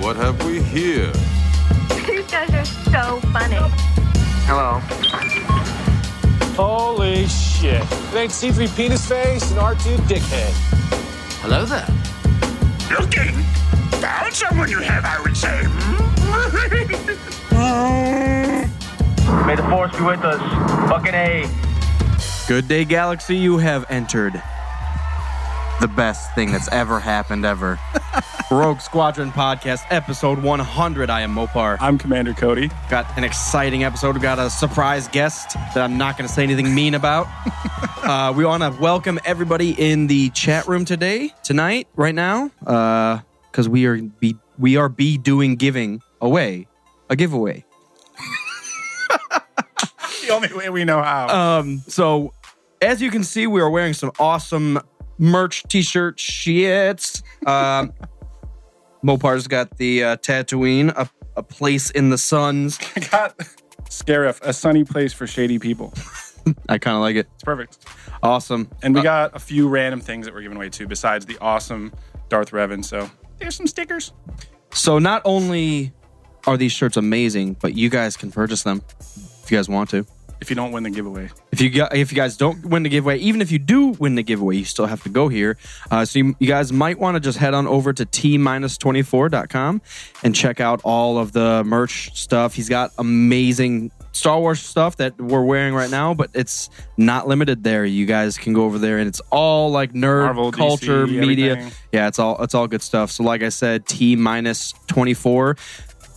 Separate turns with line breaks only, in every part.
What have we here?
These guys are so funny.
Hello.
Holy shit. It ain't C3 penis face and R2 dickhead.
Hello there.
Looking? Found someone you have, I would say.
May the force be with us. Fucking A.
Good day, Galaxy. You have entered the best thing that's ever happened ever. Rogue Squadron Podcast, episode 100. I am Mopar.
I'm Commander Cody.
Got an exciting episode. We got a surprise guest that I'm not going to say anything mean about. uh, we want to welcome everybody in the chat room today, tonight, right now, because we are be we are be doing giving away a giveaway.
The only way we know how.
Um, so as you can see, we are wearing some awesome merch t-shirt shits. Um, Mopar's got the uh, Tatooine, a, a place in the suns.
I got Scarif, a sunny place for shady people.
I kind of like it.
It's perfect.
Awesome.
And we got a few random things that we're giving away too, besides the awesome Darth Revan. So there's some stickers.
So not only are these shirts amazing, but you guys can purchase them if you guys want to.
If you don't win the giveaway,
If you gu- if you guys don't win the giveaway, even if you do win the giveaway, you still have to go here. Uh, so you, you guys might want to just head on over to t-24.com and check out all of the merch stuff. He's got amazing Star Wars stuff that we're wearing right now, but it's not limited there. You guys can go over there and it's all like nerd
Marvel, DC,
culture, media.
everything.
Yeah, it's all it's all good stuff. So like I said, T minus 24.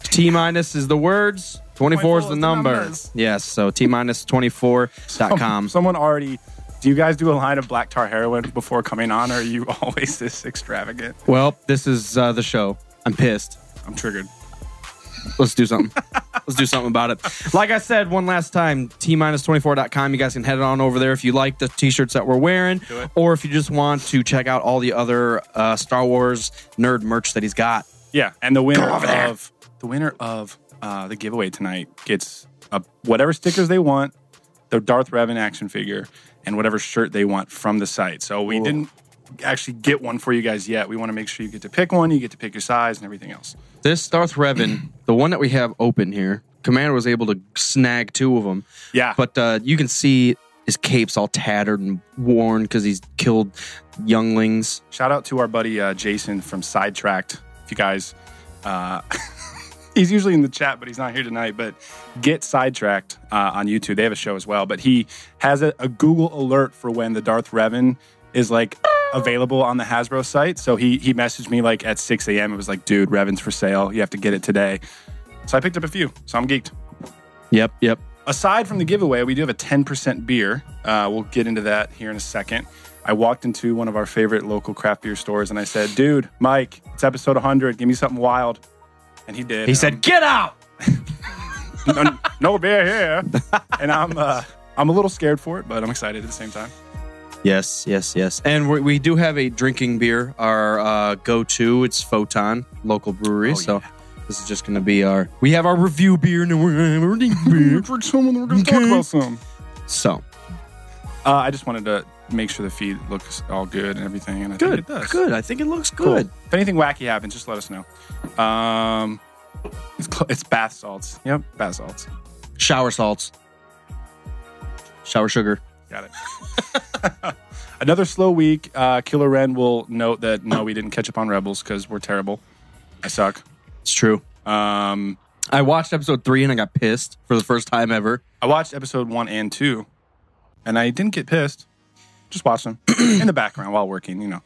T minus is the words, 24 is the number.
numbers.
Yes, so T minus 24.com.
someone already. Do you guys do a line of black tar heroin before coming on, or are you always this extravagant?
Well, this is uh, the show. I'm pissed.
I'm triggered.
Let's do something. Let's do something about it. Like I said one last time, t-24.com. You guys can head on over there if you like the t-shirts that we're wearing, or if you just want to check out all the other uh, Star Wars nerd merch that he's got.
Yeah, and the winner of the winner of uh, the giveaway tonight gets uh, whatever stickers they want, the Darth Revan action figure, and whatever shirt they want from the site. So we didn't actually get one for you guys yet. We want to make sure you get to pick one, you get to pick your size, and everything else.
This Darth Revan, the one that we have open here, Commander was able to snag two of them.
Yeah.
But uh, you can see his cape's all tattered and worn because he's killed younglings.
Shout out to our buddy uh, Jason from Sidetracked. If you guys, uh, he's usually in the chat, but he's not here tonight. But get Sidetracked uh, on YouTube. They have a show as well. But he has a, a Google alert for when the Darth Revan is like available on the Hasbro site. So he he messaged me like at 6 a.m. It was like, dude, Revan's for sale. You have to get it today. So I picked up a few. So I'm geeked
Yep, yep.
aside from the giveaway, we do have a 10% beer. Uh, we'll get into that here in a second. I walked into one of our favorite local craft beer stores and I said, dude, Mike, it's episode 100. Give me something wild. And he did.
He said, "Get out."
no, no beer here. and I'm, uh, I'm a little scared for it, but I'm excited at the same time.
Yes, yes, yes. And we, we do have a drinking beer, our uh, go-to. It's Photon, local brewery. So this is just going to be our. We have our review beer and we're gonna have our drinking beer.
For someone, we're going to talk about some.
So
Uh, I just wanted to make sure the feed looks all good and everything. And I think
good,
it does.
good. I think it looks
Cool.
good.
If anything wacky happens, just let us know. Um, it's, cl- it's bath salts. Yep, bath salts.
Shower salts, shower sugar.
Got it. Another slow week. Uh, Killer Ren will note that no, we didn't catch up on Rebels because we're terrible. I suck.
It's true.
Um,
I watched episode three and I got pissed for the first time ever.
I watched episode one and two, and I didn't get pissed. Just watched them in the background while working. You know,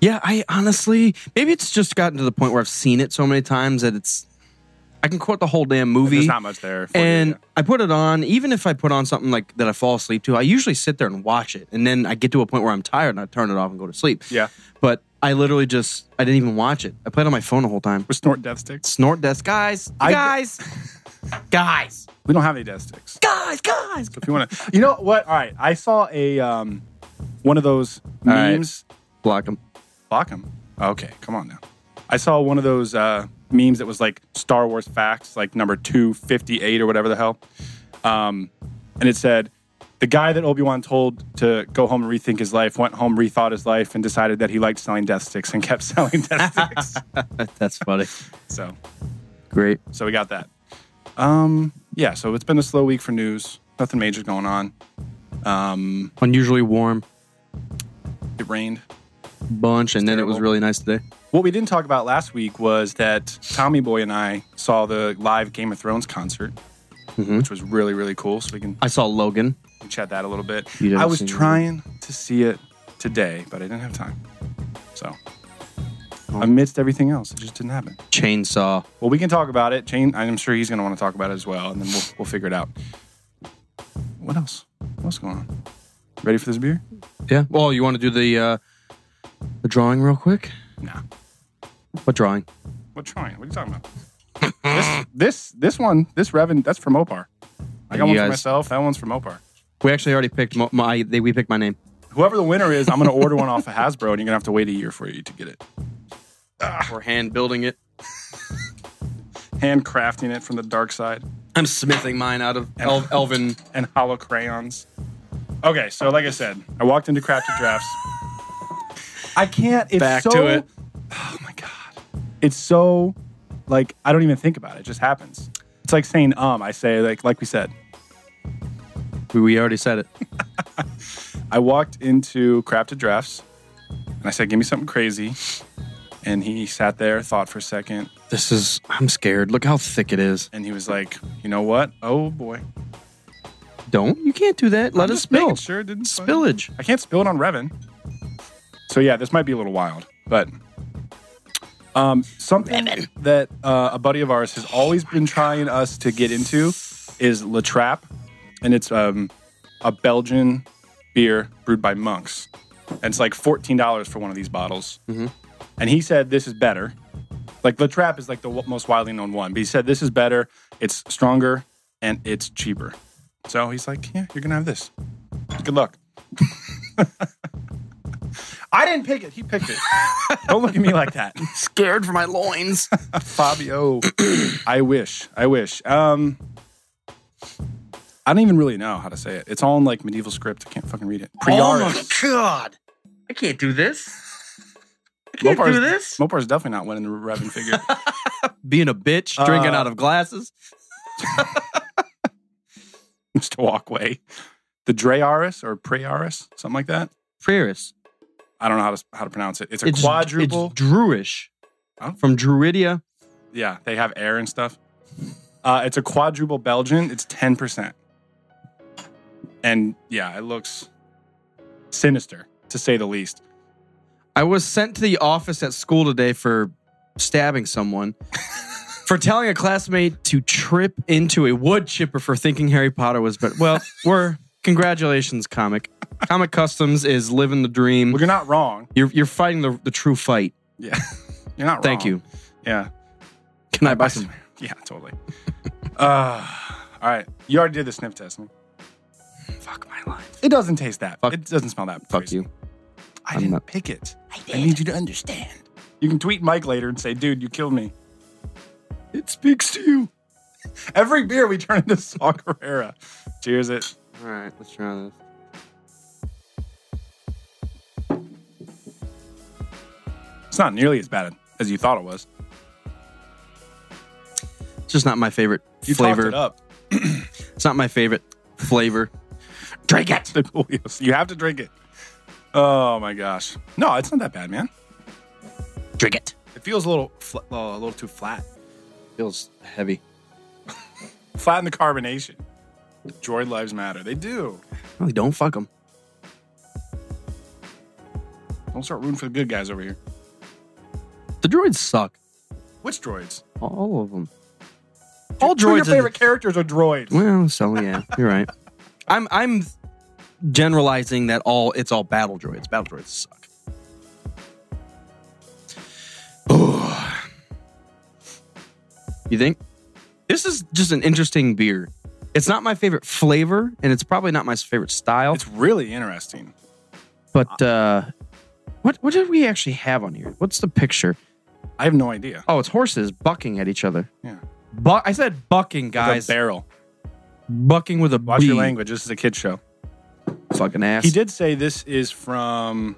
Yeah, I honestly, maybe it's just gotten to the point where I've seen it so many times that it's, I can quote the whole damn movie.
there's not much there. For you,
and
yeah.
I put it on. Even if I put on something like that, I fall asleep to. I usually sit there and watch it, and then I get to a point where I'm tired and I turn it off and go to sleep.
Yeah.
But I literally just I didn't even watch it. I played on my phone the whole time.
we snort death sticks.
Snort desk, guys,
I-
guys, guys,
We don't have any death sticks.
guys, guys.
If you want to, you know what? All right, I saw a um, one of those
right.
memes.
Block them.
Block him. Okay, come on now. I saw one of those uh, memes that was like Star Wars facts, like number 258 or whatever the hell. Um, and it said, the guy that Obi Wan told to go home and rethink his life went home, rethought his life, and decided that he liked selling death sticks and kept selling death sticks.
That's funny.
So,
Great.
so we got that. Um, yeah. So it's been a slow week for news. Nothing major going on. Um,
Unusually warm
it rained.
bunch, and then it was
terrible.
really nice today.
What we didn't talk about last week was that Tommy Boy and I saw the live Game of Thrones concert,
Mm-hmm.
which was really really cool. So we can
I saw Logan.
chat that a little bit.
You didn't
I was
see it.
trying to see it today, but I didn't have time. So,
Oh.
amidst everything else, it just didn't happen.
Chainsaw.
Well, we can talk about it. Chain, I'm sure he's going to want to talk about it as well, and then we'll, we'll figure it out. What else? What's going on? Ready for this beer?
Yeah. Well, you want to do the uh, the drawing real quick?
Nah.
What drawing?
What trying? What are you talking about? this, this, this one, this Revan, that's from Opar. I got
You
one
guys-
for myself. That one's from Opar.
We actually already picked mo- my. They, we picked my name.
Whoever the winner is, I'm going to order one off of Hasbro, and you're going to have to wait a year for you to get it.
We're hand building it.
Handcrafting it from the dark side.
I'm smithing mine out of el- Elvin.
and hollow crayons. Okay, so like I said, I walked into Crafted Drafts. I can't. It's
Back to
so-
it.
Oh my god, it's so like I don't even think about it. It just happens. It's like saying um. I say like like we said.
We, we already said it.
I walked into Crafted Drafts, and I said, "Give me something crazy." And he sat there, thought for a second,
This is. I'm scared. Look how thick it is.
and he was like, "You know what? Oh boy,
Don't. You can't do that. Let
I'm
us
just
spill.
making Sure, it didn't spill it.
Spillage.
I can't spill it on Revan. So yeah, this might be a little wild, but um, something that uh, a buddy of ours has always been trying us to get into is La Trappe, and it's um, a Belgian beer brewed by monks, and it's like fourteen dollars for one of these bottles. And he said this is better. Like La Trappe is like the w- most widely known one, but he said this is better. It's stronger and it's cheaper. So he's like, yeah, you're gonna have this. Good luck. I didn't pick it. He picked it. Don't look at me like that.
Scared for my loins.
Fabio. I wish. I wish. Um, I don't even really know how to say it. It's all in like medieval script. I can't fucking read it. Priaris.
Oh god. I can't do this.
Mopar's,
do this.
Mopar's definitely not winning the Revan figure.
Being a bitch, drinking
Uh,
out of glasses.
Just to walk away. The Drearis or Priaris, something like that.
Prius.
I don't know how to how to pronounce it. It's a quadruple.
It's Druish.
Huh?
From Druidia.
yeah, they have air and stuff. Uh, it's a quadruple Belgian. It's ten percent, and yeah, it looks sinister to say the least.
I was sent to the office at school today for stabbing someone. For telling a classmate to trip into a wood chipper for thinking Harry Potter was but well, we're congratulations, comic. Comic Customs is living the dream.
Well, you're not wrong.
You're you're fighting the, the true fight.
Yeah, you're not.
Thank
wrong.
you.
Yeah,
Can I buy some?
yeah, totally. uh, all right, you already did the sniff test. Fuck my life. It doesn't taste that.
Fuck-
It doesn't smell that.
Fuck
crazy.
you.
I
I'm
didn't
not-
pick it. I, need you to understand. You can tweet Mike later and say, dude, you killed me. It speaks to you. Every beer we turn into Saw Gerrera. Cheers it.
All right, let's try this.
It's not nearly as bad as you thought it was.
It's just not my favorite
You
flavor.
talked it up.
It's not my favorite flavor.
Drink it. The Coleos. You have to drink it. Oh my gosh. No, it's not that bad, man.
Drink it.
It feels a little fl- oh, a little too flat.
Feels heavy.
Flatten the carbonation. Droid lives matter. They do.
Really don't fuck them.
Don't start rooting for the good guys over here.
The droids suck.
Which droids?
All of them. All
Who are
droids.
your
are-
favorite characters are droids.
well, so yeah, you're right. I'm I'm generalizing that all it's all battle droids. Battle droids suck. you think? This is just an interesting beer. It's not my favorite flavor, and it's probably not my favorite style.
It's really interesting.
But uh, what what did we actually have on here? What's the picture?
I have no idea.
Oh, it's horses bucking at each other.
Yeah.
Bu- I said bucking, guys.
The barrel.
bucking with a
Watch your
B.
language. This is a kid show.
Fucking ass.
He did say this is from.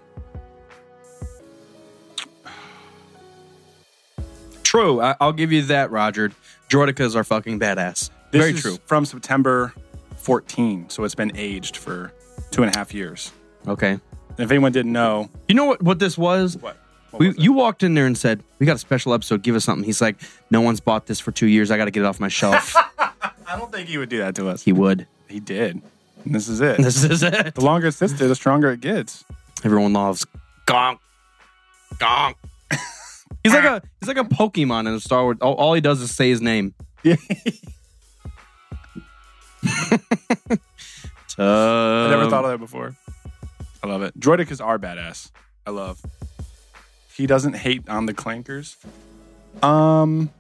True. I, I'll give you that, Roger. Jordica's are fucking badass.
This
Very
is
true.
From September 14, so it's been aged for two and a half years.
Okay.
And if anyone didn't know,
You know what, what this was?
what? what
We,
was it?
you walked in there and said, We got a special episode. Give us something. He's like, No one's bought this for two years. I got to get it off my shelf.
I don't think he would do that to us.
he would.
He did. And this is it.
This is it.
the longer it sits there, the stronger it gets.
Everyone loves Gonk. Gonk. he's like a he's like a Pokemon in Star Wars. All, all he does is say his name.
Yeah.
I
I never thought of that before. I love it. Droidicas are badass. I love. He doesn't hate on the clankers. Um,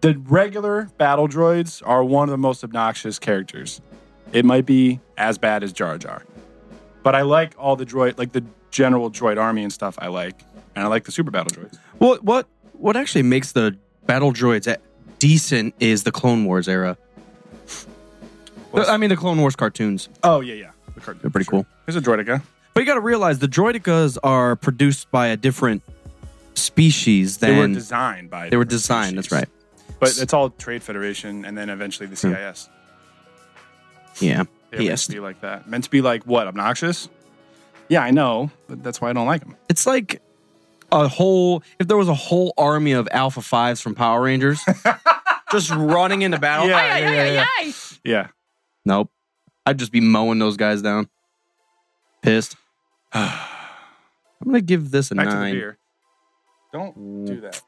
the regular battle droids are one of the most obnoxious characters. It might be as bad as Jar Jar, but I like all the droid, like the general droid army and stuff. I like, and I like the super battle droids.
Well, what what actually makes the battle droids a- decent is the Clone Wars era.
What's-
I mean, the Clone Wars cartoons.
Oh yeah, yeah, the cartoon.
They're pretty cool.
Here's a droidica.
But you got to realize the droidicas are produced by a different species
They were
than
designed by.
they were
different
designed. That's
species.
right. Hmm.
But it's all Trade Federation, and then eventually the CIS.
Yeah.
They were meant
Yes.
to be like that. Meant to be like what? Obnoxious? Yeah, I know, but that's why I don't like them.
It's like a whole if there was a whole army of Alpha Fives from Power Rangers just running into battle.
Yeah,
Aye, aye,
yeah,
aye,
yeah,
aye,
yeah.
aye.
Yeah.
Nope. I'd just be mowing those guys down. Pissed. I'm gonna give this a
Back to
nine.
the beer. Don't do that.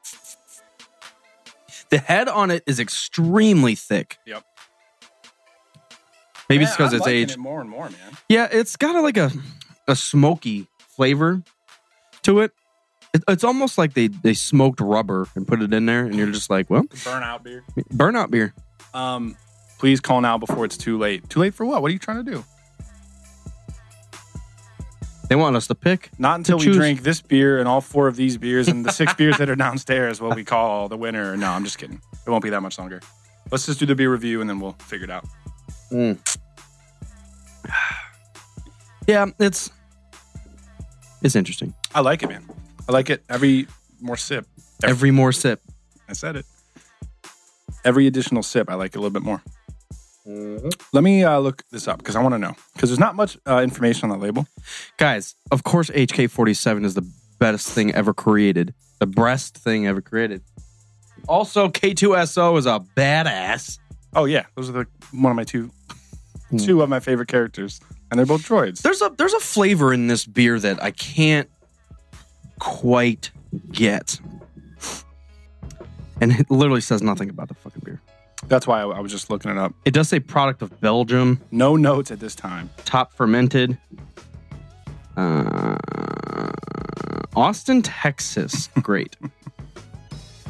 The head on it is extremely thick.
Yep.
Maybe
Man,
it's because
I'm
it's
liking
aged.
It more and more, man.
Yeah, it's got a, like a a smoky flavor to it. it. It's almost like they they smoked rubber and put it in there, and you're just like, well,
The burnout beer.
burnout beer.
Um, please call now before it's too late. Too late for what? What are you trying to do?
They want us to pick.
Not until we
choose.
drink this beer and all four of these beers and the six beers that are downstairs, what we call the winner. No, I'm just kidding. It won't be that much longer. Let's just do the beer review and then we'll figure it out.
Mm. Yeah, it's it's interesting.
I like it, man. I like it every more sip.
Every more sip.
I said it. Every additional sip, I like it a little bit more.
Mm-hmm.
Let me uh, look this up because I want to know because there's not much uh, information on that label.
Guys, of course, HK47 is the best thing ever created, the best thing ever created. Also, K2SO is a badass.
Oh yeah, those are the one of my two,
Hmm.
two of my favorite characters, and they're both droids.
There's a there's a flavor in this beer that I can't quite get, and it literally says nothing about the fucking beer.
That's why I, I was just looking it up.
It does say product of Belgium,
No notes at this time.
top fermented, uh, Austin, Texas. Great,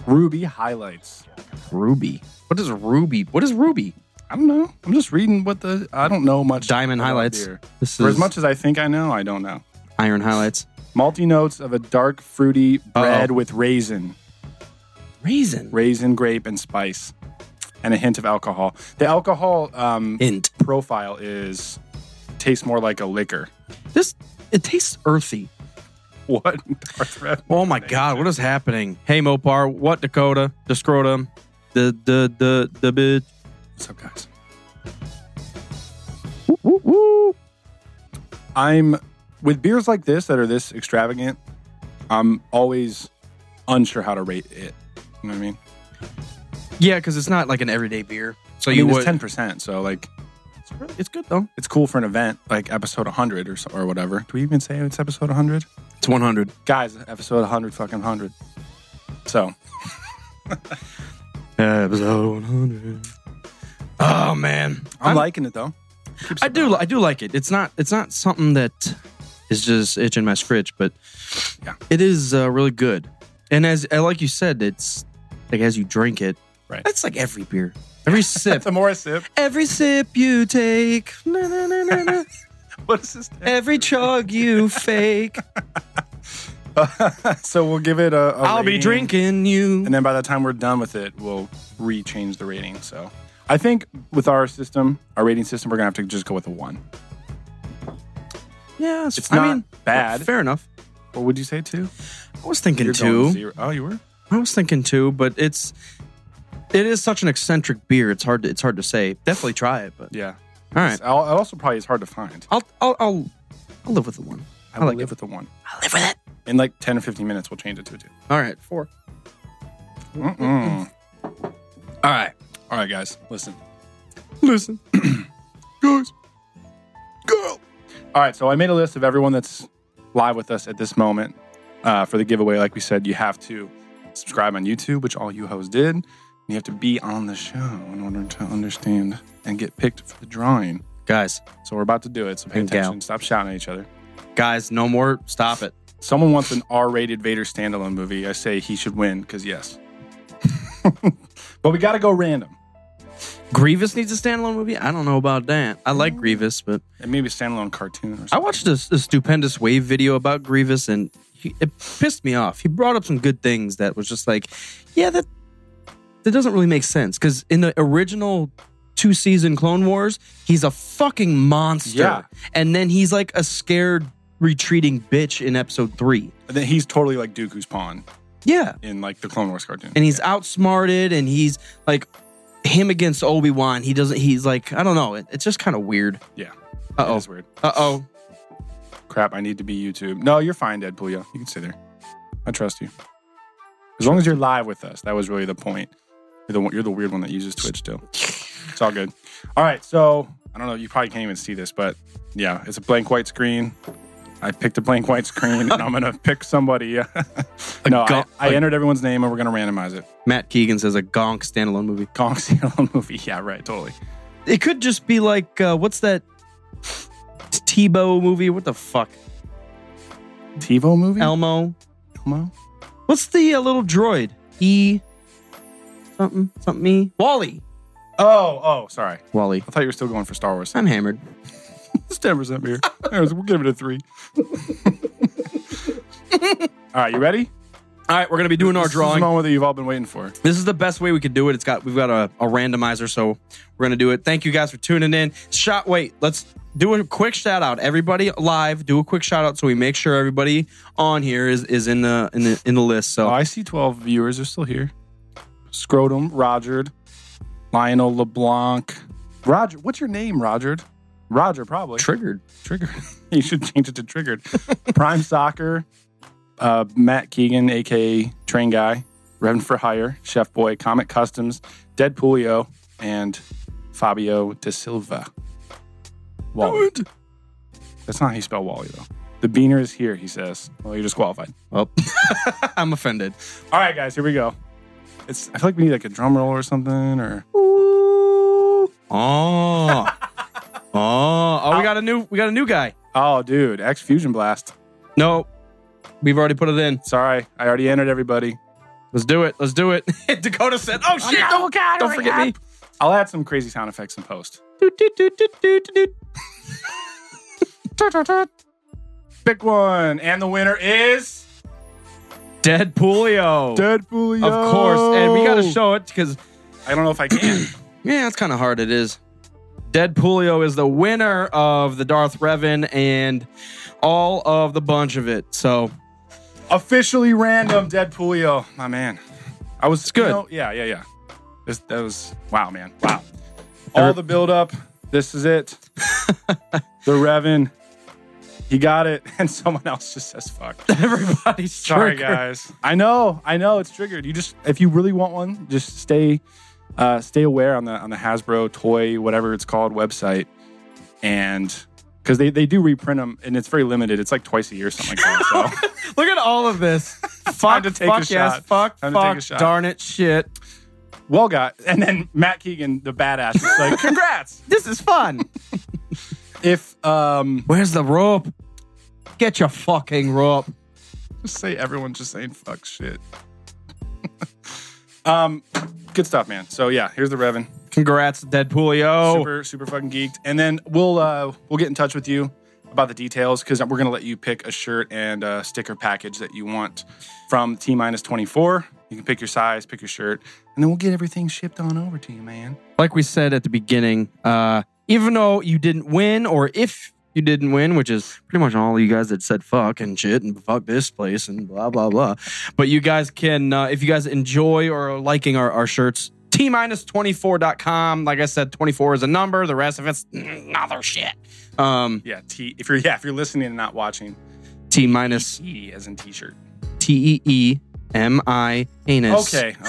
Ruby highlights.
ruby. What is ruby? What is ruby?
I don't know. I'm just reading what the. I don't know much.
Diamond
about
highlights.
beer.
This
For
is
as much as I think I know, I don't know.
iron highlights.
Malty notes of a dark fruity bread with raisin.
Raisin.
raisin, grape, and spice, and a hint of alcohol. The alcohol um,
Hint.
profile is tastes more like a liquor.
This it tastes earthy.
What? Darth Revan?
Oh my god, what is happening? Hey Mopar, what Dakota? The scrotum. The the the the bitch.
What's up, guys?
Woo, woo, woo.
I'm with beers like this that are this extravagant. I'm always unsure how to rate it. You know what I mean?
Yeah, because it's not like an everyday beer. So
I
you
mean,
would
it's ten percent, so like
it's, really- it's good though.
it's cool for an event like episode 100 or so, or whatever. Do we even say it's episode 100?
It's one hundred.
Guys, episode 100 fucking 100. So
Episode one hundred. Oh man.
I'm,
I'm-
liking it though. Keeps
I
it
do I do like it. It's not it's not something that is just itching my scritch, but
Yeah.
it is uh, really good. And as and like you said, it's like as you drink it,
Right.
That's like every beer, every sip,
The more I sip,
every sip you take, na, na, na, na, na.
what is this?
every chug you fake.
so we'll give it a. a
I'll be
rating,
drinking you.
and then by the time we're done with it, we'll re-change the rating. So I think with our system, our rating system, we're gonna have to just go with a one.
Yeah, it's,
It's
I
not
mean,
bad.
Fair enough.
What would you say two?
I was thinking
You're going
two.
zero. Oh, you were.
I was thinking two, but it's it is such an eccentric beer. It's hard. To, it's hard to say. Definitely try it. But
Yeah.
all right,
I'll, I'll also probably it's hard to find.
I'll I'll I'll, I'll live with the one.
I,
I
will
like
live
it.
with the one.
I'll live with it.
In like ten or fifteen minutes, we'll change it to a two.
All right, four.
Mm. All right. All right, guys. Listen. Listen. guys. Girl. All right. So I made a list of everyone that's live with us at this moment uh, for the giveaway. Like we said, you have to subscribe on YouTube, which all you hoes did. And you have to be on the show in order to understand and get picked for the drawing.
Guys,
So we're about to do it. So pay
And gal.
attention. Stop shouting at each other.
guys, no more. Stop it.
Someone wants an R-rated Vader standalone movie. I say he should win because yes. but we got to go random.
Grievous needs a standalone movie. I don't know about that. I
Mm.
like Grievous, but
And maybe a standalone cartoon or something.
I watched a, a stupendous wave video about Grievous, and he, it pissed me off. He brought up some good things that was just like, yeah, that that doesn't really make sense because in the original two season Clone Wars, he's a fucking monster,
Yeah.
and then he's like a scared retreating bitch in Episode three.
And then he's totally like Dooku's pawn
Yeah,
in like the Clone Wars cartoon.
and he's outsmarted, and he's like him against Obi Wan. He doesn't. He's like I don't know. It, it's just kind of weird.
yeah,
Uh
It
oh.
is weird.
Uh oh.
Crap, I need to be YouTube. No, you're fine, Deadpool. Yeah, you can stay there. I trust you. As long as you're live with us, that was really the point. You're the one, you're the weird one that uses Twitch still. It's all good. All right, so I don't know. You probably can't even see this, but yeah, it's a blank white screen. I picked a blank white screen, and I'm gonna pick somebody. no, I,
gu-
I
a-
entered everyone's name, and we're gonna randomize it.
Matt Keegan says a gonk standalone movie.
Kong standalone movie. Yeah, right. Totally.
It could just be like uh, what's that Tebow movie? What the fuck?
TiVo movie.
Elmo.
Elmo.
What's the uh, little droid? E something something. E. Wally.
Oh, oh, sorry.
Wally.
I thought you were still going for Star Wars.
I'm hammered.
It's ten percent beer. Anyways, we'll give it a three. all right, you ready?
All right, we're gonna be doing our
This is the
drawing.
moment that you've all been waiting for.
This is the best way we could do it. It's got we've got a, a randomizer, so we're gonna do it. Thank you guys for tuning in. Shot wait, let's do a quick shout out. Everybody live, do a quick shout out so we make sure everybody on here is is in the in the in the list. So
Oh, I see twelve viewers are still here. Scrotum, Rogered, Lionel LeBlanc, Roger. What's your name, Rogered? Roger, probably.
triggered.
Triggered. you should change it to Triggered. Prime Soccer, uh, Matt Keegan, aka Train Guy, Reverend for Hire, Chef Boy, Comet Customs, Deadpoolio, and Fabio De Silva. Wally. That's not how you spell Wally though. The beaner is here, he says. Well, you're disqualified.
Well, Oh. I'm offended.
All right, guys, here we go. It's. I feel like we need like a drum roll or something, or
Oh. oh. Oh, we got a new we got a new guy.
oh, dude, X Fusion Blast.
No. We've already put it in.
Sorry, I already entered everybody.
Let's do it. Let's do it. Dakota said, "Oh shit. Don't, don't forget me."
I'll add some crazy sound effects in post.
Doot, doot, doot, doot, doot, doot.
Pick one, and the winner is
Deadpoolio.
Deadpool.
Of course. And we got to show it cuz
I don't know if I can.
yeah, it's kind of hard it is. Deadpoolio is the winner of the Darth Revan and all of the bunch of it. So,
Officially random, Deadpoolio, my man. I was it's
good.
yeah, yeah, yeah. This, that was wow, man. Wow. All the build up. This is it. the Revan. He got it, and someone else just says "fuck."
everybody's
Sorry,
triggered.
guys. I know, I know, it's triggered. You just, if you really want one, just stay, uh, stay aware on the on the Hasbro toy, whatever it's called, website, and because they they do reprint them, and it's very limited. It's like twice a year, or something like that. So.
Look at all of this. Fuck,
to take a
fuck yes,
shot.
fuck,
Time to take a
fuck,
shot.
darn it, shit.
well got and then matt keegan the badass is like congrats
This is fun.
if um
Where's the rope? Get your fucking rope.
just say everyone's just saying fuck shit um good stuff man so yeah here's the revan
Congrats, Deadpoolio.
super super fucking geeked and then we'll uh we'll get in touch with you about the details because we're gonna let you pick a shirt and a sticker package that you want from t minus 24 you can pick your size pick your shirt and then we'll get everything shipped on over to you man
Like we said at the beginning, uh, even though you didn't win, or if you didn't win, which is pretty much all you guys that said fuck and shit and fuck this place and blah blah blah. But you guys can, uh, if you guys enjoy or are liking our, our shirts, t minus 24.com. Like I said, 24 is a number. The rest of it's other shit. Um,
Yeah, T. If you're yeah, if you're listening and not watching,
t minus
T as in T-shirt.
T E E M I anus.
Okay.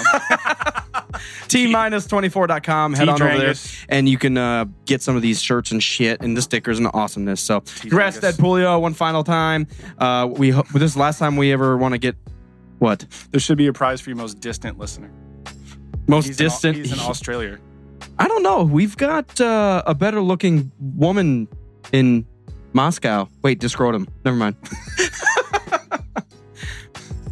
T minus 24.com. Head on over there
T-Drangus.
and you can uh, get some of these shirts and shit and the stickers and the awesomeness. So, congrats,
T-Drangus.
Deadpoolio, one final time. Uh, we ho- This is the last time we ever want to get what?
there should be a prize for your most distant listener.
Most
He's
distant.
In, he's in Australia.
I don't know. We've got uh, a better looking woman in Moscow. Wait, discrotum. Never mind.
We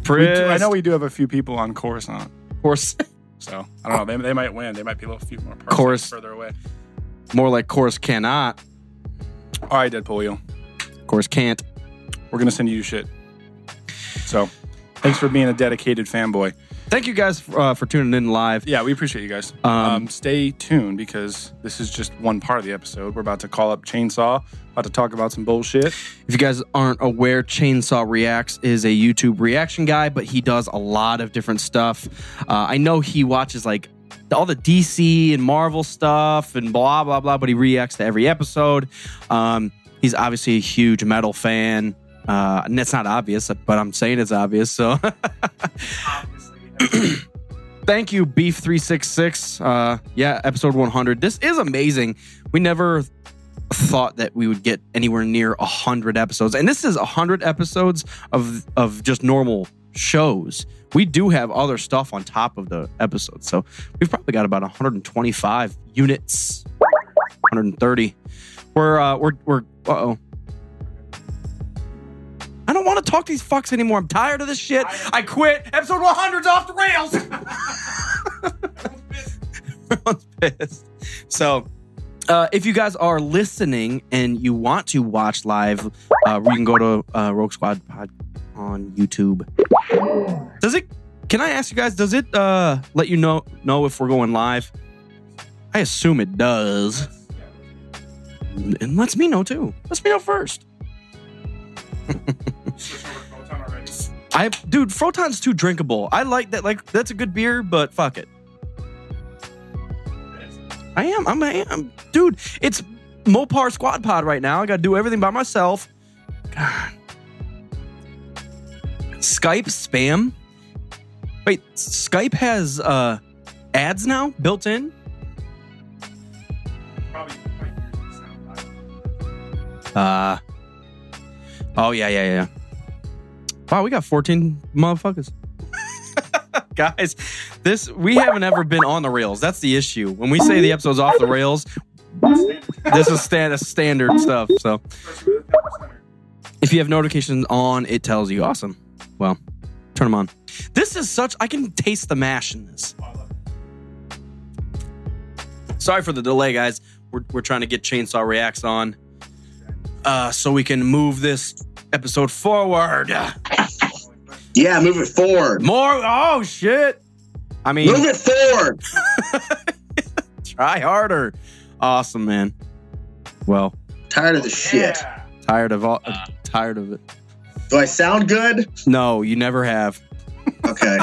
do-
Prissed,
I know we do have a few people on Coruscant,
course.
so I don't know. They, they might win. They might be a little few more parts
Chorus.
further away.
More like course cannot.
All right, Deadpoolio,
Course can't.
we're gonna send you shit. So, thanks for being a dedicated fanboy.
Thank you guys uh, for tuning in live.
Yeah, we appreciate you guys.
Um,
Um, stay tuned because this is just one part of the episode. We're about to call up Chainsaw, about to talk about some bullshit.
If you guys aren't aware, Chainsaw Reacts is a YouTube reaction guy, but he does a lot of different stuff. Uh, I know he watches like all the DC and Marvel stuff and blah, blah, blah, but he reacts to every episode. Um, he's obviously a huge metal fan. Uh, and that's not obvious, but I'm saying it's obvious. So thank you, Beef366. Uh, yeah, episode 100. This is amazing. We never thought that we would get anywhere near 100 episodes and this is 100 episodes of of just normal shows we do have other stuff on top of the episodes so we've probably got about 125 units 130 we're uh we're we're uh-oh I don't want to talk to these fucks anymore. I'm tired of this shit. I quit. Episode 100's off the rails. Everyone's pissed. So, uh, if you guys are listening and you want to watch live, uh, you can go to uh, Rogue Squad Pod on YouTube. Does it? Can I ask you guys? Does it uh, let you know know if we're going live? I assume it does. And lets me know too. Let's me know first. I dude, Froton's too drinkable. I like that. Like that's a good beer, but fuck it. I am. I'm. I am. Dude, it's Mopar Squad Pod right now. I got to do everything by myself. God. Skype spam. Wait, Skype has uh, ads now built in. Uh. Oh yeah, yeah, yeah. Wow, we got 14 motherfuckers. Guys, this we haven't ever been on the rails. That's the issue. When we say the episode's off the rails, this is stand, standard stuff. So if you have notifications on, it tells you. Awesome. Well, turn them on. This is such I can taste the mash in this. Sorry for the delay, guys. We're, we're trying to get Chainsaw Reacts on uh, so we can move this episode forward.
Yeah, move it forward.
More. Oh shit! I mean,
Move it forward.
try harder. Awesome, man. Well,
Tired of the shit.
tired of all, tired of it.
Do I sound good?
No, you never have.
Okay.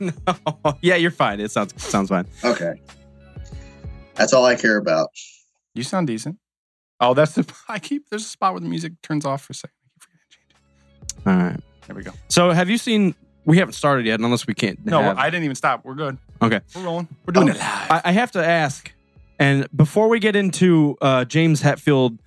no. Yeah, you're fine. It sounds sounds fine.
okay. That's all I care about.
You sound decent. Oh, that's the. I keep. There's a spot where the music turns off for a second. I keep forgetting to change
All right.
it. There we go.
So, have you seen? We haven't started yet, unless we can't.
No,
have-
I didn't even stop. We're good.
Okay.
We're rolling. We're
Um,
doing it live.
I, I have to ask, and before we get into uh, James Hetfield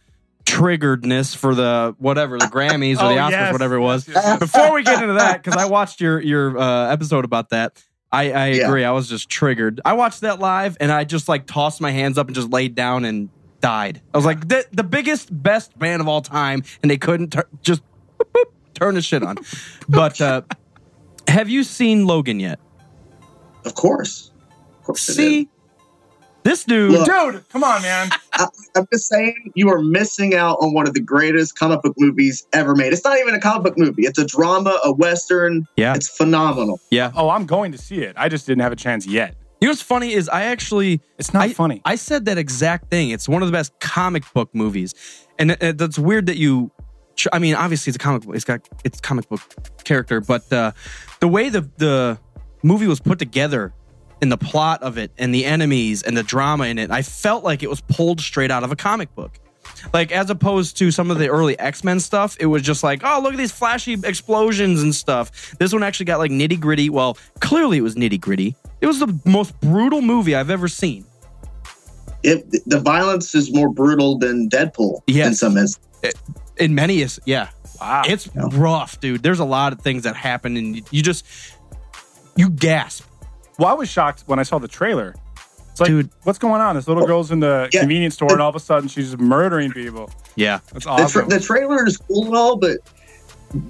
triggeredness for the whatever the Grammys or the
Oh,
Oscars,
yes.
whatever it was.
Yes, yes, yes.
Before we get into that, because I watched your your uh, episode about that. I, I
Yeah.
agree. I was just triggered. I watched that live and I just like tossed my hands up and just laid down and died. I was like, the, the biggest, best band of all time, and they couldn't tur- just boop, boop, turn the shit on. but uh, have you seen Logan yet?
Of course. Of course I did.
See, this dude.
Look,
Dude, come on, man.
I'm just saying you are missing out on one of the greatest comic book movies ever made. It's not even a comic book movie. It's a drama, a western.
Yeah.
It's phenomenal.
Yeah.
Oh, I'm going to see it. I just didn't have a chance yet.
You know what's funny is I actually
It's not
I-
funny.
I said that exact thing. It's one of the best comic book movies, and it- it- that's weird that you. tr- I mean, obviously it's a comic. book. It's got it's comic book character, but uh, the way the the movie was put together and the plot of it and the enemies and the drama in it, I felt like it was pulled straight out of a comic book. Like as opposed to some of the early X Men stuff, it was just like, oh, look at these flashy explosions and stuff. This one actually got like nitty gritty. Well, clearly it was nitty gritty. It was the most brutal movie I've ever seen.
It, the violence is more brutal than Deadpool in
Yes.
some instances.
in many is yeah
Wow.
it's rough dude there's a lot of things that happen and you, you just you gasp
Well, I was shocked when I saw the trailer. It's like,
Dude.
what's going on? This little girl's in the
Oh, Yeah.
convenience store, and all of a sudden she's just murdering people.
yeah
That's
The, tra-
awesome.
the trailer is cool and all, but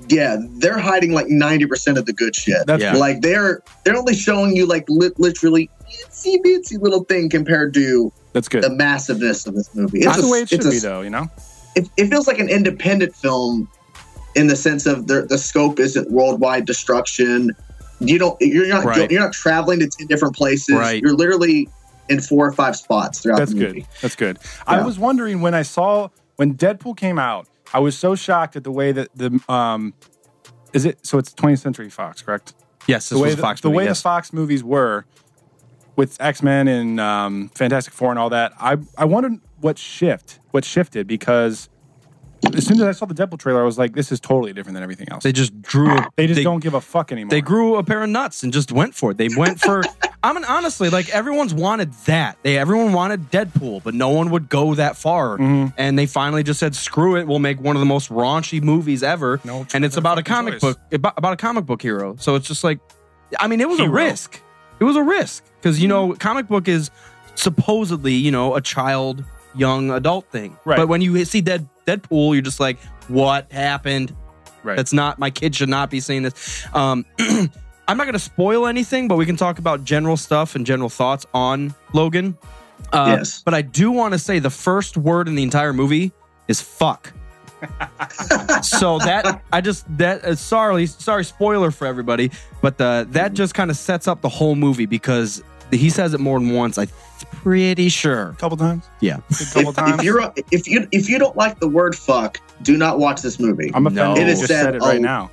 yeah, they're hiding like ninety percent of the good shit.
That's-
Yeah.
Like they're they're only showing you like lit literally itsy bitsy little thing compared to
That's good.
the massiveness of this movie.
That's the
a-
way it should
a-
be, though. You know,
It, it feels like an independent film in the sense of the the scope isn't worldwide destruction. You don't you're not
Right.
you're not traveling to ten different places.
Right.
You're literally in four or five spots throughout
that's
the movie.
good. That's good. I
Yeah.
was wondering when I saw when Deadpool came out, I was so shocked at the way that the um, is it? So it's 20th Century Fox, correct?
yes this
the way,
was a
the,
fox
the,
movie,
way
yes.
the Fox movies were with X Men and um, Fantastic Four and all that, I I wondered what shift what shifted because as soon as I saw the Deadpool trailer, I was like, this is totally different than everything else.
they just drew a-
They just don't give a fuck anymore.
they grew a pair of nuts and just went for it they went for i mean honestly like everyone's wanted that they everyone wanted deadpool but no one would go that far and they finally just said screw it we'll make one of the most raunchy movies ever
No
and it's about a
fucking
comic
choice.
book about, about a comic book hero so it's just like i mean it was a
Hero. Mm-hmm.
risk it was a risk because you know comic book is supposedly you know a child young adult thing
Right.
but when you see dead deadpool you're just like what happened
right.
that's not my kid should not be seeing this. Um, I'm not going to spoil anything, but we can talk about general stuff and general thoughts on Logan. Uh,
Yes.
But I do want to say the first word in the entire movie is fuck. so that I just that uh, sorry sorry spoiler for everybody, but uh, that just kind of sets up the whole movie because he says it more than once. I'm pretty sure.
a couple times.
Yeah.
A couple
if,
times.
if you're if you if you don't like the word fuck, do not watch this movie.
I'm
No.
offended.
It
you
is
just
said
said it right
a-
now.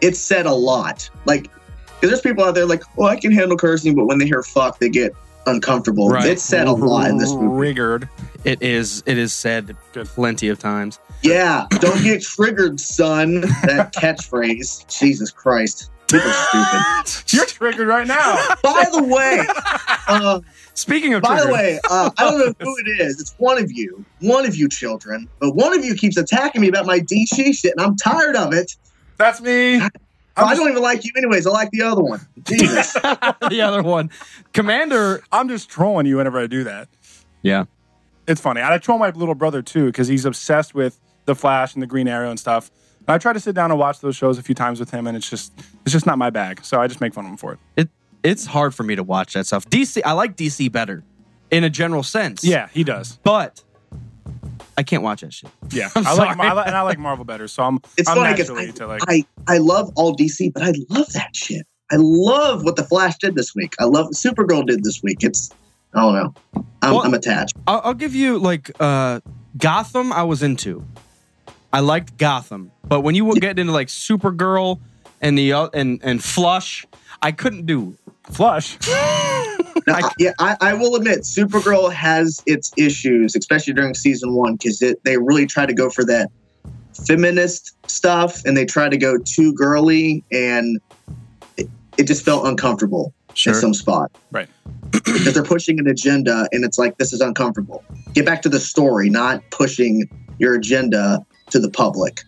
it's said a lot. Like, 'cause there's people out there like, oh, I can handle cursing, but when they hear fuck, they get uncomfortable.
Right.
It's said a lot in this movie.
Riggered.
It is it is said
Good.
plenty of times.
Yeah, don't get triggered, son. That catchphrase. Jesus Christ. People are stupid.
You're triggered right now.
By the way, uh,
Speaking of
by the
triggers-
way, uh, I don't know who it is. It's one of you, one of you children, but one of you keeps attacking me about my DC shit, and I'm tired of it.
That's me.
I
I'm just,
don't even like you, anyways. I like the other one. Jesus.
the other one, Commander.
I'm just trolling you whenever I do that.
Yeah.
It's funny. And I troll my little brother too because he's obsessed with the Flash and the Green Arrow and stuff. And I try to sit down and watch those shows a few times with him, and it's just it's just not my bag. So I just make fun of him for it.
it it's hard for me to watch that stuff. DC, I like DC better in a general sense.
Yeah, he does.
but I can't watch that shit.
Yeah,
I'm
I
sorry.
like I like, and I like Marvel better. So I'm
It's
I'm
funny 'cause
naturally
I-
to like
I, I love all DC, but I love that shit. I love what the Flash did this week. I love what Supergirl did this week. It's I don't know. I'm,
Well-
I'm attached.
I'll, I'll give you like uh, Gotham. I was into. I liked Gotham, but when you would get into like Supergirl and the o- and and Flush, I couldn't do.
Flush.
Now, I- yeah, I, I will admit, Supergirl has its issues, especially during season one, because they really try to go for that feminist stuff, and they try to go too girly, and it, it just felt uncomfortable
Sure.
in some spot.
Right.
Because they're pushing an agenda, and it's like this is uncomfortable. Get back to the story, not pushing your agenda to the public.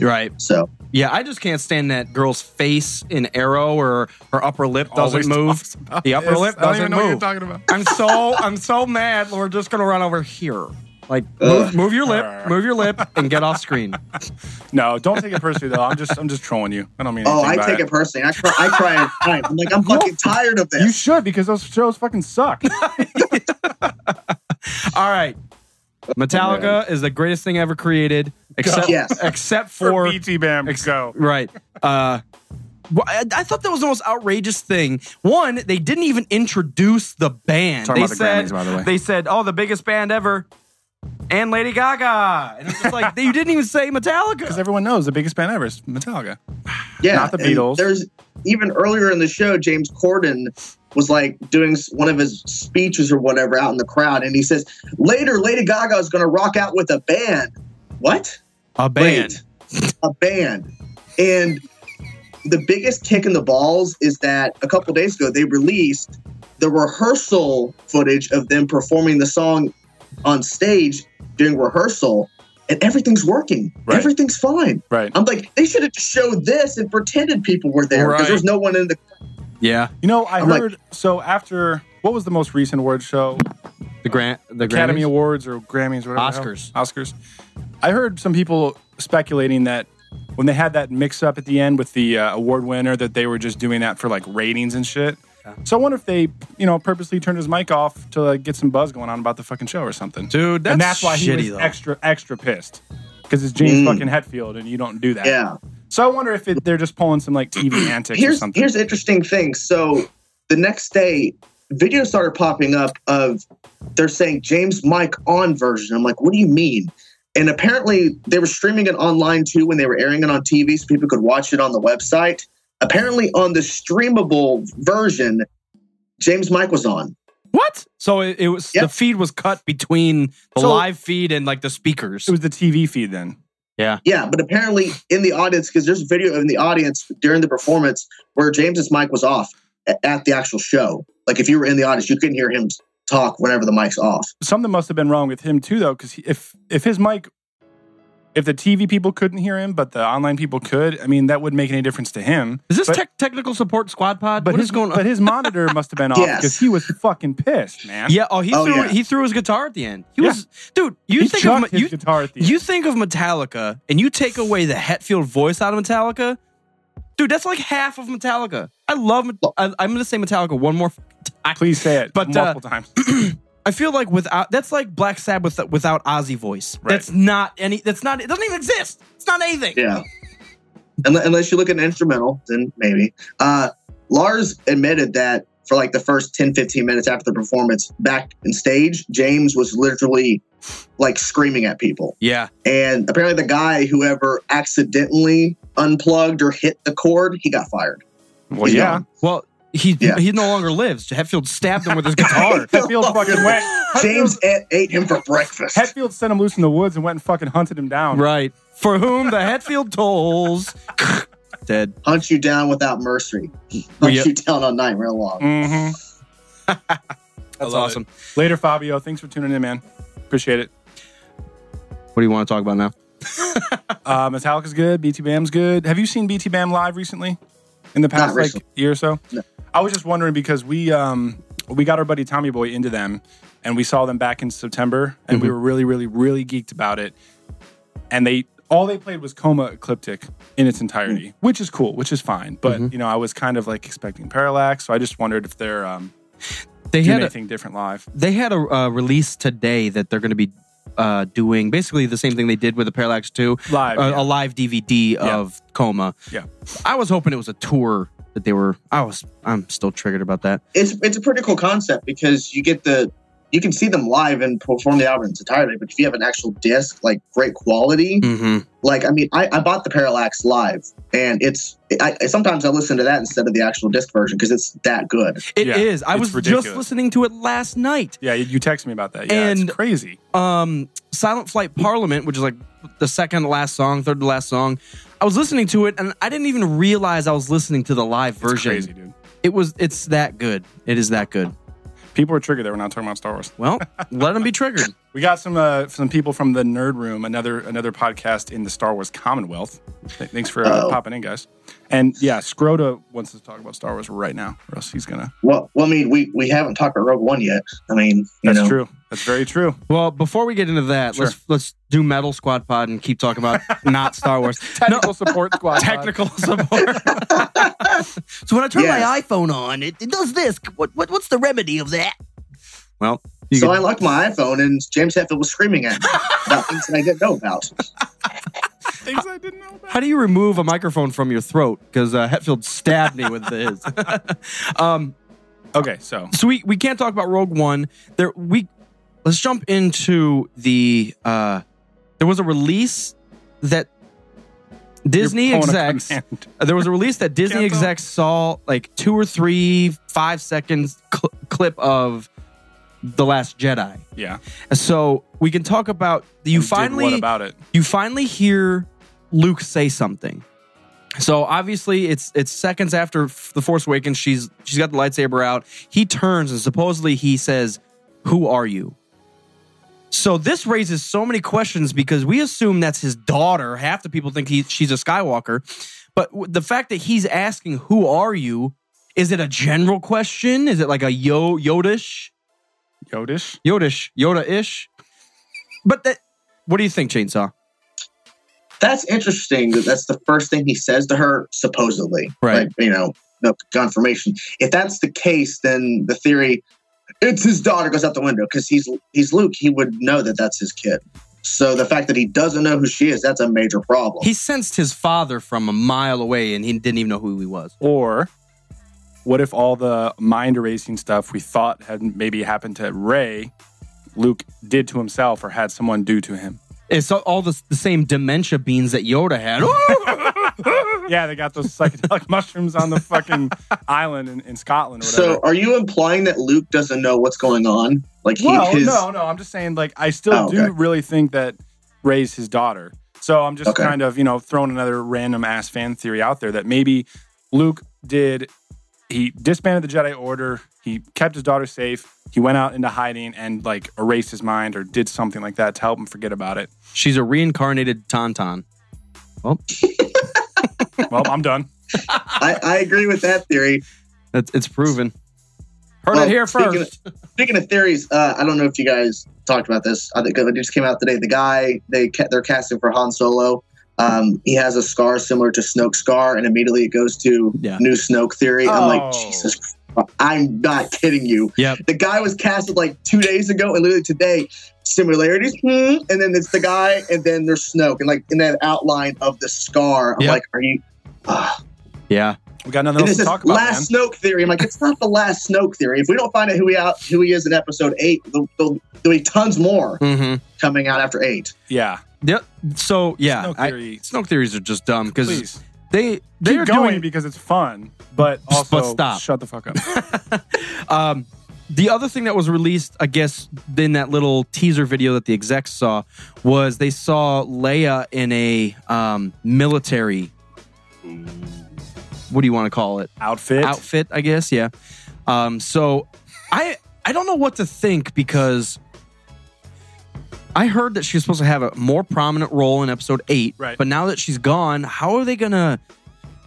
Right.
So
Yeah, I just can't stand that girl's face in Arrow or her upper lip doesn't
Always
move.
talks about
The upper
this.
lip
I don't
doesn't
even know
move.
what you're talking about.
I'm so I'm so mad. We're just gonna run over here. Like move,
Ugh.
Uh,
move your lip, move your lip, and get off screen.
No, don't take it personally though. I'm just I'm just trolling you. I don't mean anything.
Oh, I
by
take it personally. I cry. I cry at times. I'm like, I'm fucking tired of
You
this.
should because those shows fucking suck.
All right. Metallica is the greatest thing ever created, except
Yes.
except
for
for
BT Bam.
ex-
go.
right. Uh, Well, I, I thought that was the most outrageous thing. One, they didn't even introduce the band.
Talking
they
about the
said,
Grammys, by the way.
They said, "Oh, the biggest band ever," and Lady Gaga. And it's just like you didn't even say
Because
Metallica.
everyone knows the biggest band ever is Metallica.
Yeah,
Not the
and
Beatles.
There's even earlier in the show, James Corden was like doing s- one of his speeches or whatever out in the crowd, and he says, "Later, Lady Gaga is going to rock out with a band." What?
A band.
Wait, a band. And the biggest kick in the balls is that a couple days ago they released the rehearsal footage of them performing the song on stage during rehearsal, and everything's working.
Right.
Everything's fine.
Right.
I'm like, they should have just showed this and pretended people were there because
Right.
there's no one in the.
Yeah,
You know, I
I'm like-
heard so after what was the most recent award show?
the grant, the
Academy
Grammys?
Awards or Grammys or whatever. the hell.
Oscars.
Oscars. I heard some people speculating that when they had that mix up at the end with the uh, award winner, that they were just doing that for like ratings and shit. So I wonder if they, you know, purposely turned his mic off to like, get some buzz going on about the fucking show or something.
Dude,
and
that's
that's why he
shitty,
was
though.
extra extra pissed because it's James
Mm.
fucking Hetfield, and you don't do that.
Yeah.
So I wonder if it, they're just pulling some like TV antics or
here's
something.
here's the interesting thing. So the next day, videos started popping up of they're saying James Mike on version. I'm like, what do you mean? And apparently they were streaming it online too when they were airing it on TV, so people could watch it on the website. Apparently on the streamable version, James Mike was on.
What? So it, it was
Yep.
the feed was cut between the
So-
live feed and like the speakers.
it was the TV feed then.
Yeah, but apparently in the audience, because there's video in the audience during the performance where James's mic was off a- at the actual show. Like if you were in the audience, you couldn't hear him talk whenever the mic's off.
something must have been wrong with him too, though, because if if his mic, if the TV people couldn't hear him, but the online people could, I mean, that wouldn't make any difference to him.
Is this
but,
tech technical support squad pod?
But
what
his,
is going on?
But his monitor must have been off
Yes.
because he was fucking pissed, man.
Yeah. Oh, he
Oh,
threw
yeah.
he threw his guitar at the end. He
Yeah.
was dude. You
He
think
chucked
of
his
you,
guitar at the end.
you think of Metallica and you take away the Hetfield voice out of Metallica, dude. That's like half of Metallica. I love. Met- I, I'm gonna say Metallica one more time.
Please say it,
But, uh,
multiple times.
I feel like without that's like Black Sabbath without Ozzy voice.
Right.
That's not any. That's not. It doesn't even exist. It's not anything.
Yeah. Unle- Unless you look at an instrumental, then maybe. Uh, Lars admitted that for like the first 10, 15 minutes after the performance back in stage, James was literally like screaming at people.
Yeah.
And apparently, the guy, whoever accidentally unplugged or hit the cord, he got fired.
well,
He's
yeah,
gone.
Well, he
Yeah.
he no longer lives. Hetfield stabbed him with his guitar.
Hetfield fucking went. Hetfield,
James ate, ate him for breakfast.
Hetfield sent him loose in the woods and went and fucking hunted him down.
right. For whom the Hetfield tolls. Dead.
Hunt you down without mercy.
Well,
Hunt
yeah.
you down on nightmare long.
hmm
That's
all
awesome.
Later, Fabio. Thanks for tuning in, man. Appreciate it.
What do you want to talk about now?
Uh, Metallica's good. BT Bam's good. Have you seen BT Bam live recently? In the past
Not
like
recently.
year or so?
No.
I was just wondering because we um we got our buddy Tommy Boy into them and we saw them back in September and we were really, really, really geeked about it. And they all they played was Coma Ecliptic in its entirety, which is cool, which is fine. But you know, I was kind of like expecting Parallax, so I just wondered if they're um
They
doing
had a,
anything different live.
they had a uh, release today that they're going to be uh, doing basically the same thing they did with the Parallax Two
Live,
a,
yeah.
a live DVD of Coma.
Yeah.
I was hoping it was a tour that they were. I was. I'm still triggered about that.
it's it's a pretty cool concept because you get the you can see them live and perform the album in its entirety, but if you have an actual disc, like great quality,
Hmm.
Mm-hmm.
like I mean, I, I bought the Parallax live, and it's I, I sometimes I listen to that instead of the actual disc version because it's that good.
It is.
Yeah,
I
it's
was just
ridiculous.
listening to it last night.
Yeah, you- you texted me about that. Yeah,
And-
it's crazy.
um, Silent Flight Parliament, which is like the second to last song, third to last song. I was listening to it and I didn't even realize I was listening to the live
It's
version.
crazy, dude.
It was it's that good. It is that good.
People are triggered that we're not talking about Star Wars.
Well, let them be triggered.
We got some uh, some people from the Nerd Room, another another podcast in the Star Wars Commonwealth. Th- Thanks for uh,
Uh-oh.
popping in, guys. And yeah, Scrota wants to talk about Star Wars right now, or else he's gonna.
Well, well, I mean, we we haven't talked about Rogue One yet. I mean, you
That's
know,
true. That's very true.
Well, before we get into that,
Sure.
let's let's do Metal Squad Pod and keep talking about not Star Wars.
Technical support squad.
Technical support. so when I turn my
Yes.
iPhone on, it, it does this. What, what what's the remedy of that? Well, you
so
can-
I locked my iPhone, and James Hetfield was screaming at me about things that I didn't know about.
things I didn't know about.
How do you remove a microphone from your throat? Because uh, Hetfield stabbed me with his.
Okay, so
so we, we can't talk about Rogue One. There we let's jump into the uh there was a release that Disney
pulling a
execs uh,
command.
there was a release that Disney
Can't tell.
execs saw like two or three five seconds cl- clip of the Last Jedi.
yeah,
So we can talk about you
And did
finally
what about it?
you finally hear Luke say something. So obviously it's it's seconds after F- the Force Awakens. She's she's got the lightsaber out. He turns and supposedly he says, "Who are you?" So this raises so many questions because we assume that's his daughter. Half the people think he, she's a Skywalker, but w- the fact that he's asking, "Who are you?" Is it a general question? Is it like a yo Yodish,
Yodish.
Yodish, Yoda ish? But that, what do you think, Chainsaw?
That's interesting. That that's the first thing he says to her, supposedly.
Right.
Like, you know, no confirmation. If that's the case, then the theory it's his daughter goes out the window because he's he's Luke. He would know that that's his kid. So the fact that he doesn't know who she is, that's a major problem.
He sensed his father from a mile away and he didn't even know who he was.
Or what if all the mind erasing stuff we thought had maybe happened to Ray, Luke did to himself or had someone do to him?
It's all- all the, the same dementia beans that Yoda had.
Mm-hmm.
Ooh!
Yeah, they got those psychedelic mushrooms on the fucking island in, in Scotland or whatever.
so are you implying that Luke doesn't know what's going on? Like he,
well,
his,
no, no. I'm just saying, like, I still
Oh,
do
okay.
really think that Ray's his daughter. So I'm just
Okay.
kind of, you know, throwing another random ass fan theory out there that maybe Luke did. He disbanded the Jedi Order. He kept his daughter safe. He went out into hiding and like erased his mind or did something like that to help him forget about it.
She's a reincarnated Tauntaun.
Well, I'm done.
I, I agree with that theory.
That's, it's proven. Heard
Well,
it here
speaking
first.
Speaking of theories, uh, I don't know if you guys talked about this. I think it just came out today. The guy they ca- they're casting for Han Solo. Um, he has a scar similar to Snoke's scar, and immediately it goes to
Yeah.
new Snoke theory. I'm
Oh.
like, Jesus, Christ, I'm not kidding you.
Yep.
The guy was casted like two days ago, and literally today, similarities. hmm, and then it's the guy, and then there's Snoke, and like in that outline of the scar, I'm
Yeah.
like, are you? ah.
Yeah.
We got nothing
And
else
this
to
is
talk about, man.
last Snoke theory. I'm like, it's not the last Snoke theory. If we don't find out who he out who he is in episode eight, there'll, there'll, there'll be tons more
Mm-hmm.
coming out after eight.
Yeah,
Yep. So, yeah.
Snoke
I-
theory.
Snoke theories are just dumb because
please.
they,
Keep
they're
going
doing
because it's fun, but
Psst, but
also
stop.
shut the fuck up.
Um, the other thing that was released, I guess, in that little teaser video that the execs saw was they saw Leia in a um, military. What do you want to call it?
Outfit.
Outfit, I guess. Yeah. Um, so I I don't know what to think because I heard that she was supposed to have a more prominent role in episode eight.
Right.
But now that she's gone, how are they gonna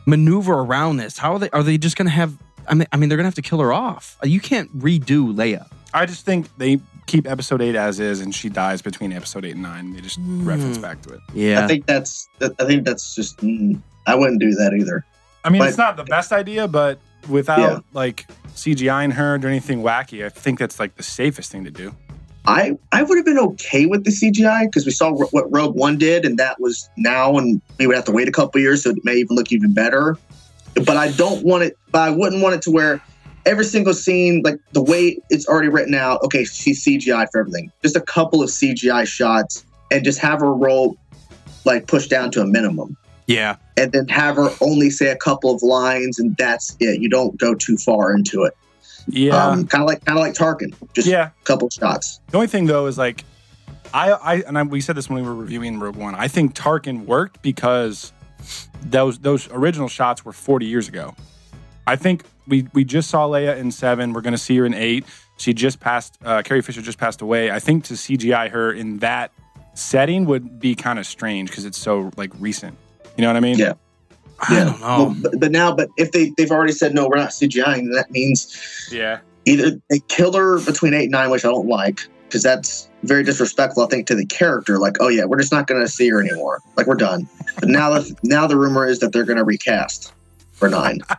maneuver around this? How are they are they just gonna have I mean I mean they're gonna have to kill her off. You can't redo Leia.
I just think they keep episode eight as is, and she dies between episode eight and nine. They just reference back to it.
Yeah.
I think that's that, I think that's just mm, I wouldn't do that either.
I mean,
But-
it's not the best idea, but without
Yeah.
like CGIing her or anything wacky, I think that's like the safest thing to do.
I I would have been okay with the CGI because we saw ro- what Rogue One did, and that was now, and we would have to wait a couple years, so it may even look even better. But I don't want it. But I wouldn't want it to where every single scene, like the way it's already written out. Okay, she's CGI for everything. Just a couple of CGI shots, and just have her role like pushed down to a minimum,
Yeah.
and then have her only say a couple of lines, and that's it. You don't go too far into it.
Yeah,
Um, kind of like kind of like Tarkin, just
yeah.
a couple of shots.
The only thing though is like, I, I and I, we said this when we were reviewing Rogue One. I think Tarkin worked because those those original shots were 40 years ago. I think we we just saw Leia in seven. We're gonna see her in eight. She just passed. Uh, Carrie Fisher just passed away. I think to CGI her in that setting would be kind of strange because it's so like recent. You know what I mean?
Yeah.
I don't know.
Well, but, but now, but if they they've already said no, we're not CGIing. That means
Yeah.
either they kill her between eight and nine, which I don't like because that's very disrespectful. I think to the character. Like, oh yeah, we're just not going to see her anymore. Like we're done. But now, the, now the rumor is that they're going to recast for nine.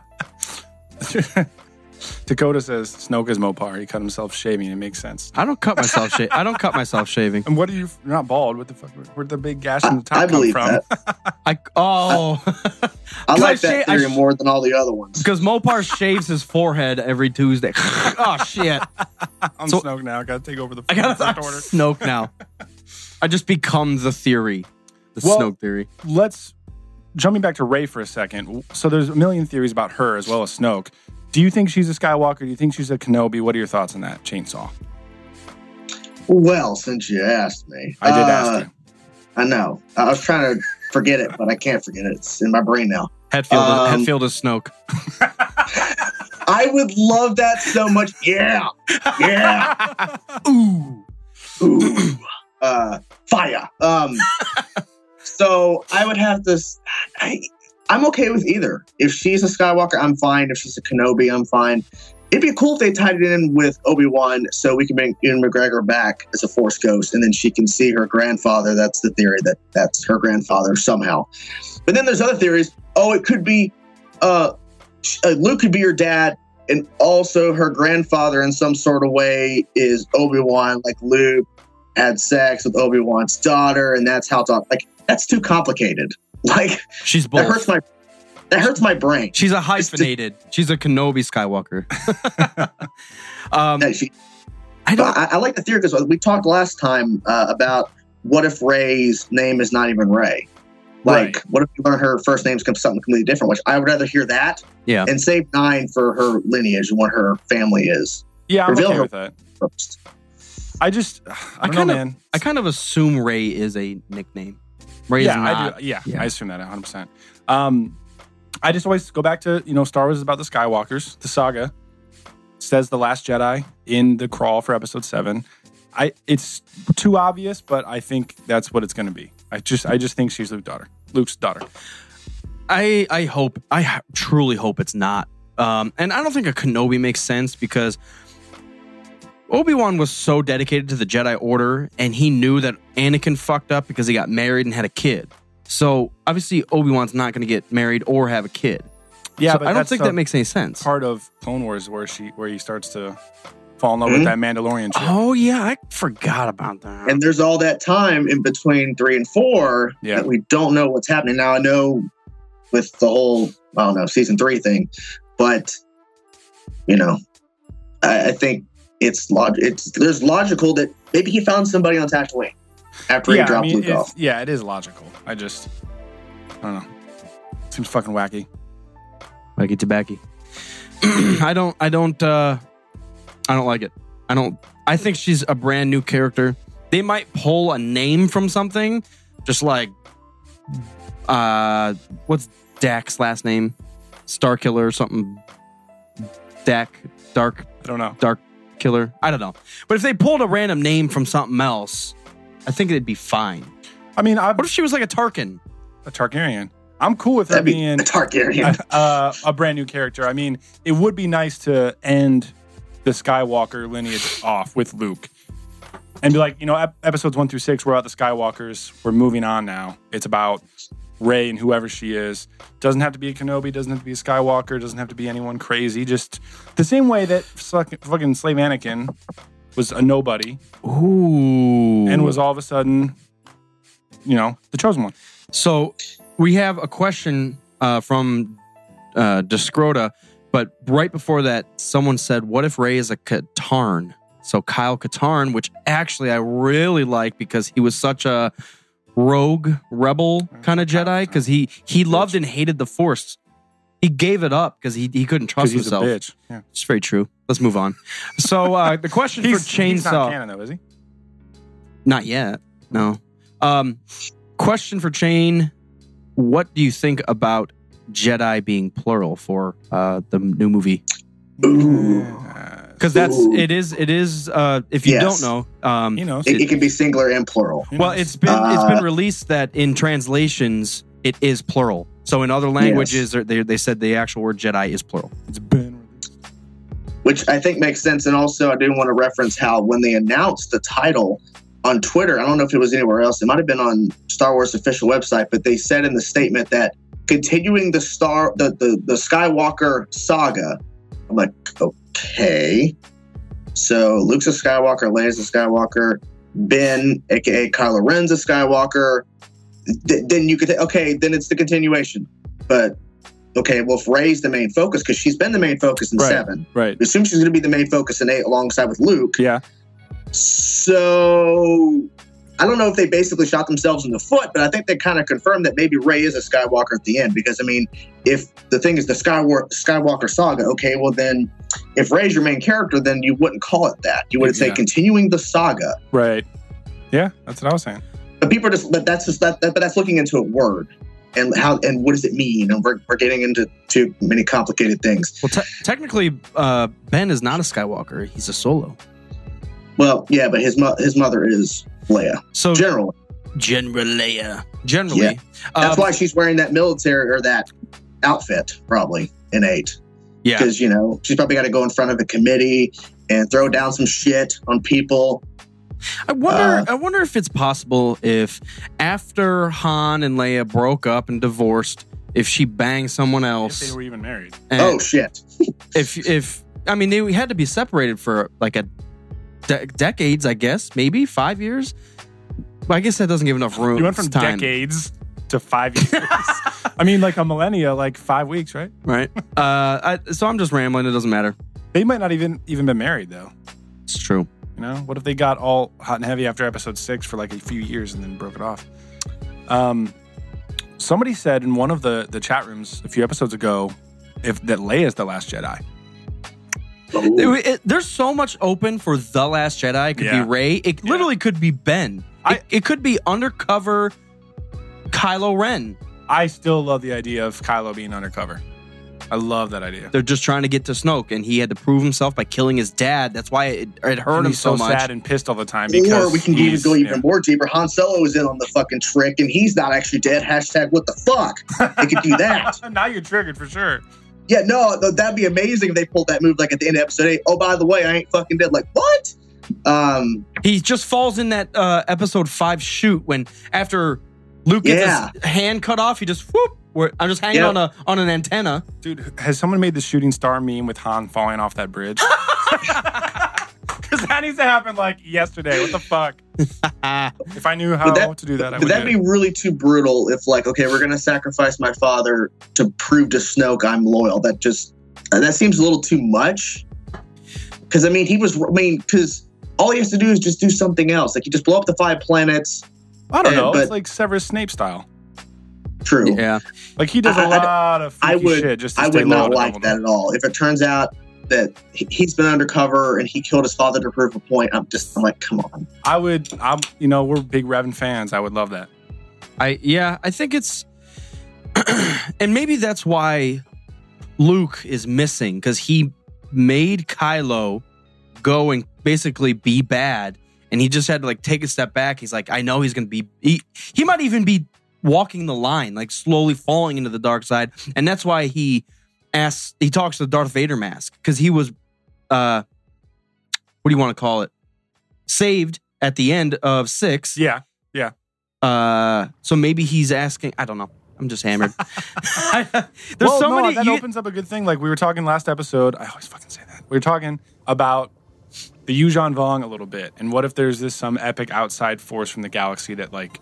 Dakota says Snoka's Mopar. He cut himself shaving. It makes sense.
I don't cut myself. Sha- I don't cut myself shaving.
And what are you? You're not bald. What the fuck? Where'd the big gash in the top
I
come
believe
from?
that.
I oh,
I like
I
that
sha- I
theory
sh-
more than all the other ones.
because Mopar shaves his forehead every Tuesday. oh shit!
I'm
So-
Snoke now. I gotta take over the
I gotta
first order.
Snoke now. I just become the theory, the
Well-
Snoke theory.
Let's jumping back to Ray for a second. So there's a million theories about her as well as Snoke. Do you think she's a Skywalker? Do you think she's a Kenobi? What are your thoughts on that chainsaw?
Well, since you asked me,
I did
Uh,
ask you.
I know. I was trying to forget it, but I can't forget it. It's in my brain now.
Hetfield,
Um,
Hetfield is Snoke.
I would love that so much. Yeah. Yeah. Ooh. Uh, fire. Um, so I would have to. s- I, am okay with either. If she's a Skywalker, I'm fine. If she's a Kenobi, I'm fine. It'd be cool if they tied it in with Obi Wan so we can bring Ian McGregor back as a Force ghost and then she can see her grandfather. That's the theory that that's her grandfather somehow. But then there's other theories. Oh, it could be uh, sh- uh, Luke could be her dad, and also her grandfather in some sort of way is Obi Wan. Like Luke had sex with Obi Wan's daughter, and that's how. Doc- like that's too complicated. Like
She's
that hurts
both.
my that hurts my brain.
She's a hyphenated. She's a Kenobi Skywalker. um,
That she-
I
but
don't.
I, I like the theory because we talked last time uh, about what if Ray's name is not even Ray. Like,
Right.
what if you learn her first name's come something completely different? Which I would rather hear that
Yeah.
and save nine for her lineage and what her family is
Yeah, I'm
reveal
okay
her.
with that.
first.
I just, I, don't
kinda-
know, man.
I kind of assume Ray is a nickname. Ray
yeah,
is not.
I do. Yeah,
Yeah.
I assume that 100. percent Um, I just always go back to you know Star Wars is about the Skywalkers. The saga says the Last Jedi in the crawl for Episode Seven. I it's too obvious, but I think that's what it's going to be. I just I just think she's Luke's daughter. Luke's daughter.
I I hope I h- truly hope it's not. Um, and I don't think a Kenobi makes sense because Obi Wan was so dedicated to the Jedi Order, and he knew that Anakin fucked up because he got married and had a kid. So obviously Obi Wan's not going to get married or have a kid.
Yeah,
So
but
I don't
that's
think
the
that makes any sense.
part of Clone Wars where she where he starts to fall in love with
Mhm.
that Mandalorian. Chick.
Oh yeah, I forgot about that.
And there's all that time in between three and four
Yeah.
that we don't know what's happening. Now I know with the whole I don't know season three thing, but you know, I, I think it's log- it's there's logical that maybe he found somebody on Tatooine after
yeah,
he dropped
I mean,
Luke
it's-
off.
yeah, it is logical. I just I don't know. Seems fucking wacky.
Wacky tobacco. I don't. I don't. uh I don't like it. I don't. I think she's a brand new character. They might pull a name from something, just like uh, what's Dak's last name? Star Killer or something. Dak Dark
I don't know.
Dark Killer. I don't know. But if they pulled a random name from something else, I think it'd be fine.
I mean, I'm
What if she was like a Tarkin?
a Targaryen. I'm cool with her
That'd be
being
a Targaryen.
a, uh, a brand new character. I mean, it would be nice to end the Skywalker lineage off with Luke and be like, you know, ep- episodes one through six, we're about the Skywalkers. We're moving on now. It's about Ray and whoever she is. Doesn't have to be a Kenobi, doesn't have to be a Skywalker, doesn't have to be anyone crazy. Just the same way that suck- fucking Slave Anakin was a nobody
Ooh.
and was all of a sudden, you know, the chosen one.
So we have a question uh, from uh, Descrota, but right before that, someone said, "What if Ray is a Katarn?" So Kyle Katarn, which actually I really like because he was such a rogue rebel
Mm-hmm.
kind of Jedi, because he he loved and hated the Force. He gave it up because he, he couldn't
Because
trust
he's
himself.
a bitch. Yeah.
It's very true. Let's move on. So uh, the question for Chainsaw.
he's not canon though, is he?
Not yet. No. Um, question for Chain: What do you think about Jedi being plural for uh, the new movie?
Uh,
Because that's
Ooh.
it is it is. Uh, if you
Yes.
don't know, um,
He knows.
It, it can be singular and plural.
He
well,
knows.
it's been it's
Uh,
been released that in translations it is plural. So in other languages, they're they, they said the actual word Jedi is plural.
it's been.
which I think makes sense. And also, I didn't want to reference how when they announced the title on Twitter, I don't know if it was anywhere else, it might have been on Star Wars official website, but they said in the statement that continuing the Star the the, the Skywalker saga. I'm like, Okay. So Luke's a Skywalker, Leia's a Skywalker, Ben, aka Kylo Ren's a Skywalker. Th- then you could okay, then it's the continuation. But okay, well if Ray's the main focus because she's been the main focus in
Right.
seven,
Right.
we assume she's going to be the main focus in eight alongside with Luke.
Yeah.
So I don't know if they basically shot themselves in the foot, but I think they kind of confirmed that maybe Ray is a Skywalker at the end. Because I mean, if the thing is the Skywalker Skywalker saga, okay, well then, if Ray's your main character, then you wouldn't call it that. You would say
Yeah.
continuing the saga.
Right. Yeah. That's what I was saying.
But people are just, but that's just that, that but that's looking into a word and how and what does it mean? And we're, we're getting into too many complicated things.
Well, te- technically, uh, Ben is not a Skywalker. He's a Solo.
Well, yeah, but his mo- his mother is Leia.
So
Generally,
General Leia. Generally,
Yeah. That's
um,
why she's wearing that military or that outfit, probably in eight,
yeah,
because you know she's probably got to go in front of a committee and throw down some shit on people.
I wonder. I wonder if it's possible if after Han and Leia broke up and divorced, if she banged someone
If they
else,
were even married.
and
oh shit!
if if I mean they had to be separated for like a de- decades, I guess maybe five years. But I guess that doesn't give enough room.
You went from
time,
decades to five years. I mean, like a millennia, like five weeks, right?
right? Uh, I, so I'm just rambling. It doesn't matter.
They might not even even been married though.
It's true.
You know, what if they got all hot and heavy after episode six for like a few years and then broke it off? Um, somebody said in one of the the chat rooms a few episodes ago, if that Leia is the last Jedi.
Oh,
It- it- there's so much open for The Last Jedi. It could
Yeah.
be Ray. It
Yeah.
literally could be Ben.
I-
it, it could be undercover Kylo Ren.
I still love the idea of Kylo being undercover. I love that idea.
They're just trying to get to Snoke, and he had to prove himself by killing his dad. That's why it, it hurt
And
him
he's so,
so, much.
sad and pissed all the time because
or we can even
he's-
go even
yeah.
more deeper. Han Solo is in on the fucking trick, and he's not actually dead. Hashtag what the fuck? They could do that.
now you're triggered for sure.
Yeah, no, th- that'd be amazing if they pulled that move like at the end of episode eight. Oh, by the way, I ain't fucking dead. Like what? Um,
He just falls in that uh, episode five shoot when after Luke gets his hand cut off, he just whoop. Where I'm just hanging
Yeah.
on a on an antenna.
Dude, has someone made the shooting star meme with Han falling off that bridge? Because that needs to happen like yesterday. What the fuck? if I knew how
Would that-
to do that, I
But
would.
that'd
That
be really too brutal if, like, okay, we're gonna sacrifice my father to prove to Snoke I'm loyal. That just uh, that seems a little too much. Because I mean, he was. I mean, because all he has to do is just do something else. Like, you just blow up the five planets.
I don't
uh,
know. it's
but-
like Severus Snape style.
True.
Yeah,
Like he does a
I- I-
lot of
I
freaky
would-
shit just to
I
stay
would
low
not
to
like that
Dumbledore.
at all. If it turns out that he- he's been undercover and he killed his father to prove a point, I'm just. I'm like, come on.
I would. I'm. You know, we're big Revan fans. I would love that.
I yeah, I think it's and maybe that's why Luke is missing cuz he made Kylo go and basically be bad and he just had to like take a step back. He's like I know he's going to be he, he might even be walking the line, like slowly falling into the dark side. And that's why he asks he talks to Darth Vader mask cuz he was uh what do you want to call it? Saved at the end of 6.
Yeah.
Uh, so maybe he's asking. I don't know. I'm just hammered. There's
well,
so
no,
many.
That
you-
opens up a good thing. Like we were talking last episode. I always fucking say that. We were talking about the Yuuzhan Vong a little bit, and what if there's this some epic outside force from the galaxy that like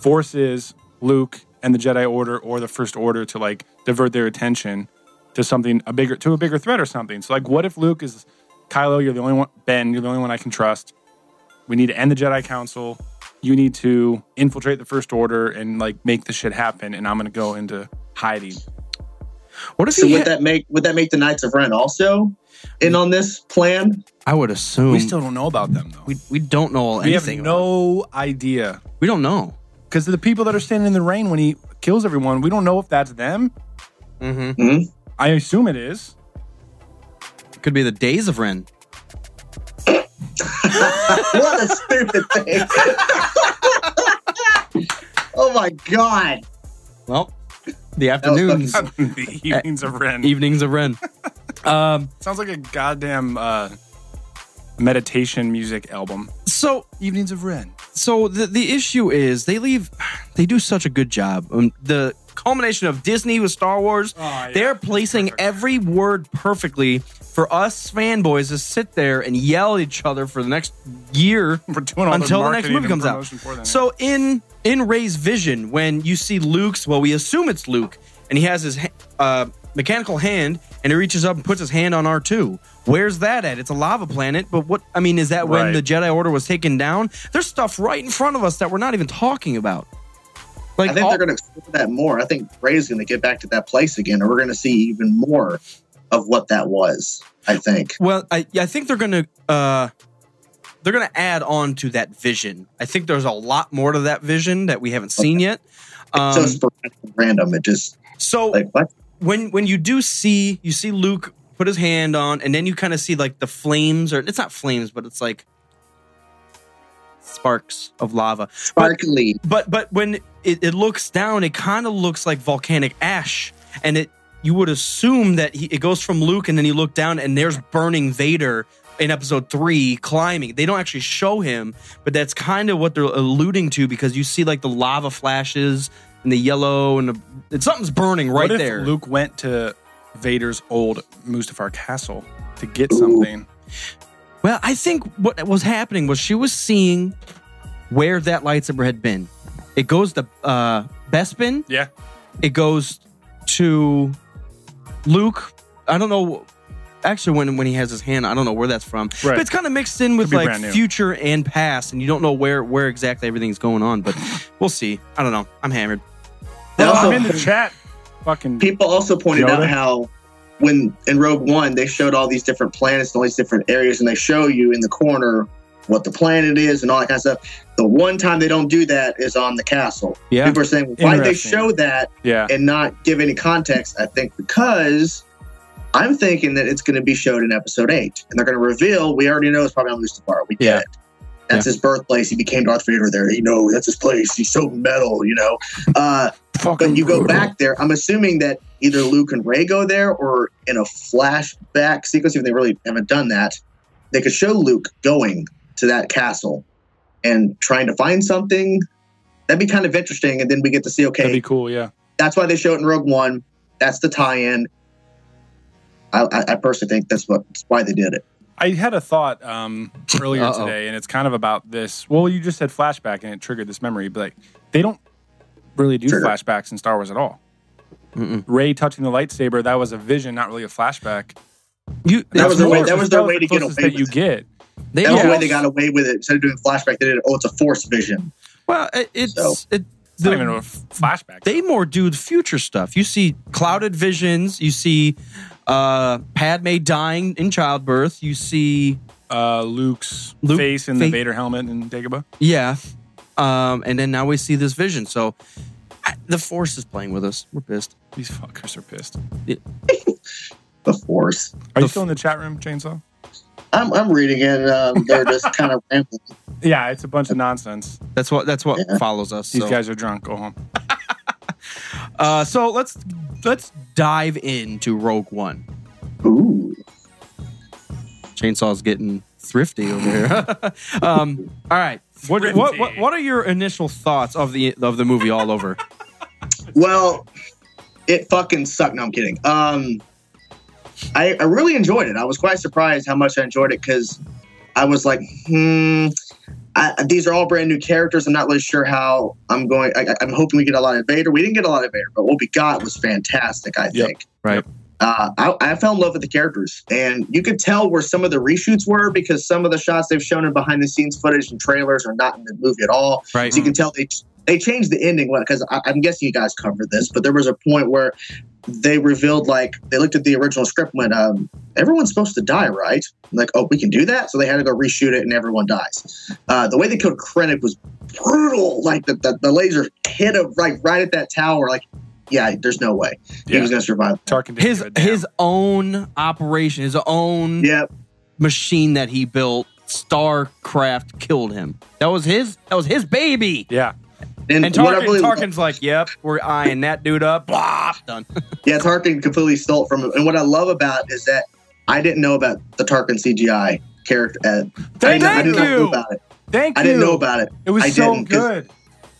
forces Luke and the Jedi Order or the First Order to like divert their attention to something a bigger to a bigger threat or something. So like, what if Luke is Kylo? You're the only one. Ben, you're the only one I can trust. We need to end the Jedi Council. You need to infiltrate the First Order and like make this shit happen. And I'm gonna go into hiding.
what if
So
he?
would that make would that make the Knights of Ren also in on this plan?
I would assume
We still don't know about them though.
we, we don't know
We have
anything.
no idea
we don't know.
because the people that are standing in the rain when he kills everyone, we don't know if that's them.
Mm-hmm.
I assume it is.
Could be the days of Ren.
What a stupid thing! oh my god.
Well, the
was fucking
afternoons, Uh,
the evenings of Ren.
evenings of Ren. um,
Sounds like a goddamn uh, meditation music album.
so
Evenings of Ren.
so the the issue is they leave. They do such a good job. Um, the culmination of Disney with Star Wars.
Oh, yeah.
They're placing every word perfectly for us fanboys to sit there and yell at each other for the next year
We're doing all the
until the next
marketing
movie
and
comes out.
promotion for them,
So in in Ray's vision, when you see Luke's, well, we assume it's Luke, and he has his ha- uh, mechanical hand, and he reaches up and puts his hand on R two. Where's that at? It's a lava planet, but what I mean is that when
Right.
the Jedi Order was taken down, there's stuff right in front of us that we're not even talking about. Like
I think
all-
they're going to explore that more. I think Ray's going to get back to that place again, and we're going to see even more of what that was. I think.
Well, I I think they're gonna uh, they're gonna add on to that vision. I think there's a lot more to that vision that we haven't seen yet. Um,
so sporadic and random. It just
so
like what?
when when you do see you see Luke put his hand on, and then you kind of see like the flames, or it's not flames, but it's like sparks of lava.
Sparkly.
But but when it, it looks down, it kind of looks like volcanic ash, and it you would assume that he, it goes from Luke, and then you look down, and there's burning Vader in Episode Three climbing. They don't actually show him, but that's kind of what they're alluding to because you see like the lava flashes and the yellow, and the, it's, something's burning right
what if
there.
Luke went to Vader's old Mustafar castle to get something.
Well, I think what was happening was she was seeing where that lightsaber had been. It goes to uh, Bespin.
Yeah.
It goes to Luke. I don't know. Actually, when when he has his hand, I don't know where that's from.
Right.
But it's kind of mixed in with
Could be
like
brand new.
future and past, and you don't know where where exactly everything's going on. But we'll see. I don't know. I'm hammered.
They
Oh,
also-
I'm in the chat. Fucking
people also pointed
Yoda?
out how when in Rogue One they showed all these different planets and all these different areas, and they show you in the corner what the planet is and all that kind of stuff. The one time they don't do that is on the castle.
Yeah.
People are saying, why did they
Interesting.
show that
yeah.
and not give any context? I think because I'm thinking that it's going to be showed in episode eight, and they're going to reveal. We already know it's probably on Mustafar. We
Yeah.
get it. That's his birthplace. He became Darth Vader there. You know, that's his place. He's so metal. You know. Uh,
Fucking
but you go
brutal.
back there. I'm assuming that either Luke and Ray go there, or in a flashback sequence, even they really haven't done that, they could show Luke going to that castle and trying to find something. That'd be kind of interesting, and then we get to see.
That'd
Okay,
be cool. Yeah.
that's why they show it in Rogue One. That's the tie-in. I, I, I personally think that's what that's why they did it.
I had a thought um, earlier
Uh-oh.
today, and it's kind of about this. Well, you just said flashback, and it triggered this memory. But like, they don't really do
Trigger.
flashbacks in Star Wars at all.
Mm-mm.
Ray touching the lightsaber, that was a vision, not really a flashback.
You
That was
the
their way- that was their way to get away
that
with
you
it.
get.
they
That's the way
almost-
they got away with it. Instead of doing flashback, they did it. Oh, it's a Force vision.
well. It, it's
So-
it.
It's not even a f- flashback.
they more do future stuff. You see clouded visions. You see uh, Padme dying in childbirth. You see,
uh, Luke's
Luke-
face in
fa-
the Vader helmet in Dagobah.
yeah, um, and then now we see this vision. So I- the Force is playing with us. We're pissed.
These fuckers are pissed.
The Force.
Are
The
you
f-
still in the chat room, Chainsaw?
I'm, I'm reading it. Um, they're just kind of rambling.
Yeah, it's a bunch
Uh,
of nonsense.
That's what that's what
Yeah.
follows us.
These
So,
guys are drunk. Go home.
uh, so let's let's dive into Rogue One.
Ooh.
Chainsaw's getting thrifty over here. um, all right. What, what, what, what are your initial thoughts of the of the movie all over?
Well, it fucking sucked. No, I'm kidding. Um, I, I really enjoyed it. I was quite surprised how much I enjoyed it because I was like, hmm, I, these are all brand new characters. I'm not really sure how I'm going. I, I- I'm hoping we get a lot of Vader. We didn't get a lot of Vader, but what we got was fantastic, I
Yep.
think.
Right.
Uh, I, I fell in love with the characters, and you could tell where some of the reshoots were because some of the shots they've shown in behind the scenes footage and trailers are not in the movie at all.
Right.
So you can tell they they changed the ending because I'm guessing you guys covered this, but there was a point where they revealed like they looked at the original script and went, um, everyone's supposed to die, right? And like, oh, we can do that. So they had to go reshoot it and everyone dies. Uh, the way they killed Krennic was brutal. Like the, the, the laser hit him like right at that tower. Like, yeah, there's no way he
Yeah.
was gonna survive.
Tarkin didn't
His
give a damn.
his own operation, his own
Yeah,
machine that he built, Starcraft, killed him. That was his. That was his baby.
yeah.
And
what I
Tarkin,
believe-
Tarkin's like, "Yep, we're eyeing that dude up." Blah, done.
Yeah, Tarkin completely stole it from him. And what I love about it is that I didn't know about the Tarkin CGI character. Uh, I
Thank
didn't, I didn't
you.
know about it.
Thank
I
you.
didn't know about it.
It was
I
so
didn't, 'cause
good.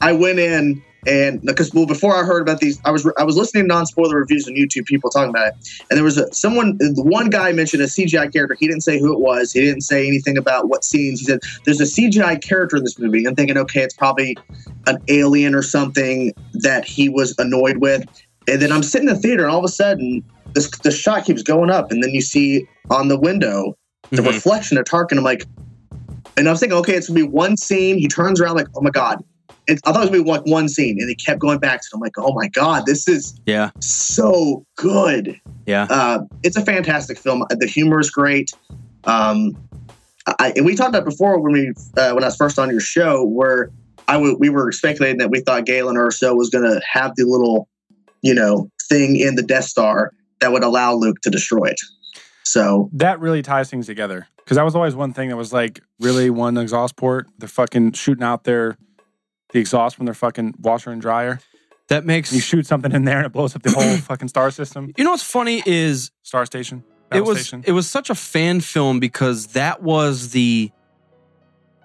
I went in and because well before I heard about these, I was I was listening to non spoiler reviews on YouTube, people talking about it, and there was a, someone, the one guy mentioned a CGI character. He didn't say who it was. He didn't say anything about what scenes. He said there's a CGI character in this movie. I'm thinking, okay, it's probably an alien or something that he was annoyed with. And then I'm sitting in the theater, and all of a sudden, this the shot keeps going up, and then you see on the window the
Mhm.
reflection of Tarkin. I'm like, and I was thinking, okay, it's gonna be one scene. He turns around, like, oh my god. It, I thought it was gonna be like one scene, and it kept going back to. it. I'm like, oh my god, this is
Yeah.
so good.
Yeah.
Uh, it's a fantastic film. The humor is great. Um, I, and we talked about before when we uh, when I was first on your show, where I w- we were speculating that we thought Galen Erso was going to have the little, you know, thing in the Death Star that would allow Luke to destroy it. So
That really ties things together because that was always one thing that was like really one exhaust port. They're fucking shooting out their the exhaust from their fucking washer and dryer.
That makes
You shoot something in there and it blows up the whole fucking star system,
You know what's funny is
star station.
it
battle
was
station.
it was such a fan film because that was the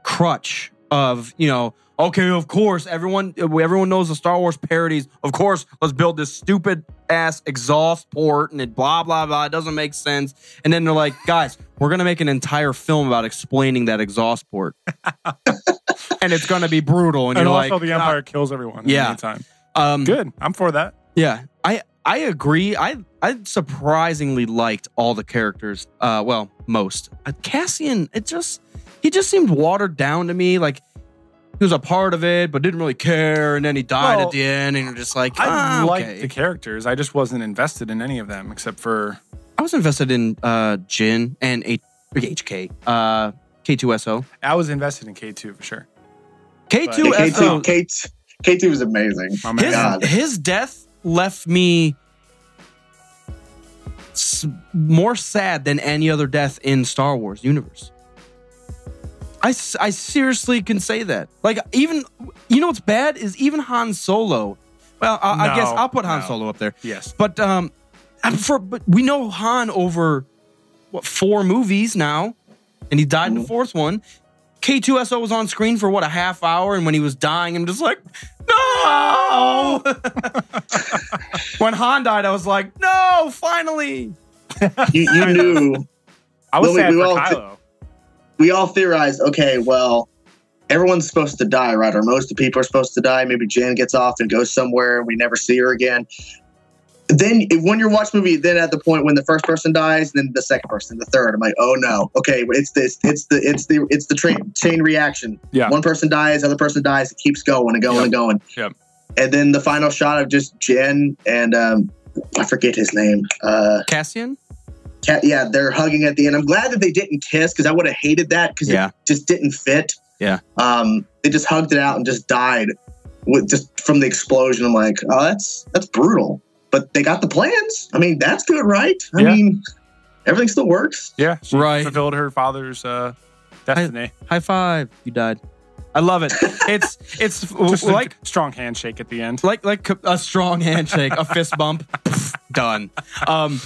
crutch of you know okay of course everyone everyone knows the Star Wars parodies of course let's build this stupid ass exhaust port and it blah blah blah it doesn't make sense and then they're like guys we're gonna make an entire film about explaining that exhaust port and it's gonna be brutal and,
and
you're
also
like "Ah."
the Empire kills everyone. in the
Yeah.
meantime.
um,
good. I'm for that.
Yeah, I I agree. I I surprisingly liked all the characters. Uh, well, most. Uh, Cassian, it just he just seemed watered down to me. Like he was a part of it, but didn't really care. And then he died
Well,
at the end, and you're just like,
I
ah,
liked
okay.
the characters. I just wasn't invested in any of them except for
I was invested in uh Jin and H- HK, uh K2SO,
I was invested in K two for sure.
K
Dude,
two
K2SO.
K K two was amazing.
Oh My
His
man.
God.
his death left me. s- More sad than any other death in Star Wars universe. I, s- I seriously can say that. Like, even, you know what's bad is even Han Solo. Well, I, I guess
No,
I'll put Han
no.
Solo up there.
Yes.
But, um, I'm for, but we know Han over what, four movies now, and he died in the fourth one. K2SO was on screen for what, a half hour? And when he was dying, I'm just like, no! when Han died, I was like, no, finally.
You, you knew.
I was
Well, we-
sad
we
for
all-
Kylo.
We all theorized. Okay, well, everyone's supposed to die, right? Or most of the people are supposed to die. Maybe Jan gets off and goes somewhere, and we never see her again. Then, if- when you're watching the movie, then at the point when the first person dies, then the second person, the third. I'm like, oh no, okay, it's this, it's the, it's the, it's the train, chain reaction.
Yeah.
One person dies, other person dies, it keeps going and going and going.
Yep.
And then the final shot of just Jen and um, I forget his name. Uh,
Cassian?
Cat, yeah, they're hugging at the end. I'm glad that they didn't kiss because I would have hated that because
Yeah.
it just didn't fit.
Yeah.
Um, they just hugged it out and just died with just from the explosion. I'm like, oh, that's that's brutal. But they got the plans. I mean, that's good, right? I
Yeah.
mean, everything still works.
Yeah. She
Right.
fulfilled her father's uh, destiny.
High five. You died. I love it. It's it's
Just
like
like strong handshake at the end.
like like a strong handshake, a fist bump, done. Um,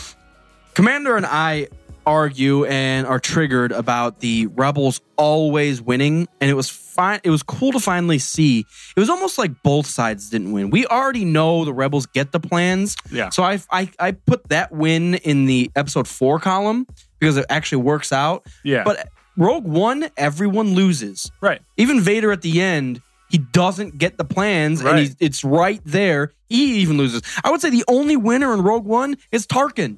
Commander and I argue and are triggered about the rebels always winning, and it was fine. It was cool to finally see. It was almost like both sides didn't win. We already know the rebels get the plans,
Yeah.
So I I, I put that win in the episode four column because it actually works out.
Yeah.
But Rogue One, everyone loses.
right.
Even Vader at the end, he doesn't get the plans, and
Right.
he's, it's right there. He even loses. I would say the only winner in Rogue One is Tarkin.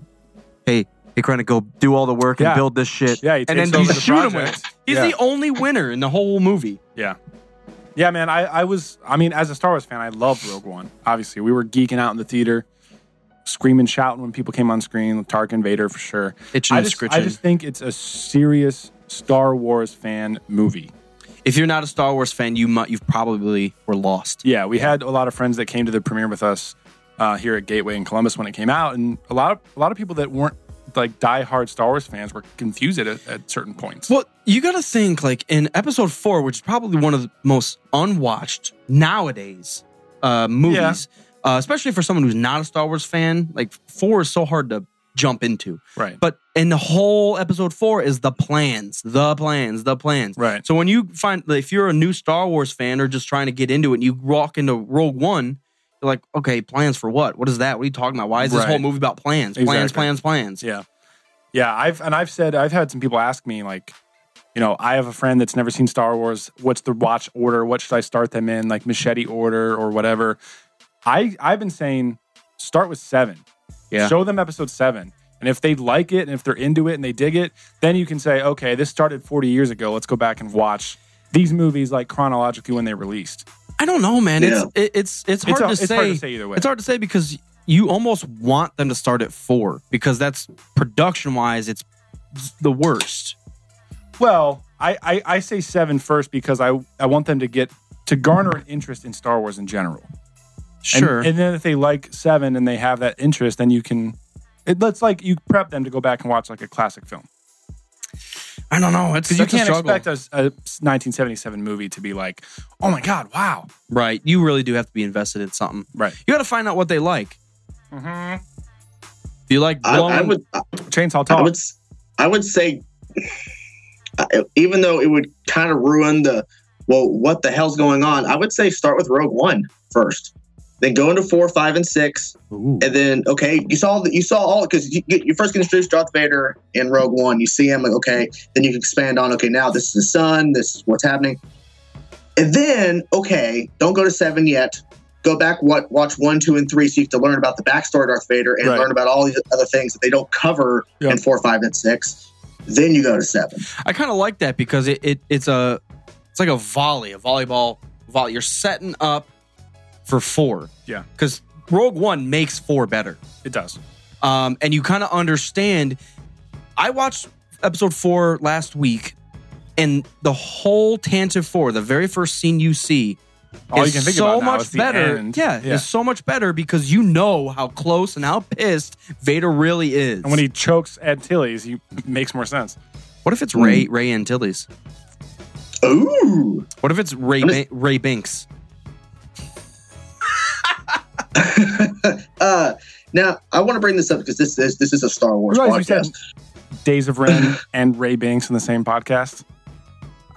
Hey, you're trying to go do all the work
Yeah.
and build this shit.
Yeah, he
and then
takes
you
over the
shoot him with
project.
it. He's
Yeah.
the only winner in the whole movie.
Yeah. Yeah, man. I, I was, I mean, as a Star Wars fan, I loved Rogue One. Obviously, we were geeking out in the theater, screaming, shouting when people came on screen. Tarkin, Vader, for sure.
Itching
I
and
just, I
scritching.
just think it's a serious Star Wars fan movie.
If you're not a Star Wars fan, you might you've probably were lost.
Yeah, we had a lot of friends that came to the premiere with us uh, here at Gateway in Columbus when it came out, and a lot of a lot of people that weren't like diehard Star Wars fans were confused at, it at certain points.
Well, you got to think like in episode four, which is probably one of the most unwatched nowadays uh, movies, uh, especially for someone who's not a Star Wars fan. Like four is so hard to jump into.
Right.
But and the whole episode four is the plans, the plans, the plans.
Right.
So when you find if you're a new Star Wars fan or just trying to get into it, and you walk into Rogue One, you're like, okay, plans for what? What is that? What are you talking about? Why is this
Right.
whole movie about plans? Plans,
Exactly.
plans, plans.
Yeah. Yeah. I've and I've said I've had some people ask me like, you know, I have a friend that's never seen Star Wars. What's the watch order? What should I start them in? Like machete order or whatever. I I've been saying start with seven.
Yeah.
Show them episode seven. And if they like it and if they're into it and they dig it, then you can say, okay, this started 40 years ago. Let's go back and watch these movies like chronologically when they released.
I don't know, man. It's
Yeah.
it, it's it's
It's
hard
a-
to
it's
say.
hard to say either way.
It's hard to say because you almost want them to start at four because that's production wise, it's the worst.
Well, I, I, I say seven first because I, I want them to get to garner an interest in Star Wars in general. And-
Sure.
And, then if they like seven and they have that interest, then you can. It lets like you prep them to go back and watch like a classic film
I don't know. It's
because you
such
can't
a struggle.
expect a, a 1977 movie to be like, oh my god, wow,
right. You really do have to be invested in something.
right?
You got to find out what they like. Mm-hmm. Do you like
I,
blowing?
I would
Chainsaw
I
Talk.
would, s- I would say, I- even though it would kind of ruin the, well, what the hell's going on, I would say start with Rogue One first, then go into four, five, and six,
Ooh.
and then okay, you saw the, you saw all because you, you you first get introduced to Darth Vader in Rogue One. You see him like okay, then you can expand on okay, now this is the sun, this is what's happening, and then okay, don't go to seven yet. Go back, what watch one, two, and three, so you have to learn about the backstory of Darth Vader and
Right.
learn about all these other things that they don't cover
Yeah.
in four, five, and six. Then you go to seven.
I kind of like that because it, it it's a it's like a volley, a volleyball volley. You're setting up for four.
Yeah.
Because Rogue One makes four better.
It does.
um, and you kind of understand. I watched episode four last week, and the whole Tantive four, the very first scene you see,
All
is
you can think
so
about now
much
is the
better.
end.
Yeah,
Yeah.
it's so much better because you know how close and how pissed Vader really is.
And when he chokes Ed Tilly's, he makes more sense.
what if it's Ray
Hmm.
Ray Antilles?
Ooh,
What if it's Ray
I'm just-
Ba- Ray Binks?
uh, now I want to bring this up because this is this is a Star Wars
Realize you
podcast.
said Days of Ren and Ray Banks in the same podcast.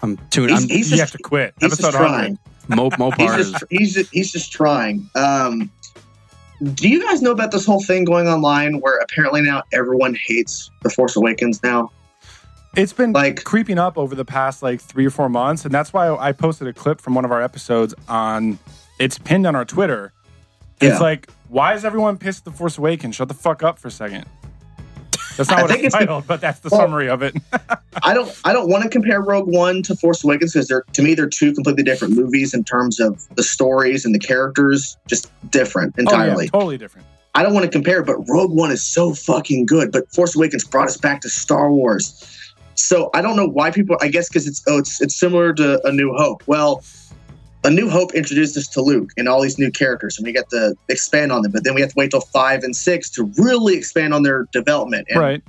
I'm tuning.
He's-
I'm
he's
you
just-
have to quit.
He's just trying.
Mo, Mopar.
he's
is-
just he's just, he's just trying. Um, do you guys know about this whole thing going online where apparently now everyone hates the Force Awakens now?
It's been
Like-
creeping up over the past like three or four months, and that's why I posted a clip from one of our episodes on. It's pinned on our Twitter. And It's
Yeah.
like, why is everyone pissed at the Force Awakens? Shut the fuck up for a second. That's not
I
what
think
it's
it's the-
titled, but that's the
Well-
summary of it. Oh,
I don't I don't want to compare Rogue One to Force Awakens because they're to me they're two completely different movies in terms of the stories and the characters, just different
Oh,
entirely.
yeah, totally different.
I don't want to compare, but Rogue One is so fucking good. But Force Awakens brought us back to Star Wars. So I don't know why people. I guess because it's oh, it's it's similar to A New Hope. Well, A New Hope introduced us to Luke and all these new characters, and we got to expand on them. But then we have to wait till five and six to really expand on their development and
Right.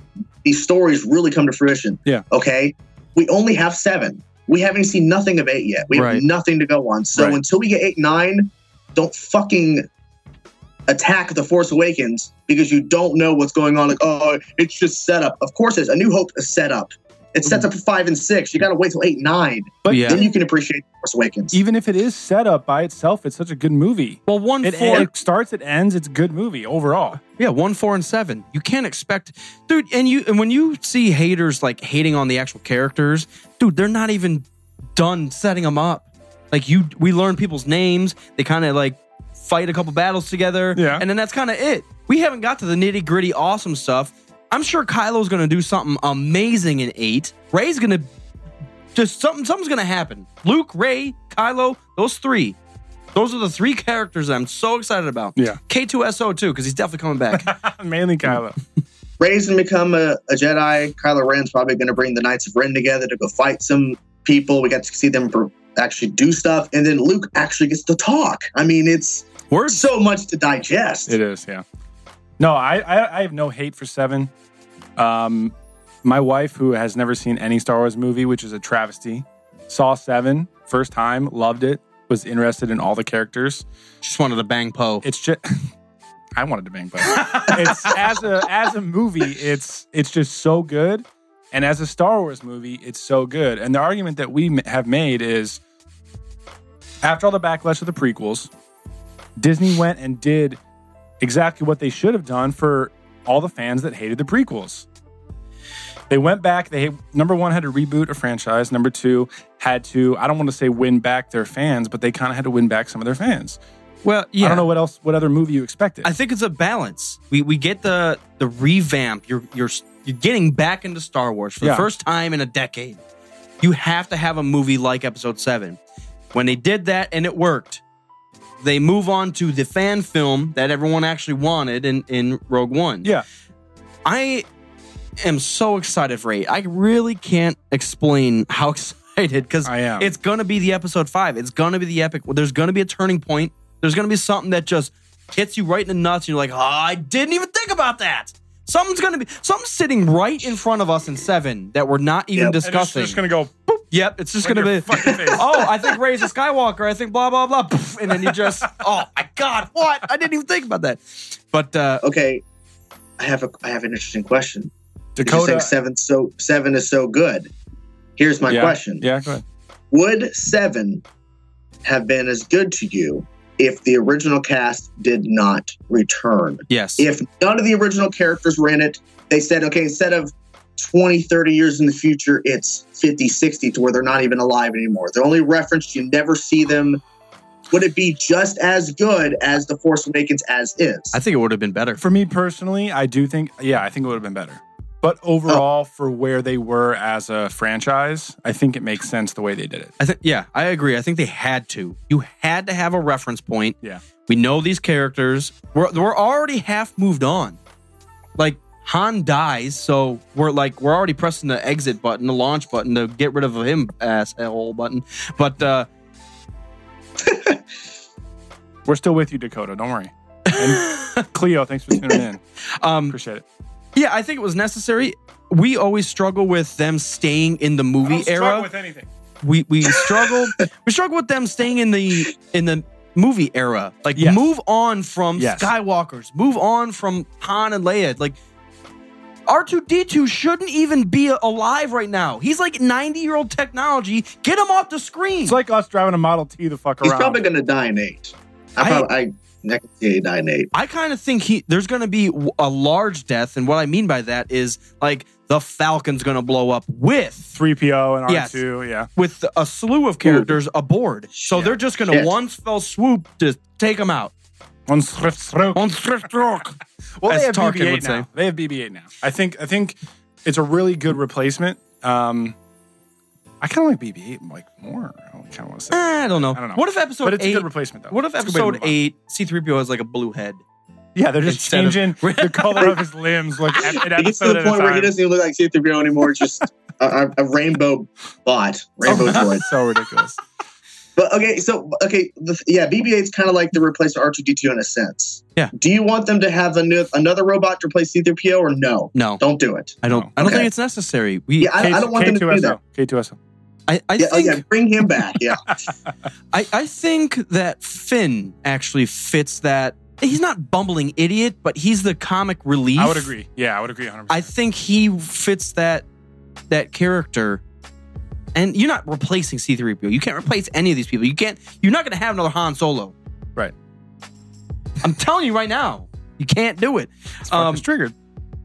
these stories really come to fruition.
Yeah.
Okay. We only have seven. We haven't seen nothing of eight yet. We
Right.
have nothing to go on. So
Right.
until we get eight, nine, don't fucking attack the Force Awakens because you don't know what's going on. Like, oh, it's just set up. Of course, it's a New Hope is set up. It sets up for five and six. You got to wait till eight, nine.
But
Yeah.
Then you can appreciate the Force Awakens.
even if it is set up by itself, it's such a good movie.
well, one
It,
four.
it starts, it ends, it's a good movie overall.
Yeah, one, four, and seven. You can't expect, dude. And you, and when you see haters like hating on the actual characters, dude, they're not even done setting them up. Like you, we learn people's names. They kind of like fight a couple battles together.
Yeah.
and then that's kind of it. We haven't got to the nitty gritty awesome stuff. I'm sure Kylo's gonna do something amazing in eight. Ray's gonna just something. Something's gonna happen. Luke, Ray, Kylo, those three. Those are the three characters that I'm so excited about.
Yeah.
K2SO too, because he's definitely coming back.
Mainly Kylo.
Ray's gonna become a, a Jedi. Kylo Ren's probably gonna bring the Knights of Ren together to go fight some people. We got to see them for, actually do stuff, and then Luke actually gets to talk. I mean, it's
We're
so much to digest.
It is, yeah. No, I, I I have no hate for seven. Um, my wife, who has never seen any Star Wars movie, which is a travesty, saw seven first time, loved it, was interested in all the characters.
just wanted to bang Poe.
It's just I wanted to bang, but it's as a as a movie, it's it's just so good, and as a Star Wars movie, it's so good. And the argument that we m- have made is, after all the backlash of the prequels, Disney went and did exactly what they should have done for all the fans that hated the prequels. They went back. They number one had to reboot a franchise. Number two had to I don't want to say win back their fans, but they kind of had to win back some of their fans.
Well, yeah.
I don't know what else, what other movie you expected.
I think it's a balance. We we get the the revamp. You're you're you're getting back into Star Wars for the
Yeah.
first time in a decade. You have to have a movie like Episode Seven. When they did that and it worked, they move on to the fan film that everyone actually wanted in in Rogue One.
yeah,
I am so excited for eight. I really can't explain how excited because
I am.
it's gonna be the episode five. It's gonna be the epic. There's gonna be a turning point. There's gonna be something that just hits you right in the nuts. And you're like, oh, I didn't even think about that. Something's gonna be something's sitting right in front of us in seven that we're not even
Yep. And
discussing.
It's just gonna go. Boop,
yep, it's just
Right
gonna
in your
be.
fucking face.
Oh, I think Ray's a Skywalker. I think blah blah blah, Poof, and then you just oh my god, what? I didn't even think about that. But uh,
Okay, I have a I have an interesting question. Dakota
Dakota.
saying seven so seven is so good. Here's my
yeah,
question:
Yeah, go ahead.
Would seven have been as good to you if the original cast did not return?
yes,
If none of the original characters were in it, they said, okay, instead of 20, 30 years in the future, it's 50, 60 to where they're not even alive anymore. They're only referenced, you never see them. Would it be just as good as The Force Awakens as is?
I think it would have been better.
For me personally, I do think. Yeah, I think it would have been better. But
Oh.
overall, for where they were as a franchise, I think it makes sense the way they did it.
I think yeah, I agree. I think they had to. You had to have a reference point.
Yeah.
We know these characters. We're we're already half moved on. Like Han dies, so we're like we're already pressing the exit button, the launch button to get rid of him asshole button. But uh
We're still with you, Dakota. Don't worry. And Cleo, thanks for tuning in.
um
Appreciate it.
yeah, I think it was necessary. We always struggle with them staying in the movie era.
with anything.
we we struggle we struggle with them staying in the in the movie era. Like
Yes.
move on from
Yes.
Skywalker's, move on from Han and Leia. Like R2D2 shouldn't even be alive right now. He's like 90 year old technology. Get him off the screen.
It's like us driving a Model T the fuck
He's
around.
probably going to die in eight. I,
I-
probably, I, I can see he die in eight.
I kind of think he there's going to be w- a large death, and what I mean by that is like the Falcon's going to blow up with
3PO and
Yes.
R2. Yeah.
with a slew of characters aboard. So they're just going to
Shit.
one fell swoop to take him out.
On Swift Stroke.
On thrift rock.
Well,
as
they have
Tarkin
BB-8
would
now.
say.
They have BB-8 now. I think. I think it's a really good replacement. Um, I kind of like BB-8 like more. I kind of want to say.
Eh, I don't know.
I don't know.
What if episode
But it's a
eight?
good replacement though.
what if
It's a good way to
episode
move on.
eight? C three PO has like a blue head.
Yeah, they're just
Instead of-
changing the color of his limbs. Like at, at
He gets to
episode
the
at a
point where he
time.
doesn't even look like C3PO anymore. It's just a, a, a rainbow bot,
Oh,
rainbow droid.
so ridiculous.
But okay, so okay, the, yeah, BB-8 is kind of like the replacement R2D2 in a sense.
Yeah.
Do you want them to have a new, another robot to replace C3PO or no?
No,
Don't do it.
I don't.
No.
I don't
Okay.
think it's necessary. We,
Yeah, I, I don't want them to do that.
K2SO. K2SO.
I, I
Yeah, oh,
think,
yeah, bring him back. Yeah,
I, I think that Finn actually fits that. He's not bumbling idiot, but he's the comic relief.
I would agree. Yeah, I would agree 100%.
I think he fits that that character. And you're not replacing C3PO. You can't replace any of these people. You can't. You're not going to have another Han Solo.
Right.
I'm telling you right now, you can't do it. Um,
It's triggered.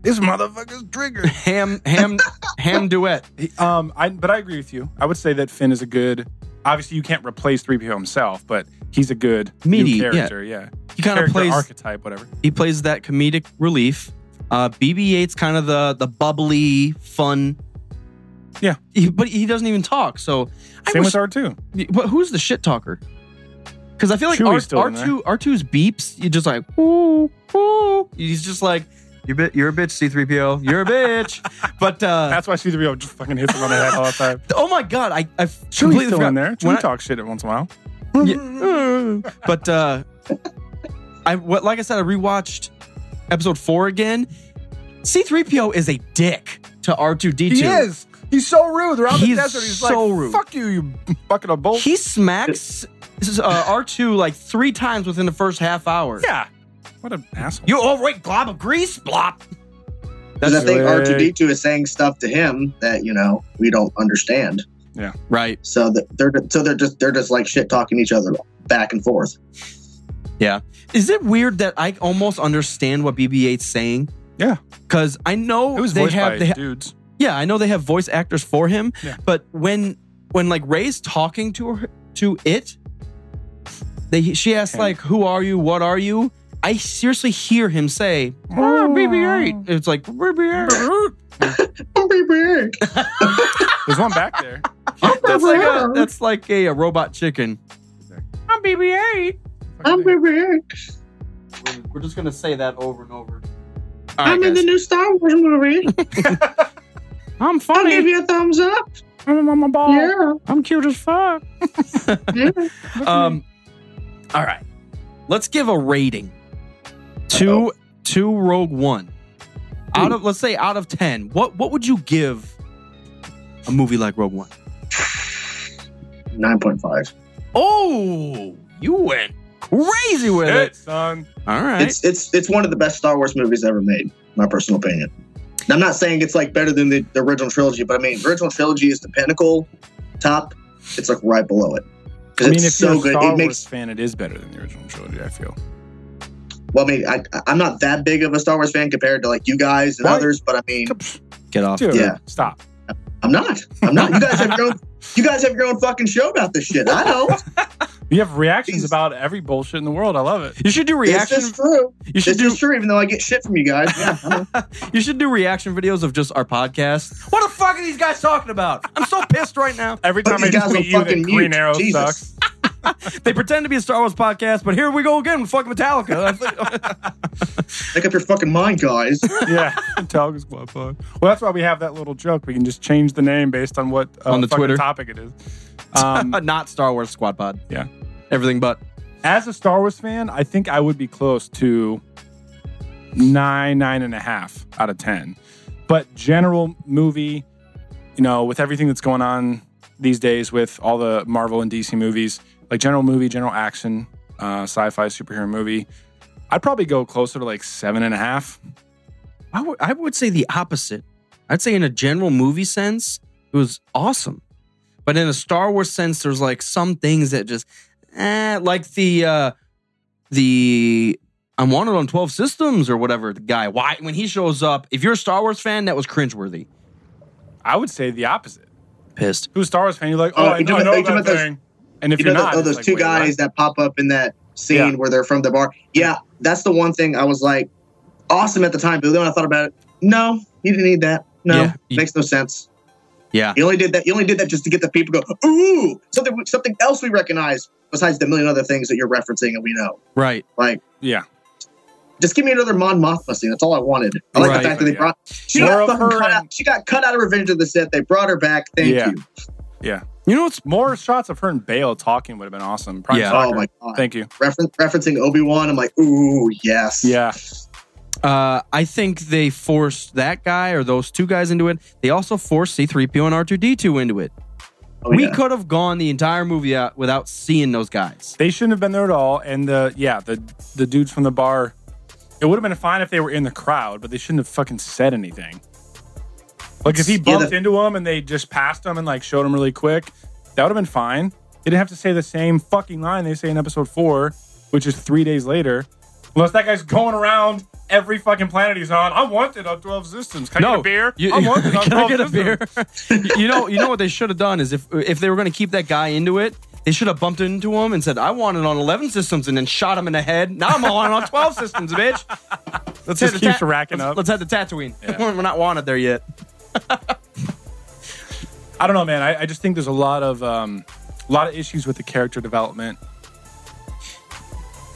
This motherfucker's triggered.
ham ham ham duet.
He- Um, I but I agree with you. I would say that Finn is a good. Obviously, you can't replace three PO himself, but he's a good
Meaty,
new
yeah.
character. Yeah,
He kind of
character
plays
archetype, whatever.
he plays that comedic relief. Uh, BB-8's kind of the the bubbly fun.
Yeah.
He- but he doesn't even talk. So I
Same
wish,
with R two.
but who's the shit talker? Because I feel like R
Chewie's still in
two R 2s beeps. You just like ooh ooh. He's just like you're bi- you're a bitch C three PO. You're a bitch. but uh,
That's why C three PO just fucking hits him on the head all the time.
oh my god, I I
Chewie's
completely
still
forgot.
in there.
When
Chewie
I-
talks shit every once in a while.
Yeah. but uh I what like I said, I rewatched episode four again. C3PO is a dick to R2D2.
He's so rude. They're
He's so rude.
"Fuck you, you bucket of bull."
He smacks uh, R2 like three times within the first half hour.
yeah, What an asshole.
You overweight glob of grease, blop.
Because I think
right.
R2D2 is saying stuff to him that you know we don't understand.
Right.
So that they're so they're just they're just like shit talking each other back and forth.
Is it weird that I almost understand what BB-8's saying?
Yeah.
Because I know
it was
they
voiced
have
by
they ha-
dudes.
yeah, I know they have voice actors for him,
Yeah.
but when when like Ray's talking to her to it, they she asks
Him.
like, "Who are you? What are you?" I seriously hear him say, "Oh,
Oh.
"BB-8." It's like BB-8.
There's one back there.
that's like a, that's like a, a robot chicken. I'm BB-8.
I'm Rick.
We're, we're just gonna say that over and over. All right,
I'm in the
guys.
new Star Wars movie.
I'm
I'll give
funny. Oh.
you a thumbs up.
I'm on my ball.
Yeah.
I'm cute as fuck.
yeah.
Um, all right, let's give a rating to to Rogue One. Out of let's say out of ten, what what would you give a movie like Rogue One?
Nine point five.
Oh, you went crazy with
Shit,
it.
son.
All right,
It's it's it's one of the best Star Wars movies ever made, in my personal opinion. And I'm not saying it's like better than the, the original trilogy, but I mean, original trilogy is the pinnacle, top. It's like right below it because
I mean, if
it's so
you're a
good.
Star
It
Wars
makes
fan, it is better than the original trilogy. I feel.
well, I mean, I, I'm not that big of a Star Wars fan compared to like you guys and
Right.
others, but I mean,
get off.
Dude,
Yeah.
stop.
I'm not. I'm not. You guys have your own. You guys have your own fucking show about this shit. I don't.
You have reactions
Jesus.
about every bullshit in the world. I love it.
You should do
This
reaction.
is true.
You should
This
do
is true. Even though I get shit from you guys. Yeah, I know.
you should do reaction videos of just our podcast. What the fuck are these guys talking about? I'm so pissed right now.
Every
Put
time I
these guys on
tweet you that
fucking
Green
mute.
Arrow
Jesus.
sucks.
They pretend to be a Star Wars podcast, but here we go again with fucking Metallica.
Make up your fucking mind, guys.
yeah, Metallica Squad Pod. Well, that's why we have that little joke. We can just change the name based on what uh,
On the
fucking
Twitter.
topic it is. Um,
Not Star Wars Squad Pod.
Yeah.
everything but.
as a Star Wars fan, I think I would be close to nine, nine and a half out of ten. But general movie, you know, with everything that's going on these days with all the Marvel and DC movies, like general movie, general action, uh, sci-fi superhero movie, I'd probably go closer to like seven and a half.
I would- I would say the opposite. I'd say in a general movie sense, it was awesome. But in a Star Wars sense, there's like some things that just, eh, like the uh the I'm wanted on 12 systems or whatever the guy. Why when he shows up, if you're a Star Wars fan, that was cringeworthy.
I would say the opposite.
Pissed.
Who's Star Wars fan? You're like,
Oh,
oh, I
you
know,
do-
I know
you do
that
about those-
thing. And if
you
you are
know the-
not,
oh,
it's
those
like,
two
wait,
guys
what?
that pop up in that scene
Yeah.
where they're from the bar. Yeah, that's the one thing I was like, awesome at the time, but then when I thought about it, no, you didn't need that. No,
Yeah, you-
makes no sense.
Yeah.
You only did that. You only did that just to get the people to go. Ooh, something something else we recognize besides the million other things that you're referencing and we know.
Right.
Like,
Yeah.
just give me another Mon Mothma scene. That's all I wanted. I like
Right.
the fact that they
Yeah.
brought. She
More
got,
of
fucking
her
cut out,
and-
she got cut out of Revenge of the Sith. They brought her back. Thank
Yeah.
you.
You know what's
More shots of her and Bale talking would have been awesome. Prime
Yeah.
Oh
soccer.
my god.
Thank you.
Refer- referencing Obi Wan, I'm like, ooh, yes.
Yeah.
uh, I think they forced that guy or those two guys into it. They also forced C3PO and R2D2 into it.
Oh,
we
yeah.
could have gone the entire movie out without seeing those guys.
They shouldn't have been there at all. And the yeah, the the dudes from the bar. It would have been fine if they were in the crowd, but they shouldn't have fucking said anything. Like if he bumped
the-
into him and they just passed him and like showed him really quick, that would have been fine. They didn't have to say the same fucking line they say in episode four, which is three days later. Unless that guy's going around every fucking planet he's on. I'm wanted on 12 systems. Can I get a beer?
You,
I'm wanted on
can
12
I get a
systems.
beer? you know, you know what they should have done is if if they were going to keep that guy into it, they should have bumped into him and said, "I want it on eleven systems," and then shot him in the head. Now I'm on it on twelve systems, bitch. Let's
Just
head to
keeps racking
let's,
up.
Let's head to Tatooine. we're not wanted there yet.
I don't know, man. I, I just think there's a lot of um, a lot of issues with the character development.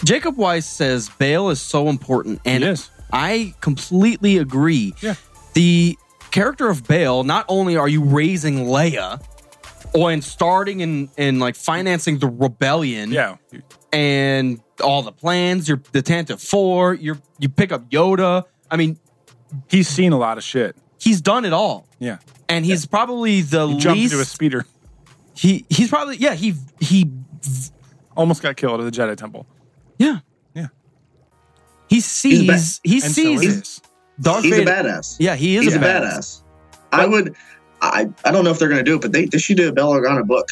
Jacob Weiss says Bale is so important, and
He is.
I completely agree.
Yeah.
The character of Bale, not only are you raising Leia, or and starting and and like financing the
Mm-hmm.
rebellion,
Yeah,
and all the plans, you're the Tanta Four, you're you pick up Yoda. I mean,
he's seen a lot of shit.
he's done it all.
Yeah,
And he's probably the
he jumped into a
least
speeder,
he he's probably yeah, he he
almost got killed at the Jedi Temple.
yeah.
Yeah.
He's He sees. He
And so
sees.
it is.
Darth
He's a
Vader.
badass.
Yeah, he is
He's
a
a
badass.
badass. I would. I, I don't know if they're going to do it, but they, they should do a Bell Organa book.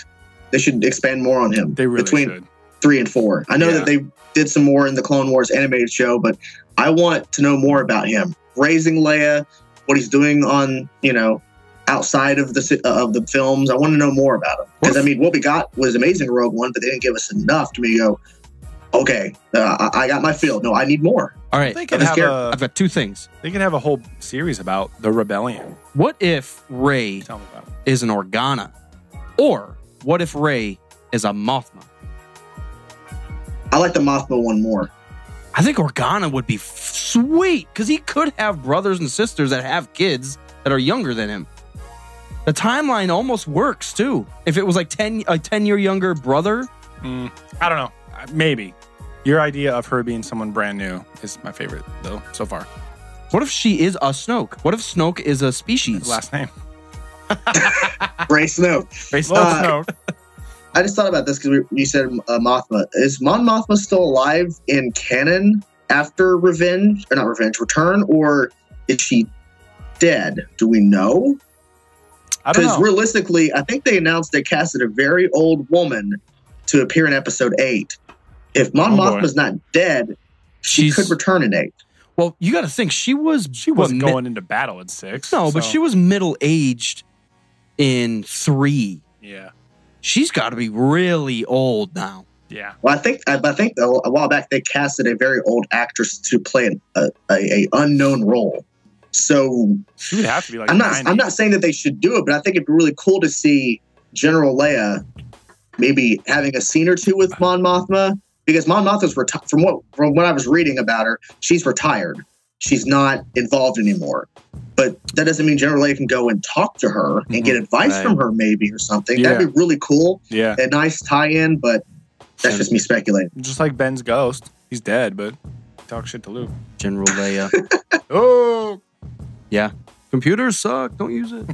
They should expand more on him
They really
between
should.
three and four. I know
Yeah.
that they did some more in the Clone Wars animated show, but I want to know more about him raising Leia, what he's doing on you know outside of the si- uh, of the films. I want to know more about him because I mean, what we got was amazing in Rogue One, but they didn't give us enough to me go. Okay, uh, I I got my fill. No, I need more.
All right.
They could
I'm
have
scared.
a
I've got two things.
they could have a whole series about the rebellion.
What if Ray
Tell me about it.
is an Organa, or what if Ray is a Mothma?
I like the Mothma one more.
I think Organa would be f- sweet because he could have brothers and sisters that have kids that are younger than him. The timeline almost works too. If it was like ten, a ten year younger brother,
Mm.
I don't know. Uh, Maybe your idea of her being someone brand new is my favorite though so far.
what if she is a Snoke? What if Snoke is a species?
Last name.
Uh, Ray Snow.
Well, no.
I just thought about this because you said uh, Mothma. Is Mon Mothma still alive in canon after Revenge or not Revenge Return, or is she dead? Do we know?
I don't
Because
know.
realistically, I think they announced they casted a very old woman to appear in Episode Eight. If Mon
Oh, boy.
Mothma's not dead, she
She's-
could return in Eight.
Well, you got to think she was
She wasn't
what, mi-
going into battle at six.
No, but
so-
she was middle aged in three.
Yeah.
She's got to be really old now.
Yeah.
Well, I think I, I think a while back they casted a very old actress to play an, a, a, a unknown role. So
She would have to be like
I'm not.
90.
I'm not saying that they should do it, but I think it'd be really cool to see General Leia maybe having a scene or two with Mon Mothma because Mon Mothma's reti- from what from what I was reading about her, she's retired. She's not involved anymore. But that doesn't mean General Leia can go and talk to her and get advice
Mm-hmm. Right.
from her, maybe or something.
Yeah.
That'd be really cool.
Yeah.
A nice tie-in, but that's just me speculating.
Just like Ben's ghost. He's dead, but talk shit to Luke.
General Leia.
Oh,
yeah. Computers suck. Don't use it.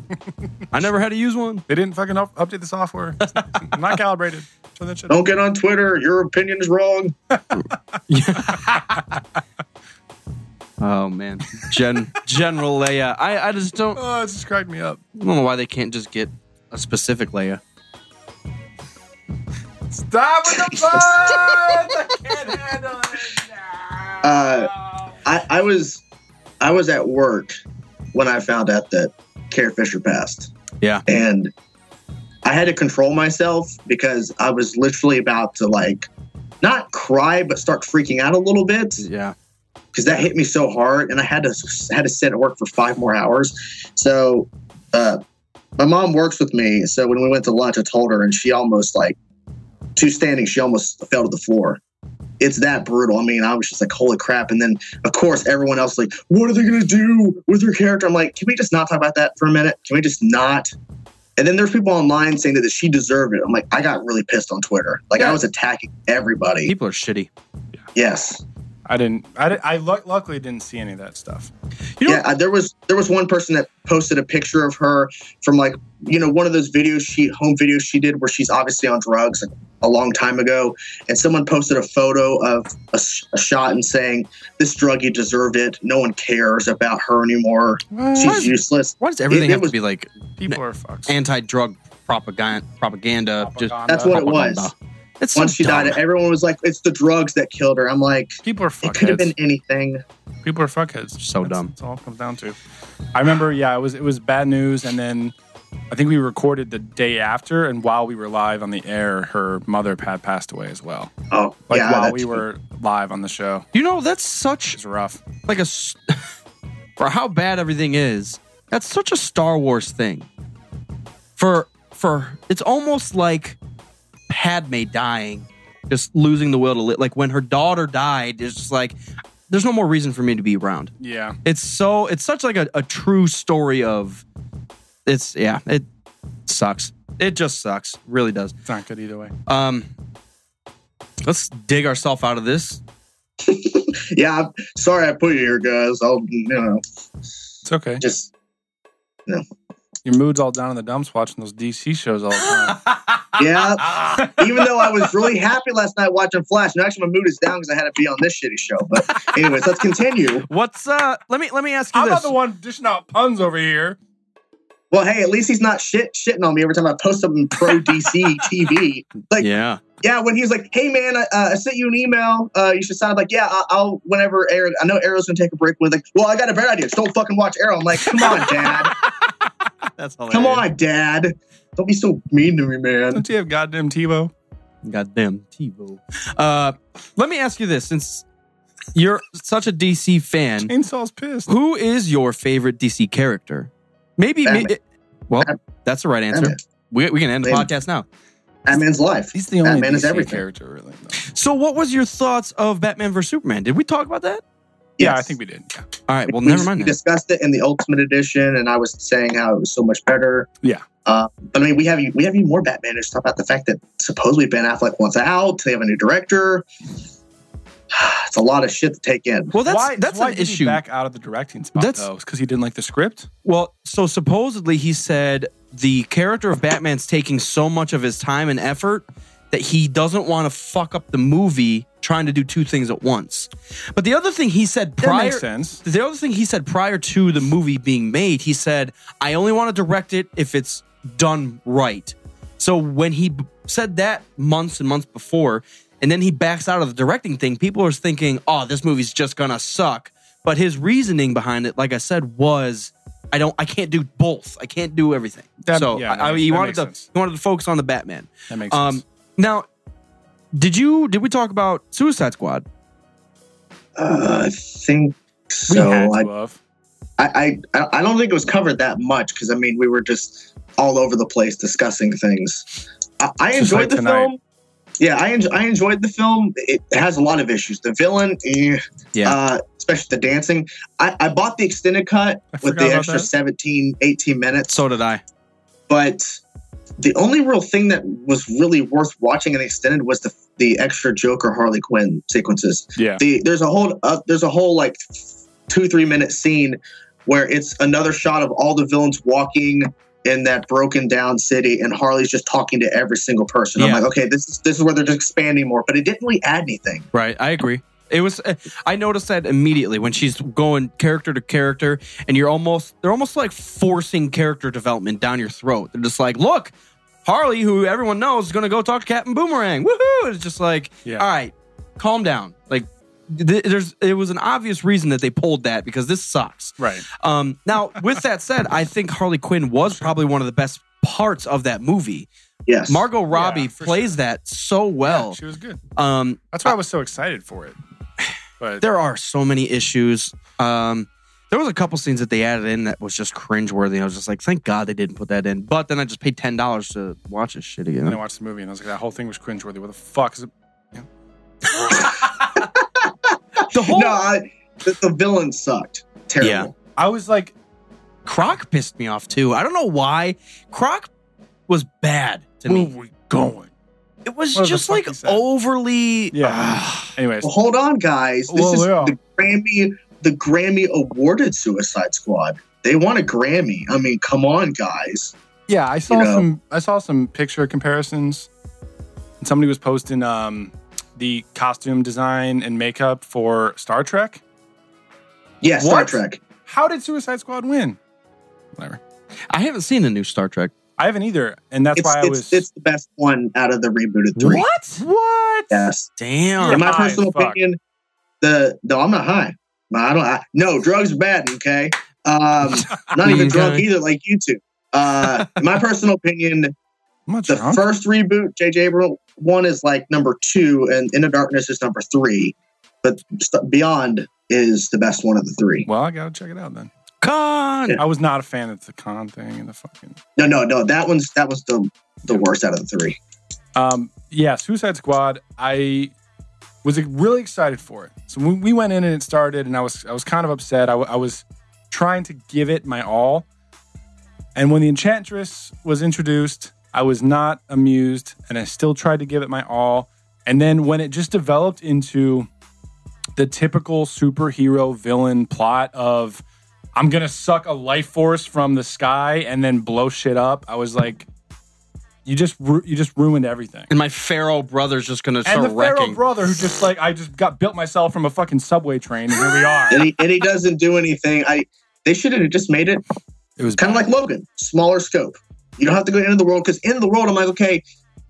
I never had to use one.
they didn't fucking up- update the software. It's not, it's not calibrated. Turn that shit off.
Don't get on Twitter. Your opinion's wrong.
Oh man, Gen General Leia. I I just don't, I
Oh, it just cracked me up.
don't know why they can't just get a specific Leia.
Stop with the buds! I can't handle it.
Uh, I, I was I was at work when I found out that Carrie Fisher passed.
Yeah.
And I had to control myself because I was literally about to like not cry but start freaking out a little bit
Yeah.
because that hit me so hard and I had to had to sit at work for five more hours. So uh, my mom works with me, so when we went to lunch, I told her, and she almost like two standing, she almost fell to the floor. It's that brutal. I mean, I was just like, holy crap. And then, of course, everyone else like, what are they gonna do with her character? I'm like, can we just not talk about that for a minute? Can we just not? And then there's people online saying that she deserved it. I'm like, I got really pissed on Twitter. Like I was attacking everybody.
People are shitty.
Yes.
I didn't. I, did, I luck, luckily didn't see any of that stuff.
You know-
yeah, uh, there was there was one person that posted a picture of her from like you know one of those videos she home videos she did where she's obviously on drugs like, a long time ago, and someone posted a photo of a, s- a shot and saying this drug you deserved it. No one cares about her anymore. She's useless.
Why does everything
It- it
have
was-
to be like
People are fucks.
anti-drug propaganda? Propaganda. Just
Propaganda.
That's what it was.
propaganda. It's so
Once she
dumb.
died, e- everyone was like, "It's the drugs that killed her." I'm like,
People are
it could have
fuckheads.
been anything.
People are fuckheads.
So
that's,
dumb.
That's all it comes down to. I remember. Yeah, it was it was bad news, and then I think we recorded the day after, and while we were live on the air, her mother had passed away as well.
Oh,
Like
yeah,
while
that's-
we were live on the show,
You know that's
it
such
was rough.
like a s- for how bad everything is. That's such a Star Wars thing. For for it's almost like Padme dying, just losing the will to live. Like when her daughter died, it's just like there's no more reason for me to be around.
Yeah,
It's so it's such like a, a true story of it's yeah it sucks. It just sucks, really does.
it's not good either way.
Um, let's dig ourselves out of this.
yeah. I'm sorry, I put you here, guys. I'll you know
It's okay.
just
Your mood's all down in the dumps watching those DC shows all the time.
yeah. Even though I was really happy last night watching Flash, and actually my mood is down because I had to be on this shitty show. But anyways, let's continue.
What's uh? Let me let me ask you
I'm
this.
not the one dishing out puns over here.
Well, hey, at least he's not shit shitting on me every time I post something pro DC TV. Like, yeah.
yeah.
when he's like, "Hey, man, I, uh, I sent you an email. Uh, you should sign." up." Like, yeah, I, I'll whenever Arrow. I know Arrow's gonna take a break. With like, well, I got a better idea. Just don't fucking watch Arrow. I'm like, come on, Dad.
That's hilarious.
come on, Dad. Don't be so mean to me, man.
Don't you have goddamn TiVo?
Goddamn TiVo. Uh, let me ask you this: since you're such a DC fan,
Chainsaw's pissed.
who is your favorite DC character? Maybe.
Batman.
may- well, that's the right answer.
Batman.
We, we can end the
Batman.
podcast now.
Batman's life.
He's the only
Batman is
DC
everything.
character, really. though.
So, what was your thoughts of Batman vs Superman? Did we talk about that?
Yeah,
Yes.
I think we did. Yeah.
All right. Well,
We-
never mind.
We
then.
discussed it in the Ultimate Edition, and I was saying how it was so much better.
Yeah.
Uh, but I mean, we have we have even more Batman news. Talk about the fact that supposedly Ben Affleck wants out. They have a new director. It's a lot of shit to take in.
Well, that's
why,
that's
why
an
did he
issue.
back out of the directing spot,
That's-
though? Because he didn't like the script?
Well, so supposedly he said the character of Batman's taking so much of his time and effort that he doesn't want to fuck up the movie trying to do two things at once. But the other thing he said
That
prior
makes sense.
the other thing he said prior to the movie being made, he said, "I only want to direct it if it's done right." So when he b- said that months and months before, and then he backs out of the directing thing, people are thinking, "Oh, this movie's just gonna suck." But his reasoning behind it, like I said, was, "I don't, I can't do both. I can't do everything."
That-
so
yeah,
I- I,
that
he
makes- that
wanted
makes
to
sense.
he wanted to focus on the Batman.
That makes
Um,
sense.
now, did you did we talk about Suicide Squad?
Uh, I think
We
so.
had to
I,
have.
I I I don't think it was covered that much because I mean we were just all over the place discussing things. I, I
Just like
enjoyed the
tonight.
film. Yeah, I, enj- I enjoyed the film. It has a lot of issues. The villain, eh,
Yeah.
uh, especially the dancing. I, I bought the extended cut
I
with
forgot
the
about
extra
that.
17, 18 minutes,
so did I.
but the only real thing that was really worth watching and extended was the the extra Joker Harley Quinn sequences.
Yeah.
The there's a whole uh, there's a whole like two three minute scene where it's another shot of all the villains walking in that broken down city and Harley's just talking to every single person. I'm
Yeah.
like, okay, this is this is where they're just expanding more, but it didn't really add anything.
Right, I agree. It was uh, I noticed that immediately when she's going character to character and you're almost they're almost like forcing character development down your throat. They're just like, "Look, Harley, who everyone knows is going to go talk to Captain Boomerang." Woohoo! It's just like,
Yeah.
"All right, calm down." Like th- there's it was an obvious reason that they pulled that because this sucks.
Right.
Um, now, with that said, I think Harley Quinn was probably one of the best parts of that movie.
Yes.
Margot Robbie
Yeah, for
plays that so well.
She was good.
um,
That's why I was so excited for it. But
there are so many issues. Um, there was a couple scenes that they added in that was just cringeworthy. I was just like, thank God they didn't put that in. But then I just paid ten dollars to watch this shit
then I
again.
watched the movie and I was like, that whole thing was cringeworthy. What the fuck is it?
The whole
No, I, the, the villain sucked. Terrible.
Yeah.
I was like,
Croc pissed me off too. I don't know why. Croc was bad to
where
me.
we going?
It was
What the
just
fuck
like
he said.
overly.
Yeah. Anyways,
Well, hold on, guys. This
Well,
is
yeah.
the Grammy, the Grammy awarded Suicide Squad. They won a Grammy. I mean, come on, guys.
Yeah, I saw
know?
some. I saw some picture comparisons, and somebody was posting um, the costume design and makeup for Star Trek.
Yeah, Star
What?
Trek.
How did Suicide Squad win? Whatever.
I haven't seen the new Star Trek.
I haven't either, and that's
It's,
why I
it's,
was.
it's the best one out of the rebooted three.
What? What?
Yes.
Damn.
In my
high as
personal
fuck.
opinion, the no, I'm not high. No, I don't. I, no, drugs are bad. Okay, um, not even drunk
Okay.
either, like you two. Uh, in my personal opinion,
I'm not
the
drunk.
first reboot, J.J. Abrams one is like number two, and In the Darkness is number three, but st- Beyond is the best one of the three.
well, I gotta check it out then.
Con.
I was not a fan of the con thing and the fucking.
No, no, no. That one's that was the the worst out of the three.
Um, yeah, Suicide Squad. I was like, really excited for it. So when we went in and it started, and I was I was kind of upset. I, w- I was trying to give it my all, and when the Enchantress was introduced, I was not amused, and I still tried to give it my all. And then when it just developed into the typical superhero villain plot of I'm gonna suck a life force from the sky and then blow shit up, I was like, You just ru- you just ruined everything.
And my Pharaoh brother's just gonna
And
start
the Pharaoh
wrecking.
brother who just like I just got built myself from a fucking subway train and here we are.
and he, and he doesn't do anything. I they should have just made it
It was
kind of like Logan, smaller scope. You don't have to go into the world because in the world, I'm like, okay,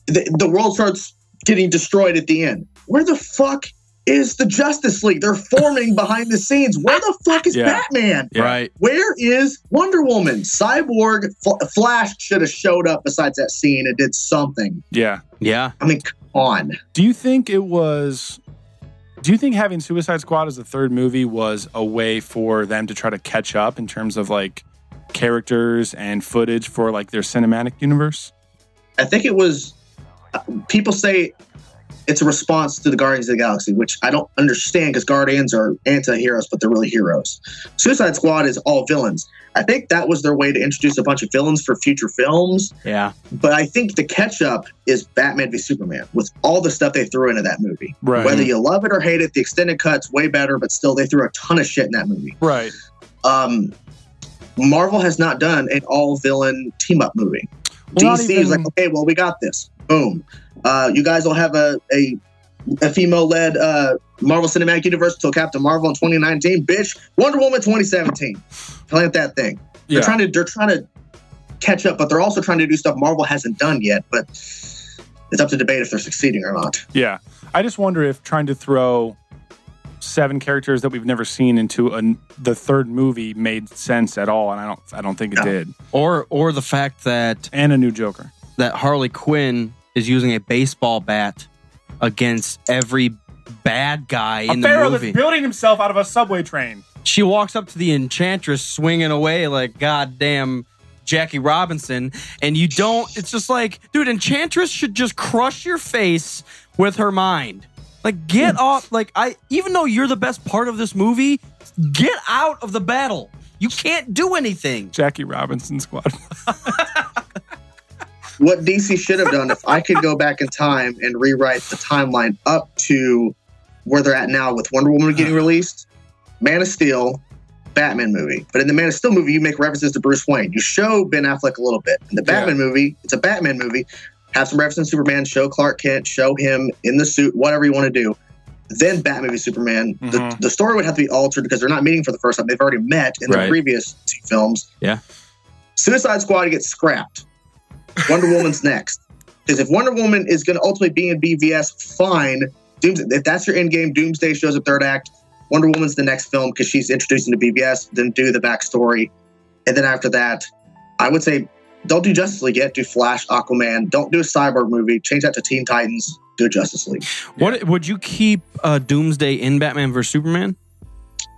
the, the world starts getting destroyed at the end. Where the fuck is the Justice League? They're forming behind the scenes. Where the fuck is
Yeah.
Batman?
Yeah.
Right.
Where is Wonder Woman? Cyborg, F- Flash should have showed up besides that scene and did something.
yeah.
Yeah.
I mean, come on.
Do you think it was? Do you think having Suicide Squad as the third movie was a way for them to try to catch up in terms of like characters and footage for like their cinematic universe?
I think it was. uh, People say it's a response to the Guardians of the Galaxy, which I don't understand because Guardians are anti-heroes, but they're really heroes. Suicide Squad is all villains. I think that was their way to introduce a bunch of villains for future films.
Yeah.
But I think the catch-up is Batman v Superman with all the stuff they threw into that movie.
Right.
Whether you love it or hate it, the extended cut's way better, but still they threw a ton of shit in that movie.
Right.
Um, Marvel has not done an all-villain team-up movie.
Well, not
DC is like,
even-
okay, well, we got this. Boom. Uh, you guys will have a a, a female led uh, Marvel Cinematic Universe till Captain Marvel in 2019, bitch. Wonder Woman 2017. Plant that thing.
Yeah.
They're trying to they're trying to catch up, but they're also trying to do stuff Marvel hasn't done yet. But it's up to debate if they're succeeding or not.
Yeah. I just wonder if trying to throw seven characters that we've never seen into an, the third movie made sense at all, and I don't. I don't think it
No.
did.
Or or the fact that
And a new Joker.
that Harley Quinn is using a baseball bat against every bad guy in
a
the
pharaoh
movie.
that's building himself out of a subway train.
she walks up to the enchantress swinging away like goddamn Jackie Robinson and you don't it's just like dude enchantress should just crush your face with her mind like get off like I even though you're the best part of this movie get out of the battle you can't do anything
Jackie Robinson squad.
What DC should have done, if I could go back in time and rewrite the timeline up to where they're at now with Wonder Woman getting released, Man of Steel, Batman movie. But in the Man of Steel movie, you make references to Bruce Wayne. You show Ben Affleck a little bit. In the Batman movie, it's a Batman movie. Have some reference to Superman, show Clark Kent, show him in the suit, whatever you want to do. Then Batman v Superman. The,
Mhm.
the story would have to be altered because they're not meeting for the first time. They've already met in
Right.
the previous two films.
Yeah.
Suicide Squad gets scrapped. Wonder Woman's next. Because if Wonder Woman is going to ultimately be in BVS, fine. Doomsday, if that's your end game, Doomsday shows up third act. Wonder Woman's the next film because she's introduced into BVS. Then do the backstory, and then after that, I would say don't do Justice League yet. Do Flash, Aquaman. Don't do a Cyborg movie. Change that to Teen Titans. Do a Justice League.
what would you keep uh, doomsday in Batman vs Superman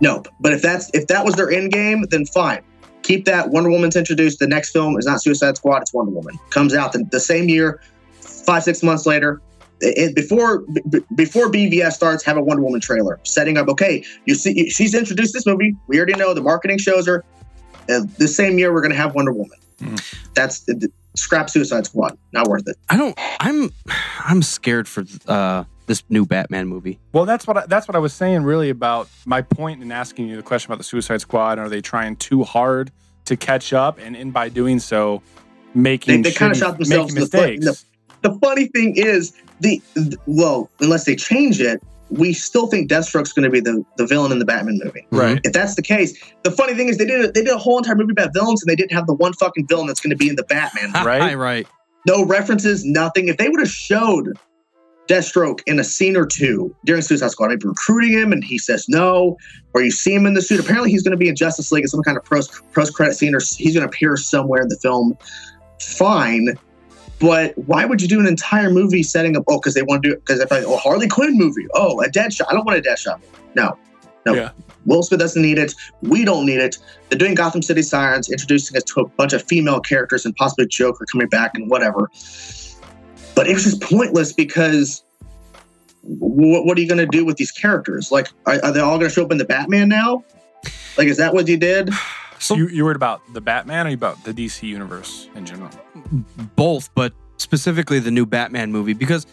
Nope. But if that's if that was their end game, then fine. Keep that. Wonder Woman's introduced. The next film is not Suicide Squad. It's Wonder Woman. Comes out the, the same year, five six months later. It, it- before b- b- before BVS starts, have a Wonder Woman trailer setting up. Okay, you see, she's introduced this movie. We already know the marketing shows her. Uh, the same year, we're going to have Wonder Woman. That's the, the- scrap Suicide Squad. Not worth it.
I don't I'm I'm scared for uh, this new Batman movie
Well, that's what I, that's what I was saying really about my point in asking you the question about the Suicide Squad. Are they trying too hard to catch up, and in by doing so, making
They- they kinda
shitty-
shot themselves
making
in the foot in
mistakes?
the funny thing is the, th- well unless they change it we still think deathstroke's going to be the, the villain in the batman movie
Right.
if that's the case the funny thing is they did a, they did a whole entire movie about villains and they didn't have the one fucking villain that's going to be in the batman
Right?
right
no references nothing if they would have showed deathstroke in a scene or two during suicide squad maybe recruiting him and he says no or you see him in the suit apparently he's going to be in justice league in some kind of post post credit scene or he's going to appear somewhere in the film fine but why would you do an entire movie setting up? Oh, because they want to do because they're like, oh, Harley Quinn movie. Oh, a Deadshot. I don't want a Deadshot. movie. No, no.
Yeah.
Will Smith doesn't need it. We don't need it. They're doing Gotham City Sirens, introducing us to a bunch of female characters and possibly Joker coming back and whatever. But it was just pointless because wh- what are you going to do with these characters? Like, are, are they all going to show up in the Batman now? Like, is that what you did?
So-
you you worried about the Batman, or you about the DC universe in general?
both, but specifically the new Batman movie because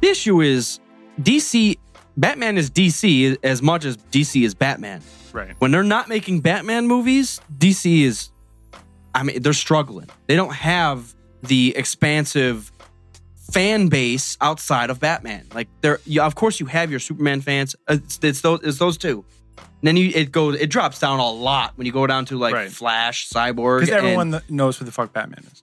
the issue is DC Batman is DC as much as DC is Batman.
Right.
When they're not making Batman movies, DC is I mean they're struggling. They don't have the expansive fan base outside of Batman. Like there, you, of course, you have your Superman fans. Uh, It's, it's those, it's those two. And then you, it goes, it drops down a lot when you go down to like
Right.
Flash, Cyborg,
Because
and-
everyone kn- knows who the fuck Batman is.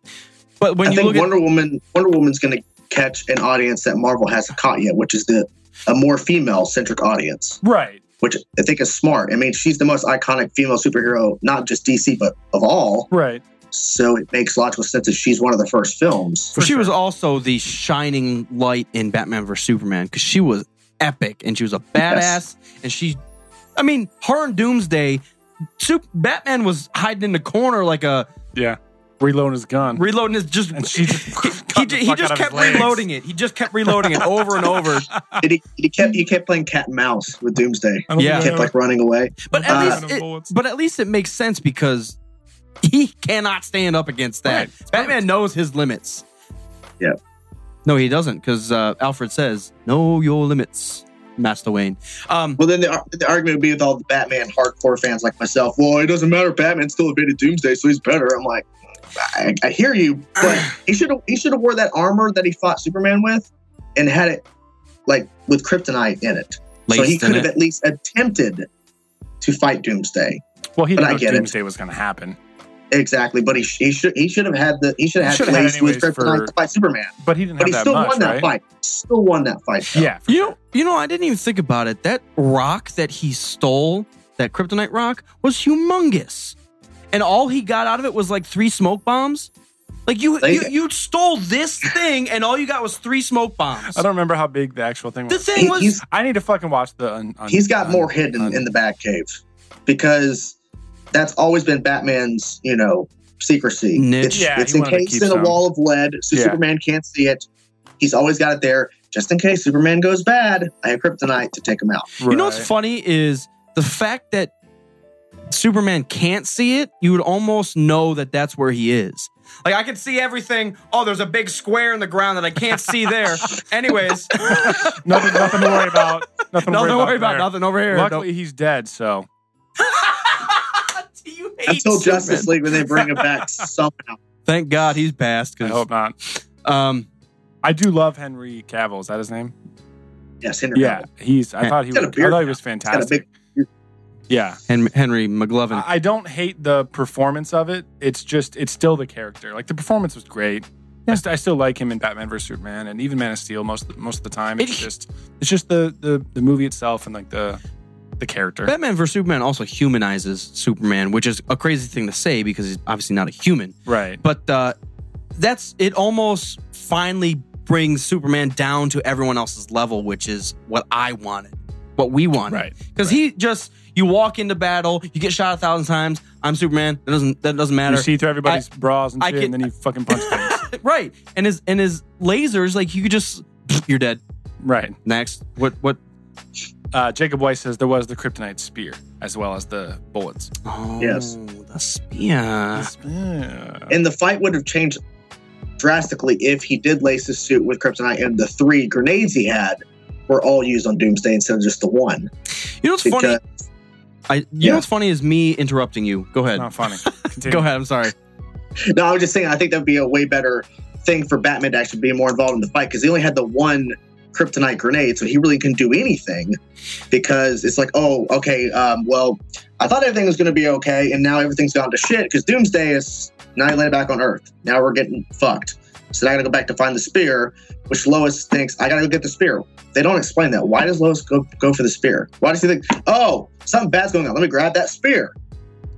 but when
I
you
think
look at
Wonder Woman, Wonder Woman's going to catch an audience that Marvel hasn't caught yet, which is the a more female centric audience,
Right.
which I think is smart. I mean, she's the most iconic female superhero, not just DC, but of all.
Right.
So it makes logical sense that she's one of the first films.
she was also the shining light in Batman vs Superman because she was epic and she was a badass
Yes.
and she, I mean, her and Doomsday, Sup- Batman was hiding in the corner like a
Yeah. Reloading his gun.
reloading his just.
and she just
he,
cut the
ju- he
fuck out
just
of his
kept
legs.
reloading it. He just kept reloading it over and over.
And he, he kept he kept playing cat and mouse with Doomsday.
I don't
Oh, Yeah.
think I
Kept
ever-
like running away.
But at
Uh,
Out of
least, it,
bullets.
but at least it makes sense because he cannot stand up against that.
Right. It's
Batman knows his limits.
Yeah.
No, he doesn't, because uh, Alfred says, "Know your limits, Master Wayne." Um,
Well, then the, ar- the argument would be with all the Batman hardcore fans like myself. Well, it doesn't matter. Batman still evaded Doomsday, so he's better. I'm like, I, I hear you, but he should have he should have wore that armor that he fought Superman with, and had it like with kryptonite in it, so he
laced in
could have
it.
at least attempted to fight Doomsday.
Well, he
But
didn't
I
know
get it.
Doomsday was going to happen.
Exactly, but he sh- he should he should have had the he should
He
have had
should have had
laced with
anyways
kryptonite
for-
to fight Superman,
But he didn't
but he
have
still
that much,
won that
right?
fight. Still won that fight. though.
Yeah.
You know, you know, I didn't even think about it. That rock that he stole, that kryptonite rock, was humongous, and all he got out of it was like three smoke bombs. Like you,
They-
you, you stole this thing, and all you got was three smoke bombs.
I don't remember how big the actual thing
The
was.
thing
He-
was,
he's-
I need to fucking watch the. Un, un-
he's got
un-
more hidden
un-
in the Batcave because that's always been Batman's, you know, secrecy.
Niche.
It's,
Yeah,
it's
he wanted to
encased
keep
in a
some.
wall of lead, so
Yeah.
Superman can't see it. He's always got it there, just in case Superman goes bad. I have kryptonite to take him out.
You know what's
Right.
funny is the fact that Superman can't see it, you would almost know that that's where he is. Like, I can see everything. Oh, there's a big square in the ground that I can't see there. Anyways,
nothing, nothing to worry about. Nothing,
no,
to
don't worry about
there.
nothing over here.
Luckily, he's dead, so
Don't- you hate
Until
Superman.
Justice League when they bring him back somehow.
Thank God he's passed.
I
Because
hope not.
um,
I do love Henry Cavill. Is that his name?
Yes, Henry.
Yeah,
Cavill.
he's. I thought he
He's got
was. I
a beard
thought he
now.
was
He's got a
fantastic.
big.
Yeah,
Hen- Henry McLovin.
I I don't hate the performance of it. It's just it's still the character. Like the performance was great. I, st- I still like him in Batman vs Superman and even Man of Steel most of the, most of the time. It's
It-
just it's just the, the the movie itself and like the the character.
Batman vs Superman also humanizes Superman, which is a crazy thing to say because he's obviously not a human.
Right.
but uh, that's it almost finally brings superman down to everyone else's level which is what i wanted what we wanted
Right,
because he just you walk into battle you get shot a thousand times i'm superman that doesn't that doesn't matter
You see through everybody's bras and
I
shit,
can-
and then you fucking punch things.
right and his and his lasers like you could just you're dead
Right.
next what what
Uh, Jacob Weiss says there was the kryptonite spear as well as the bullets.
oh
Yes.
the
Uh.
spear
Yeah.
And the fight would have changed drastically if he did lace his suit with kryptonite, and the three grenades he had were all used on Doomsday instead of just the one.
you know what's funny
Because-
i you
Yeah.
know what's funny is me interrupting you go ahead
Not funny. Continue.
go ahead i'm sorry
No, I was just saying, I think that'd be a way better thing for Batman to actually be more involved in the fight because he only had the one kryptonite grenade, so he really couldn't do anything because it's like, oh, okay, um, well, I thought everything was going to be okay, and now everything's gone to shit because Doomsday is now he landed back on Earth. Now we're getting fucked. So now I gotta go back to find the spear, which Lois thinks I gotta go get the spear. They don't explain that. Why does Lois go, go for the spear? Why does she think, oh, something bad's going on? Let me grab that spear.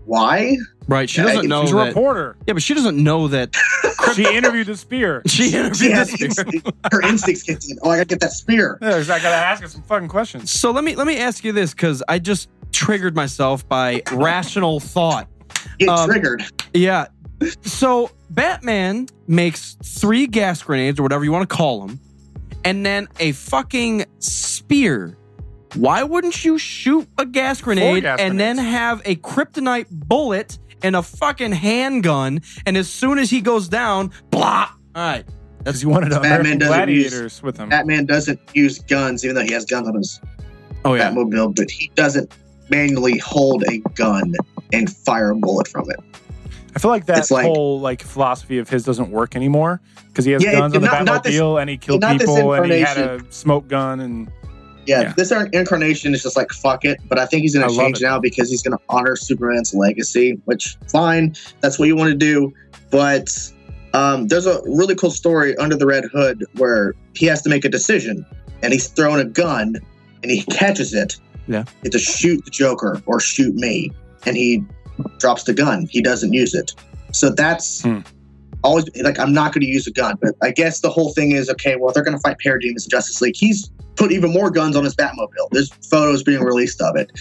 Why?
right she
Yeah,
doesn't
it's
know
She's a
that
reporter.
yeah but she doesn't know that
she interviewed the spear.
She interviewed
She
this
has
spear.
instinct- her instincts kicked in. Oh, I gotta get that spear.
Yeah, 'cause I gotta ask her some fucking questions.
So let me let me ask you this because I just triggered myself by rational thought.
Get
Um,
triggered.
Yeah. So Batman makes three gas grenades or whatever you want to call them, and then a fucking spear. Why wouldn't you shoot a gas grenade
gas
and then
grenades.
have a kryptonite bullet and a fucking handgun? And as soon as he goes down, blah. All right.
Because you wanted to
Batman
American
doesn't use-
gladiators with him.
Batman doesn't use guns, even though he has guns on his
Oh yeah.
Batmobile, but he doesn't manually hold a gun and fire a bullet from it.
I feel like that
It's like-
whole like philosophy of his doesn't work anymore because he has
Yeah, it-
guns on the
not- not this-
Batmobile and he killed
not this
people and he had a smoke gun and
Yeah,
Yeah.
this ar- incarnation is just like fuck it, but I think he's
I
gonna
love
change
it.
now because he's gonna honor Superman's legacy, which fine, that's what you want to do. But um, there's a really cool story under the Red Hood where he has to make a decision, and he's throwing a gun, and he catches it.
Yeah.
it's to shoot the Joker or shoot me, and he drops the gun. He doesn't use it, so that's.
Hmm.
Always like I'm not going to use a gun, but I guess the whole thing is okay. Well, they're going to fight parademons in Justice League. He's put even more guns on his Batmobile. There's photos being released of it.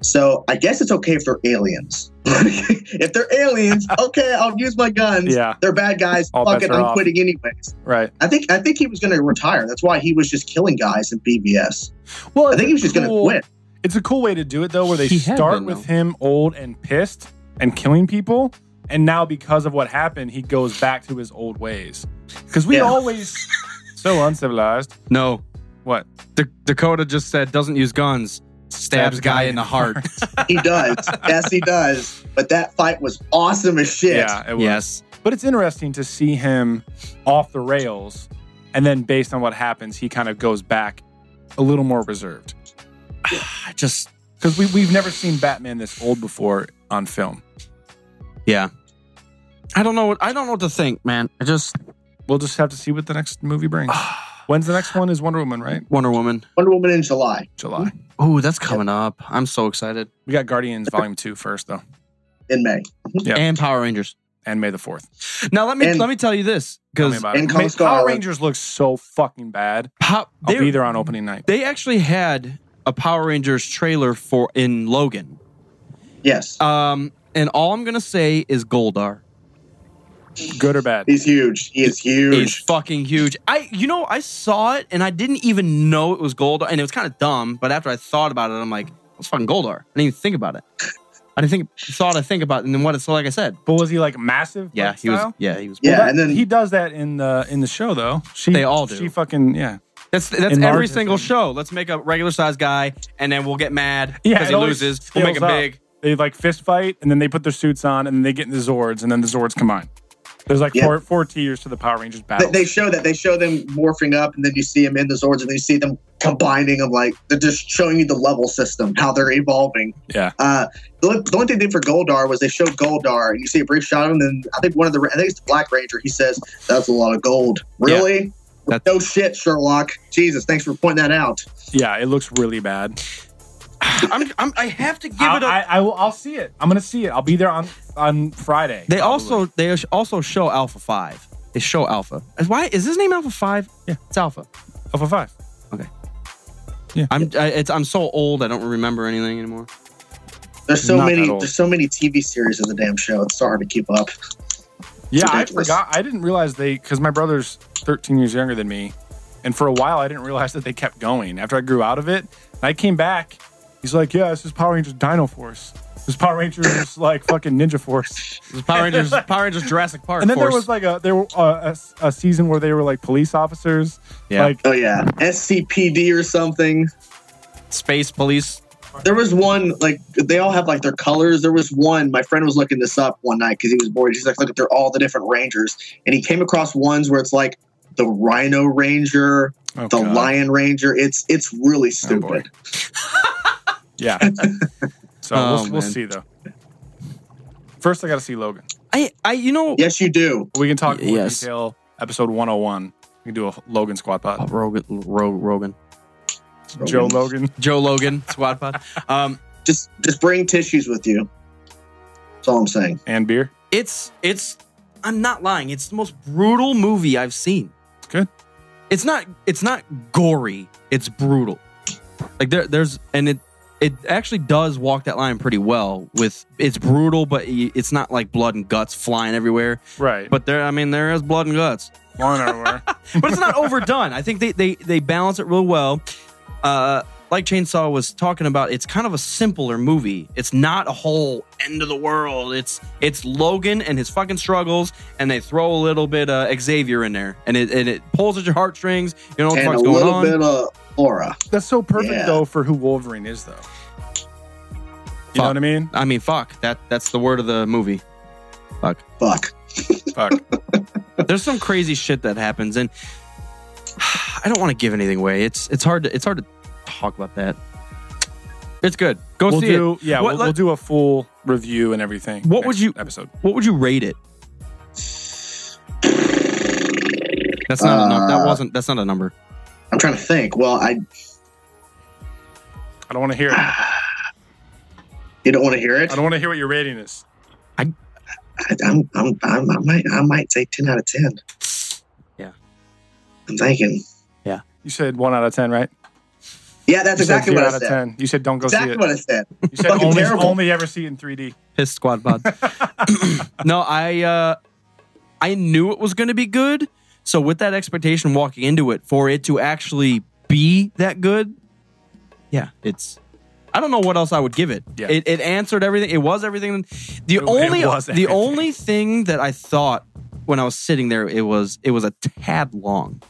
So I guess it's okay if they're aliens. if they're aliens, okay, I'll use my guns.
yeah,
They're bad guys.
All
Fuck
bets
it,
are
I'm
off.
quitting anyways.
right.
I think I think he was gonna retire. That's why he was just killing guys in BBS.
Well,
I think he was just gonna quit.
It's a cool way to do it though, where they
He had
start
been,
with
though.
him old and pissed and killing people, and now because of what happened, he goes back to his old ways. Because we
Yeah.
always so uncivilized.
No,
What
D- Dakota just said doesn't use guns. Stabs guy in the heart.
He does. yes, he does. But that fight was awesome as shit.
Yeah, it was.
yes.
But it's interesting to see him off the rails, and then based on what happens, he kind of goes back a little more reserved.
I just
Because we, we've never seen Batman this old before on film.
yeah. I don't know what I don't know what to think, man. I just
We'll just have to see what the next movie brings. When's the next one? Is Wonder Woman, right?
Wonder Woman.
Wonder Woman in July.
July.
Ooh, that's coming up. I'm so excited.
We got Guardians Volume 2 first, though,
In May.
Yep.
And Power Rangers.
and May the 4th.
Now let me
And-
let me tell you this
Tell me
because
about it.
and
Man,
Coast Guard.
Power Rangers looks so fucking bad.
pop
I'll be
they
there on opening night.
they actually had a Power Rangers trailer for in Logan.
Yes.
Um, and all I'm gonna say is Goldar.
Good or bad?
He's huge. He is huge.
is fucking huge. I you know I saw it and I didn't even know it was Goldar and it was kind of dumb. But after I thought about it, I'm like, it's fucking Goldar. I didn't even think about it. I didn't think thought I think about it, and then what it's like I said.
But was he like massive?
Yeah,
like,
he was.
style?
Yeah, he was.
yeah,
Well, that-
and then
he does that in the in the show though. She,
They all do.
She fucking yeah.
That's that's
Enlarge
every
it.
single show. Let's make a regular size guy, and then we'll get mad
Yeah,
because
it
he
always
loses. We'll make him
scales up.
big.
They like fist fight, and then they put their suits on, and then they get in the Zords, and then the Zords combine. There's like
Yeah.
four four tiers to the Power Rangers
they,
battle.
they show that they show them morphing up and then you see them in the zords and then you see them combining them like they're just showing you the level system how they're evolving
yeah,
uh the, only- the only thing they did for goldar was they showed goldar and you see a brief shot of him and i think one of the i think it's the black ranger he says that's a lot of gold really
That's-
no shit sherlock jesus thanks for pointing that out
yeah, it looks really bad.
I'm, I'm I have to give
I,
it up.
I, I will. I'll see it. I'm gonna see it. I'll be there on on Friday.
they
probably.
also they also show Alpha Five. They show Alpha. Why is his name Alpha Five? Yeah, it's Alpha.
Alpha Oh, Five.
I'm I, it's I'm so old. I don't remember anything anymore.
there's so
Not
many
at all.
there's so many tv series of the damn show it's so hard to keep up
Yeah, I
ridiculous.
forgot. I didn't realize they because my brother's 13 years younger than me, and for a while I didn't realize that they kept going. After I grew out of it, and I came back. He's like, "Yeah, this is Power Rangers Dino Force. This is Power Rangers like fucking Ninja Force."
It was Power Rangers, Power Rangers Jurassic Park.
And then there
Force.
was like a there were uh, a, a season where they were like police officers.
Yeah.
Like
oh yeah scpd or something
space police.
There was one like they all have like their colors. There was one my friend was looking this up one night because he was bored. He's like, look at they're all the different rangers, and he came across ones where it's like the Rhino Ranger,
oh,
the
God. Oh,
Lion Ranger. It's it's really
boy.
stupid.
Yeah. so
Oh,
we'll, we'll
man.
see though. First, I got to see Logan.
I, I, you know,
yes, you do.
We can talk more
Yes.
detail. Episode 101. We can do a Logan squad pod.
Rogan, Ro, Rogan,
Joe Logan.
Joe Logan, Squad Pod. Um,
Just just bring tissues with you. That's all I'm saying.
and beer.
it's, it's, I'm not lying. It's the most brutal movie I've seen.
Good.
It's not, it's not gory. It's brutal. Like there, there's, and it, it actually does walk that line pretty well. With it's brutal, but y- it's not like blood and guts flying everywhere.
Right.
But there, I mean, there is blood and guts.
one hour.
but it's not overdone. I think they they they balance it real well. Uh, like Chainsaw was talking about, it's kind of a simpler movie. It's not a whole end of the world. It's it's Logan and his fucking struggles, and they throw a little bit uh, Xavier in there, and it and it pulls at your heartstrings. You know what the
and a
fuck's going
little
on.
bit of aura.
That's so perfect
Yeah.
though for who Wolverine is though. You
Fuck.
know what I mean?
I mean, fuck that. That's the word of the movie. Fuck.
Fuck.
Fuck.
There's some crazy shit that happens, and I don't want to give anything away. It's it's hard to it's hard to talk about that. It's good. Go
we'll
see
do
it.
yeah.
What,
we'll,
let-
we'll do a full review and everything.
What
next
would you-
episode?
what would you rate it? That's not a num- that
Uh,
wasn't that's not a number.
I'm trying to think. Well, I
I don't want to hear it. I
you don't want to hear it.
don't want to hear what your rating is.
I, I'm, I'm, I'm, I might I might say ten out of ten.
Yeah.
I'm thinking.
You said one out of ten, right?
Yeah, that's
You said
exactly
zero
what I
out of
said.
ten. You said don't go
Exactly
see it.
what I said.
you said
Fucking
only,
terrible.
only ever see it in 3D.
His squad pod. no, I uh I knew it was going to be good. So with that expectation walking into it for it to actually be that good, yeah, it's I don't know what else I would give it.
Yeah.
It, it answered everything. It was everything. The
It- it
only
was
the
everything.
only thing that I thought when I was sitting there it was it was a tad long.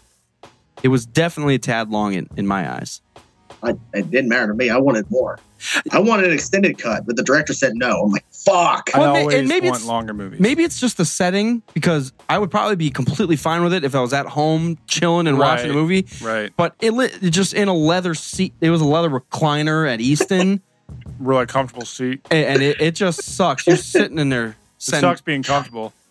It was definitely a tad long in, in my eyes.
I, it didn't matter to me. I wanted more. I wanted an extended cut, but the director said no. I'm like, fuck.
Well,
I
may-
always
and maybe
want
it's-
longer movies.
Maybe it's just the setting because I would probably be completely fine with it if I was at home chilling and watching a
Right.
movie.
right.
But it, lit, it just in a leather seat. It was a leather recliner at Easton,
Really comfortable seat.
and, and it, it just sucks. You're sitting in there.
It
Send,
sucks being comfortable.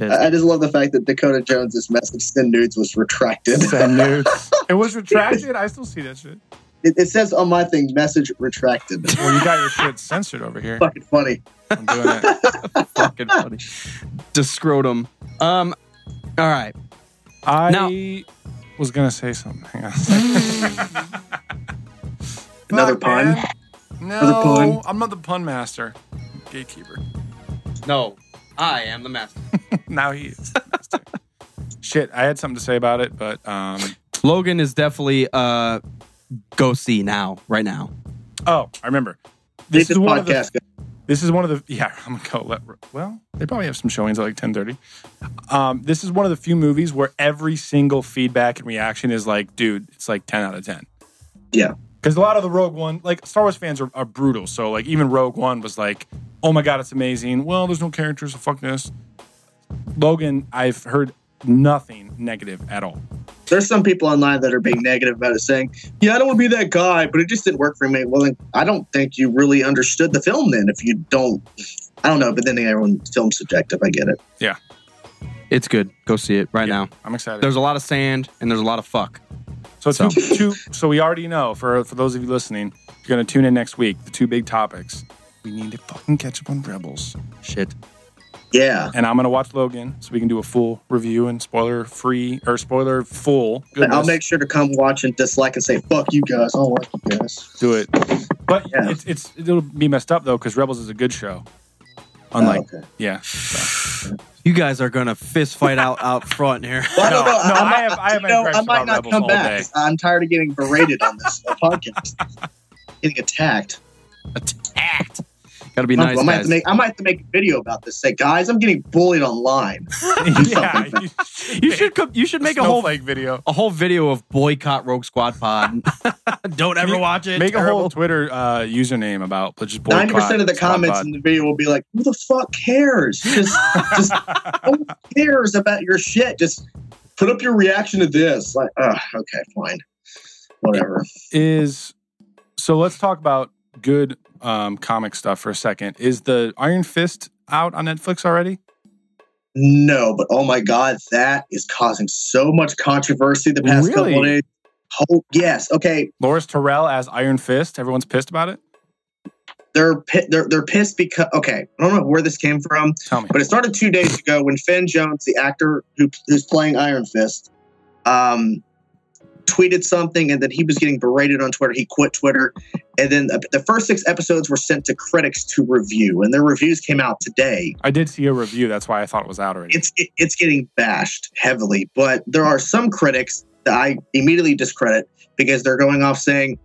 I I just love the fact that Dakota Jones' message send nudes was retracted.
Send nudes. It was retracted. I still see that shit.
It, it says on my thing, message retracted.
Well, you got your shit censored over here.
Fucking funny.
I'm doing it.
fucking funny. Discrotum. Um. All right.
I
Now-
was gonna say something. Hang on. a second.
Another
Fuck,
pun?
man. No,
Another pun?
I'm not the pun master. Gatekeeper.
No, I am the master.
Now he is. the master. Shit, I had something to say about it, but um,
Logan is definitely uh, go see now, right now.
oh, I remember.
This,
is one of the
podcast.
This is one of the yeah. I'm gonna go let. Well, they probably have some showings at like 10:30. Um, this is one of the few movies where every single feedback and reaction is like, dude, it's like 10 out of 10.
Yeah.
Because a lot of the Rogue One, like Star Wars fans are, are brutal. So like even Rogue One was like, oh my god, it's amazing. Well, there's no characters, so fuck this. Logan, I've heard nothing negative at all.
There's some people online that are being negative about it, saying, "Yeah, I don't want to be that guy, but it just didn't work for me." Well, then I don't think you really understood the film. Then, if you don't, I don't know. But then everyone film's subjective. I get it.
It's good. Go see it right now.
I'm excited.
There's a lot of sand and there's a lot of fuck.
So, two, two, so we already know for for those of you listening, you're gonna tune in next week. The two big topics. We need to fucking catch up on Rebels.
Shit.
Yeah,
and I'm gonna watch Logan so we can do a full review and spoiler free or spoiler full.
but I'll
goodness,
make sure to come watch and dislike and say, "Fuck you guys." I'll like you guys.
do it. But
Yeah.
it's it's it'll be messed up though because Rebels is a good show. Unlike
Oh, okay.
yeah,
You guys are gonna fist fight out out front here.
Well, I
No,
don't know.
no,
I'm
I
not-
have- I have
you know,
impressions
I might
about
not
Rebels
come
all
back.
day.
I'm tired of getting berated on this podcast. Getting attacked.
attacked. Gotta be
I
nice,
might have
guys.
to make. I might have to make a video about this. Say, guys, I'm getting bullied online.
yeah. You
you should come, you should make a whole
like video.
a whole video of boycott Rogue Squad Pod. Don't ever watch it.
Make a
Terrible.
whole Twitter uh, username about but just boycott uh,
Ninety percent of the
Squad
comments
Pod.
in the video will be like, "Who the fuck cares? Just, just no one cares about your shit. Just put up your reaction to this." Like, ugh, okay, fine, whatever.
is so let's talk about good um, comic stuff for a second. Is the Iron Fist out on Netflix already?
No, but oh my god, that is causing so much controversy the past couple
Really?
of days. Oh yes, okay.
Loris Terrell as Iron Fist. Everyone's pissed about it.
they're pi- they're they're pissed because okay, I don't know where this came from,
Tell me.
but it started two days ago when Finn Jones, the actor who who's playing Iron Fist, um, tweeted something, and then he was getting berated on Twitter. He quit Twitter, and then the, the first six episodes were sent to critics to review, and their reviews came out today.
I did see a review. That's why I thought it was out already.
It's it, it's getting bashed heavily, but there are some critics that I immediately discredit because they're going off saying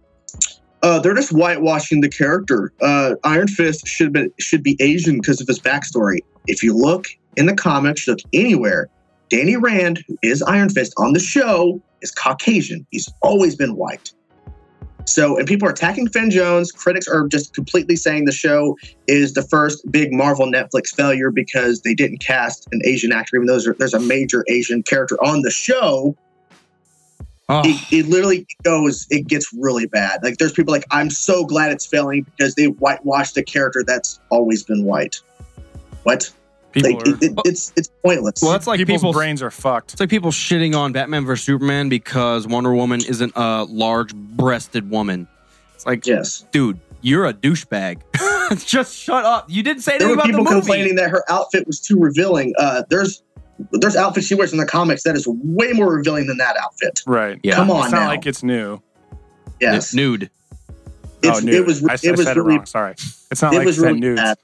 uh, they're just whitewashing the character. Uh, Iron Fist should be should be Asian because of his backstory. If you look in the comics, look anywhere, Danny Rand, who is Iron Fist on the show, is Caucasian. He's always been white. So, and people are attacking Finn Jones. Critics are just completely saying the show is the first big Marvel Netflix failure because they didn't cast an Asian actor, even though there's a, there's a major Asian character on the show.
Oh,
It, it literally goes, it gets really bad. Like, there's people like, I'm so glad it's failing because they whitewashed a character that's always been white. What?
People
like,
are,
it, it- it's it's pointless.
well, that's like
people's
people.
brains are fucked.
It's like people shitting on Batman versus Superman because Wonder Woman isn't a large-breasted woman. It's like,
yes.
dude, you're a douchebag. Just shut up. You didn't say
there
anything
were
about the
people
movie.
complaining that her outfit was too revealing. Uh, there's there's outfits she wears in the comics that is way more revealing than that outfit.
Right.
Yeah.
Come on
It's not
now.
like it's new.
yes,
Nude.
It's-
oh, new.
it was
I,
it
s- I
was
said
really
it wrong. Sorry. It's not
it
like
was
it's really
really
nudes.
bad.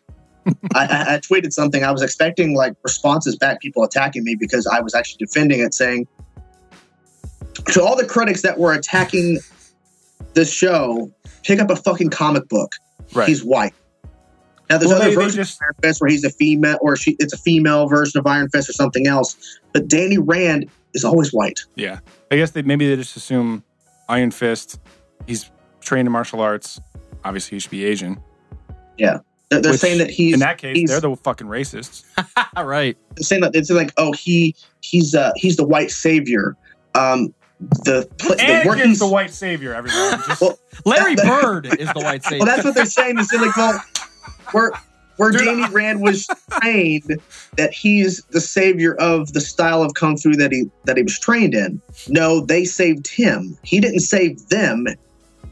I, I, I tweeted something. I was expecting like responses back, people attacking me because I was actually defending it, saying to all the critics that were attacking the show, pick up a fucking comic book.
Right.
He's white. Now there's
Well, they-
other
they
versions
just-
of Iron Fist where he's a female or she it's a female version of Iron Fist or something else. But Danny Rand is always white.
Yeah. I guess they maybe they just assume Iron Fist, he's trained in martial arts. Obviously, he should be Asian.
They're, they're
Which,
saying that he's
In that case,
he's-
they're the fucking racists.
All right.
they're saying that it's like oh he he's uh he's the white savior. Um the pla- the work
Anakin's
he's
the white savior, everyone. Just,
Well,
Larry
That- that-
Bird is the white savior.
Well, that's what they're saying. Is like, well, where where
Dude,
Danny Rand was trained, that he's the savior of the style of kung fu that he that he was trained in. No, they saved him. He didn't save them.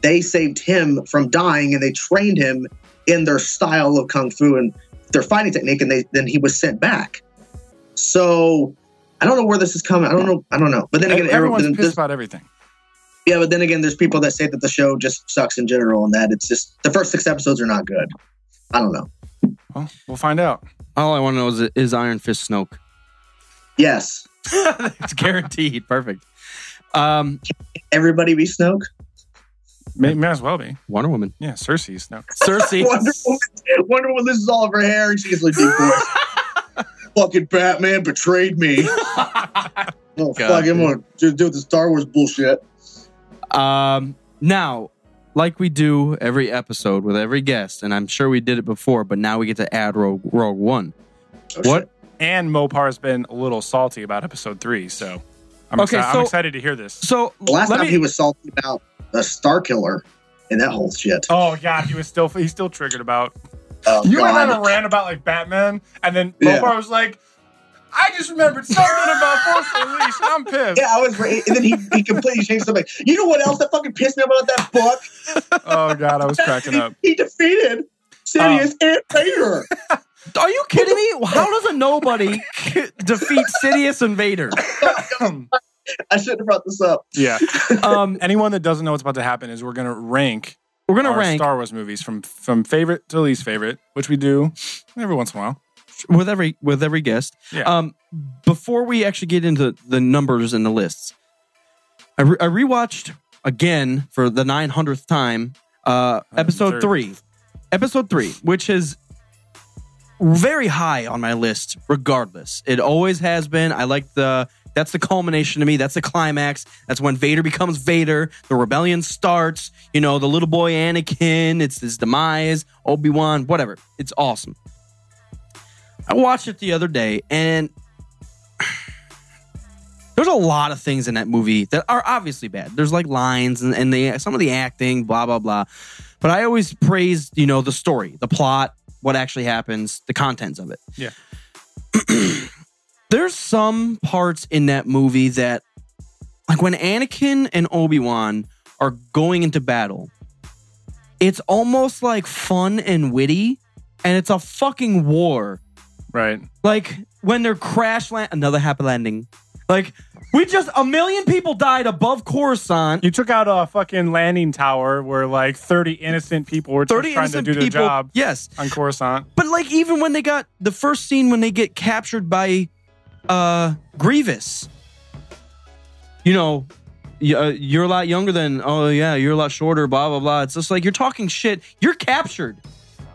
They saved him from dying, and they trained him in their style of kung fu and their fighting technique. And they then he was sent back. So. I don't know where this is coming. I don't know. I don't know. But then again,
everyone's
everyone-
pissed about everything.
yeah, but then again, there's people that say that the show just sucks in general and that it's just the first six episodes are not good. I don't know.
Well, we'll find out.
All I want to know is is Iron Fist Snoke.
Yes,
It's guaranteed. Perfect. Um,
everybody be Snoke.
May, may as well be.
Wonder Woman.
Yeah, Cersei's. No.
Cersei.
Wonder Woman, Wonder Woman loses all of her hair and she gets like deep voice. fucking Batman betrayed me. oh, fuck, I'm gonna just do the Star Wars bullshit.
Um, now, like we do every episode with every guest, and I'm sure we did it before, but now we get to add Rogue, Rogue One.
Oh,
what?
shit.
And Mopar's been a little salty about episode three, so I'm,
Okay,
exci-
so-
I'm excited to hear this.
So
The last
let
time
me-
he was salty about the Star Killer and that whole shit.
Oh God, he was still he's still triggered about.
Oh,
You
God.
went on a rant about like Batman, and then
Yeah.
Mopar was like, "I just remembered something about Force Unleashed. I'm pissed."
Yeah, I was, and then he, he completely changed something. You know what else that fucking pissed me about that book?
Oh God, I was cracking up.
He defeated Sidious and Vader.
Are you kidding me? How does a nobody defeat Sidious and Vader?
I shouldn't have brought this up.
Yeah.
Um,
Anyone that doesn't know what's about to happen is we're gonna rank
we're gonna
our
rank
Star Wars movies from from favorite to least favorite, which we do every once in a while.
with every with every guest.
Yeah.
Um, before we actually get into the numbers and the lists, I, re- I rewatched again for the nine hundredth time. Uh, episode
103rd.
three, episode three, which is very high on my list. Regardless, it always has been. I like the. That's the culmination to me. That's the climax. That's when Vader becomes Vader. The rebellion starts. You know, the little boy Anakin. It's his demise. Obi Wan. Whatever. It's awesome. I watched it the other day, and there's a lot of things in that movie that are obviously bad. There's like lines and, and the some of the acting, blah blah blah. But I always praise, you know, the story, the plot, what actually happens, the contents of it.
Yeah.
There's some parts in that movie that, like when Anakin and Obi Wan are going into battle, it's almost like fun and witty, and it's a fucking war.
Right.
Like when they're crash land, another happy landing. Like we just a million people died above Coruscant.
You took out a fucking landing tower where like 30 innocent people were
Thirty
just trying to
innocent
do their
people.
job
Yes,
on Coruscant.
but like even when they got the first scene when they get captured by uh Grievous, you know, y- uh, you're a lot younger than. Oh yeah, you're a lot shorter. Blah blah blah. It's just like you're talking shit. You're captured.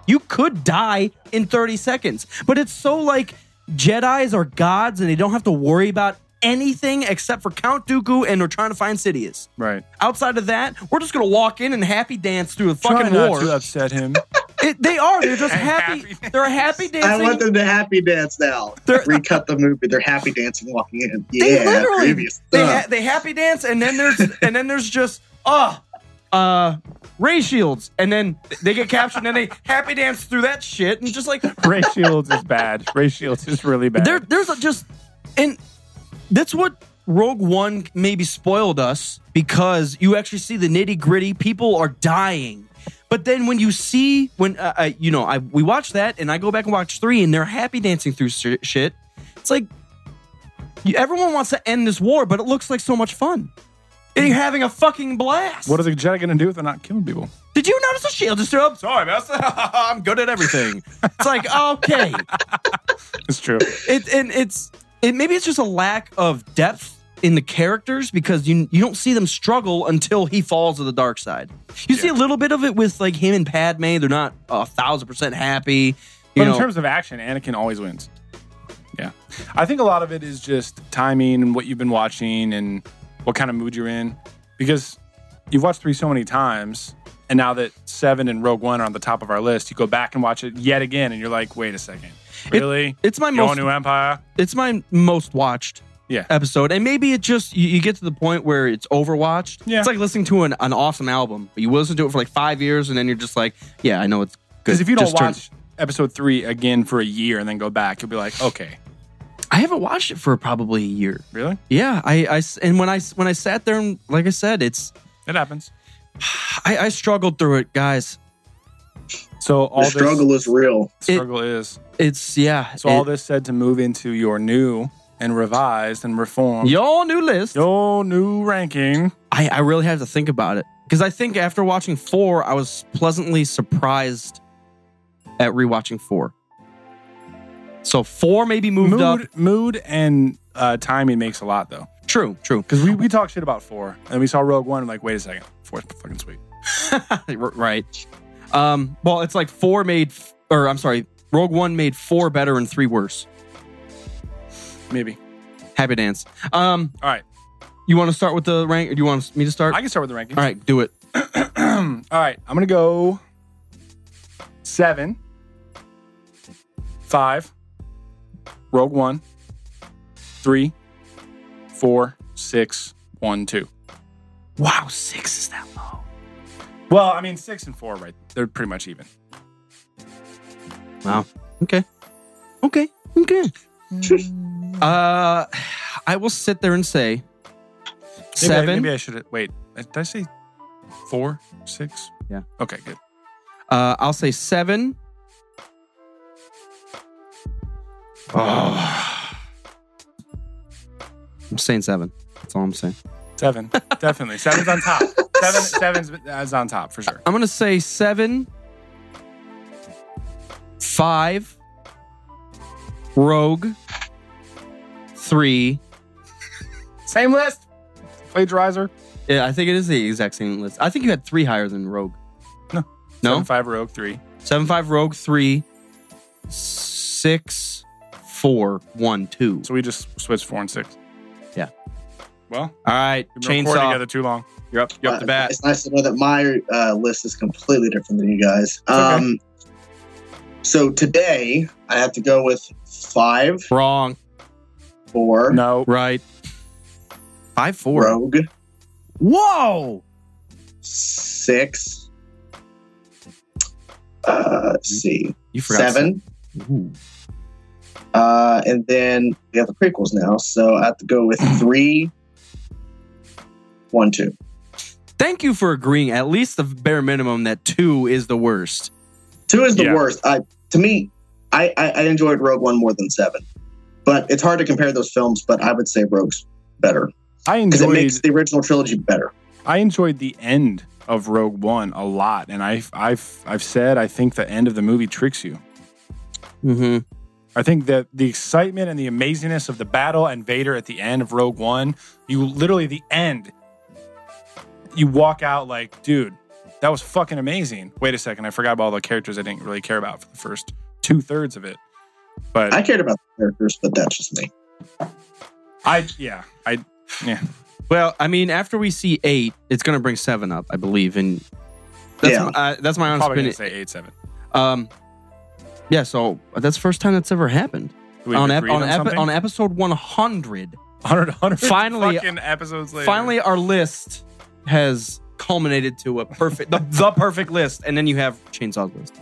You could die in 30 seconds. But it's so like Jedi's are gods and they don't have to worry about anything except for Count Dooku and we're trying to find Sidious.
Right.
Outside of that, we're just gonna walk in and happy dance through a
Try
fucking
not
war.
to uh, upset him.
It- they are. They're just happy.
Happy
They're happy
I want
dancing.
them to happy dance now.
They're-
Recut the movie. They're happy dancing walking in.
They
Yeah,
literally
previous
they,
stuff.
ha- they happy dance and then there's and then there's just uh uh Ray Shields and then they get captured and then they happy dance through that shit and just like
Ray Shields is bad. Ray Shields is really bad.
there there's a just and that's what Rogue One maybe spoiled us because you actually see the nitty gritty. People are dying, but then when you see when uh, uh, you know I we watch that and I go back and watch three and they're happy dancing through shi- shit. It's like you, everyone wants to end this war, but it looks like so much fun. And you're having a fucking blast.
what are the Jedi going to do if they're not killing people?
Did you notice the shield just threw up? Sorry, man. I'm good at everything. it's like okay,
It's true.
it and it's it maybe it's just a lack of depth in the characters because you you don't see them struggle until he falls to the dark side. You see a little bit of it with like him and Padme. They're not a thousand percent happy. You
But
know,
in terms of action, Anakin always wins. Yeah. I think a lot of it is just timing and what you've been watching and what kind of mood you're in. Because you've watched three so many times, and now that seven and Rogue One are on the top of our list, you go back and watch it yet again, and you're like, wait a second.
It-
Really?
it's my
you want
most-
New Empire?
it's my most watched
Yeah.
episode, and maybe it just you, you get to the point where it's overwatched.
Yeah.
It's like listening to an, an awesome album. You listen to it for like five years, and then you're just like, yeah, I know it's good.
Because if you don't
Just turn-
watch episode three again for a year and then go back, you'll be like, okay,
I haven't watched it for probably a year.
really?
Yeah, I, I s- and when I s- when I sat there and like I said, it's
It happens.
I, I struggled through it, guys.
So all
the
this
struggle is real.
struggle is.
It's yeah.
So all
it-
this said to move into your new and revised and reformed
your new list.
your new ranking.
I, I really had to think about it because I think after watching four, I was pleasantly surprised at rewatching four. So four maybe moved
Mood,
up.
mood and uh, timing makes a lot though,
True, true.
because we, we talk shit about four and we saw Rogue One. like, wait a second, four's fucking sweet.
R- right. Um. Well, it's like four made, f- or I'm sorry, Rogue One made four better and three worse.
Maybe.
Happy dance. Um.
All right,
You want to start with the rank, or do you want me to start?
I can start with the ranking.
All right, do it.
All right, I'm gonna go seven, five, Rogue One, three, four, six, one, two.
Wow, six is that low.
Well, I mean, six and four, right? They're pretty much even.
Wow. Okay. Okay. Okay. Mm. uh, I will sit there and say
Maybe I-
seven.
maybe I should have. Wait, did I say four, six?
Yeah.
Okay, good.
uh, I'll say seven. Oh. I'm saying seven. That's all I'm saying.
Seven, definitely. Seven's on top. Seven, seven's is on top for sure.
I'm gonna say seven, five, rogue, three.
Same list. Plagiarizer.
Yeah, I think it is the exact same list. I think you had three higher than rogue.
No.
no,
Seven, five, rogue, three.
Seven five rogue three six four one two.
So we just switched four and six.
Yeah.
Well,
All right,
we've been recording
chainsaw.
together too long.
You're up. You're up
Uh,
to bat.
It's nice to know that my uh, list is completely different than you guys. Um, So today I have to go with five,
Wrong.
four,
No.
Right. Five four.
rogue,
Whoa.
six. Uh, let's see,
You forgot
seven.
Ooh.
Mm-hmm.
Uh, and then we have the prequels now, so I have to go with
Mm-hmm.
three, one, two.
Thank you for agreeing. At least the bare minimum that two is the worst.
Two is the
Yeah.
worst. I to me, I, I I enjoyed Rogue One more than seven, but it's hard to compare those films. But I would say Rogue's better.
I
because it
enjoyed.
makes the original trilogy better.
I enjoyed the end of Rogue One a lot, and I've I've I've said I think the end of the movie tricks you.
Mm-hmm.
I think that the excitement and the amazingness of the battle and Vader at the end of Rogue One, you literally the end, you walk out like, dude, that was fucking amazing. Wait a second, I forgot about all the characters I didn't really care about for the first two thirds of it. But
I cared about the characters, but that's just me.
I yeah. I yeah.
Well, I mean, after we see eight, it's going to bring seven up, I believe, and that's
Yeah.
my, uh, that's my honest
Probably gonna
opinion.
say eight seven.
Um, yeah, so that's the first time that's ever happened
Do we
on ep-
agree
on,
on
epi-
something?
on episode one hundred.
100, 100
Finally-
fucking episodes later.
Finally, our list has culminated to a perfect the, the perfect list, and then you have chainsaws list.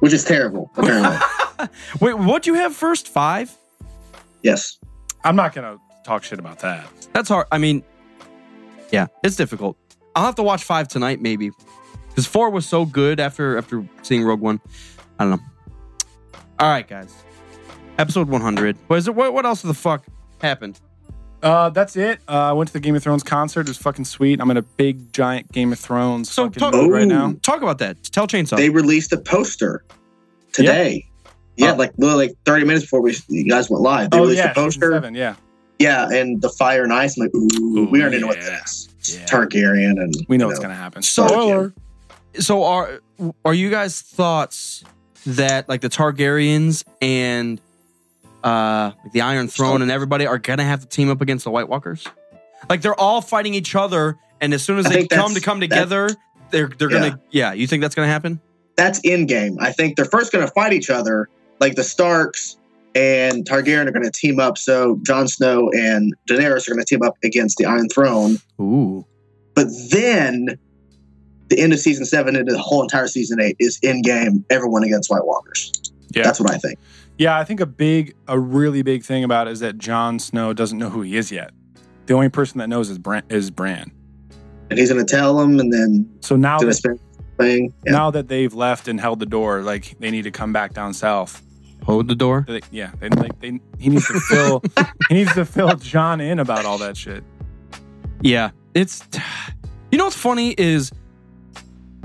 which is terrible. Apparently,
Wait, what you have first five?
yes.
I'm not gonna talk shit about that.
That's hard. I mean, yeah, it's difficult. I'll have to watch five tonight, maybe, because four was so good after after seeing Rogue One. I don't know. All right, guys, episode one hundred. What is it? What, what else the fuck happened?
Uh, that's it. Uh, I went to the Game of Thrones concert. It was fucking sweet. I'm in a big giant Game of Thrones
So
fucking
talk-
mood right now.
Ooh.
Talk about that. Tell Chainsaw.
They released a poster today. Yeah,
Oh.
like literally like 30 minutes before we you guys went live. They
oh
released
yeah,
a poster.
season seven. Yeah,
Yeah, and the fire and ice. I'm like, ooh,
Ooh,
we already know what
yeah.
that is.
Yeah.
It's Targaryen, and
we know
you
what's gonna happen.
So-
Spoiler.
so are are you guys thoughts that like the Targaryens and uh like the Iron Throne and everybody are gonna have to team up against the White Walkers? Like they're all fighting each other, and as soon as
I
they
think
come to
that's-
come
that-
together, they're they're
Yeah.
gonna yeah. You think that's gonna happen?
that's in game. I think they're first going to fight each other, like the Starks and Targaryen are going to team up. So Jon Snow and Daenerys are going to team up against the Iron Throne.
Ooh,
But then the end of season seven into the whole entire season eight is in game. Everyone against White Walkers.
Yeah,
That's what I think.
yeah. I think a big, a really big thing about it is that Jon Snow doesn't know who he is yet. The only person that knows is Bran. Is Bran.
And he's going to tell them, and then
So now,
do
that,
this thing. Yeah.
now that they've left and held the door, like they need to come back down south.
hold the door.
They- yeah, they, like they, he needs to fill, he needs to fill John in about all that shit.
Yeah, it's. You know what's funny is,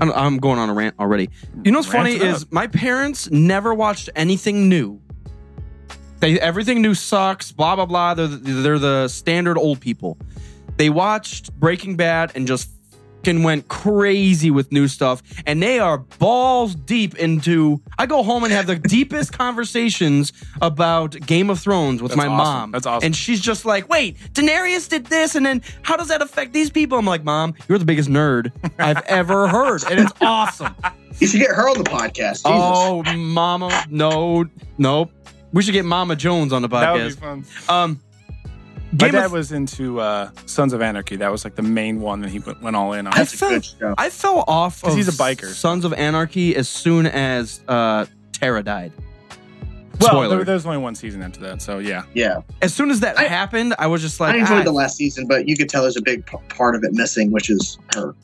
I'm, I'm going on a rant already. You know what's
Rant
funny
it up.
is my parents never watched anything new. They everything new sucks. Blah blah blah. They're the, they're the standard old people. They watched Breaking Bad and just fucking went crazy with new stuff. And they are balls deep into. I go home and have the deepest conversations about Game of Thrones with
That's
my
awesome.
mom.
That's awesome.
And she's just like, wait, Daenerys did this, and then how does that affect these people? I'm like, mom, you're the biggest nerd I've ever heard, and it's awesome.
you should get her on the podcast. Jesus.
Oh, Mama, no, nope. We should get Mama Jones on the
That would be
podcast.
fun.
Um,
My
Game
dad
of-
was into uh, Sons of Anarchy. That was like the main one that he went, went all in on.
I
That's a
fell,
good show.
I fell off
'Cause
of
he's a biker.
Sons of Anarchy as soon as uh, Tara died.
well,
Spoiler.
there, there's only one season after that, so yeah.
Yeah,
as soon as that
I-
happened, I was just like,
I enjoyed
"Ah,
the last season, but you could tell there's a big p- part of it missing, which is her.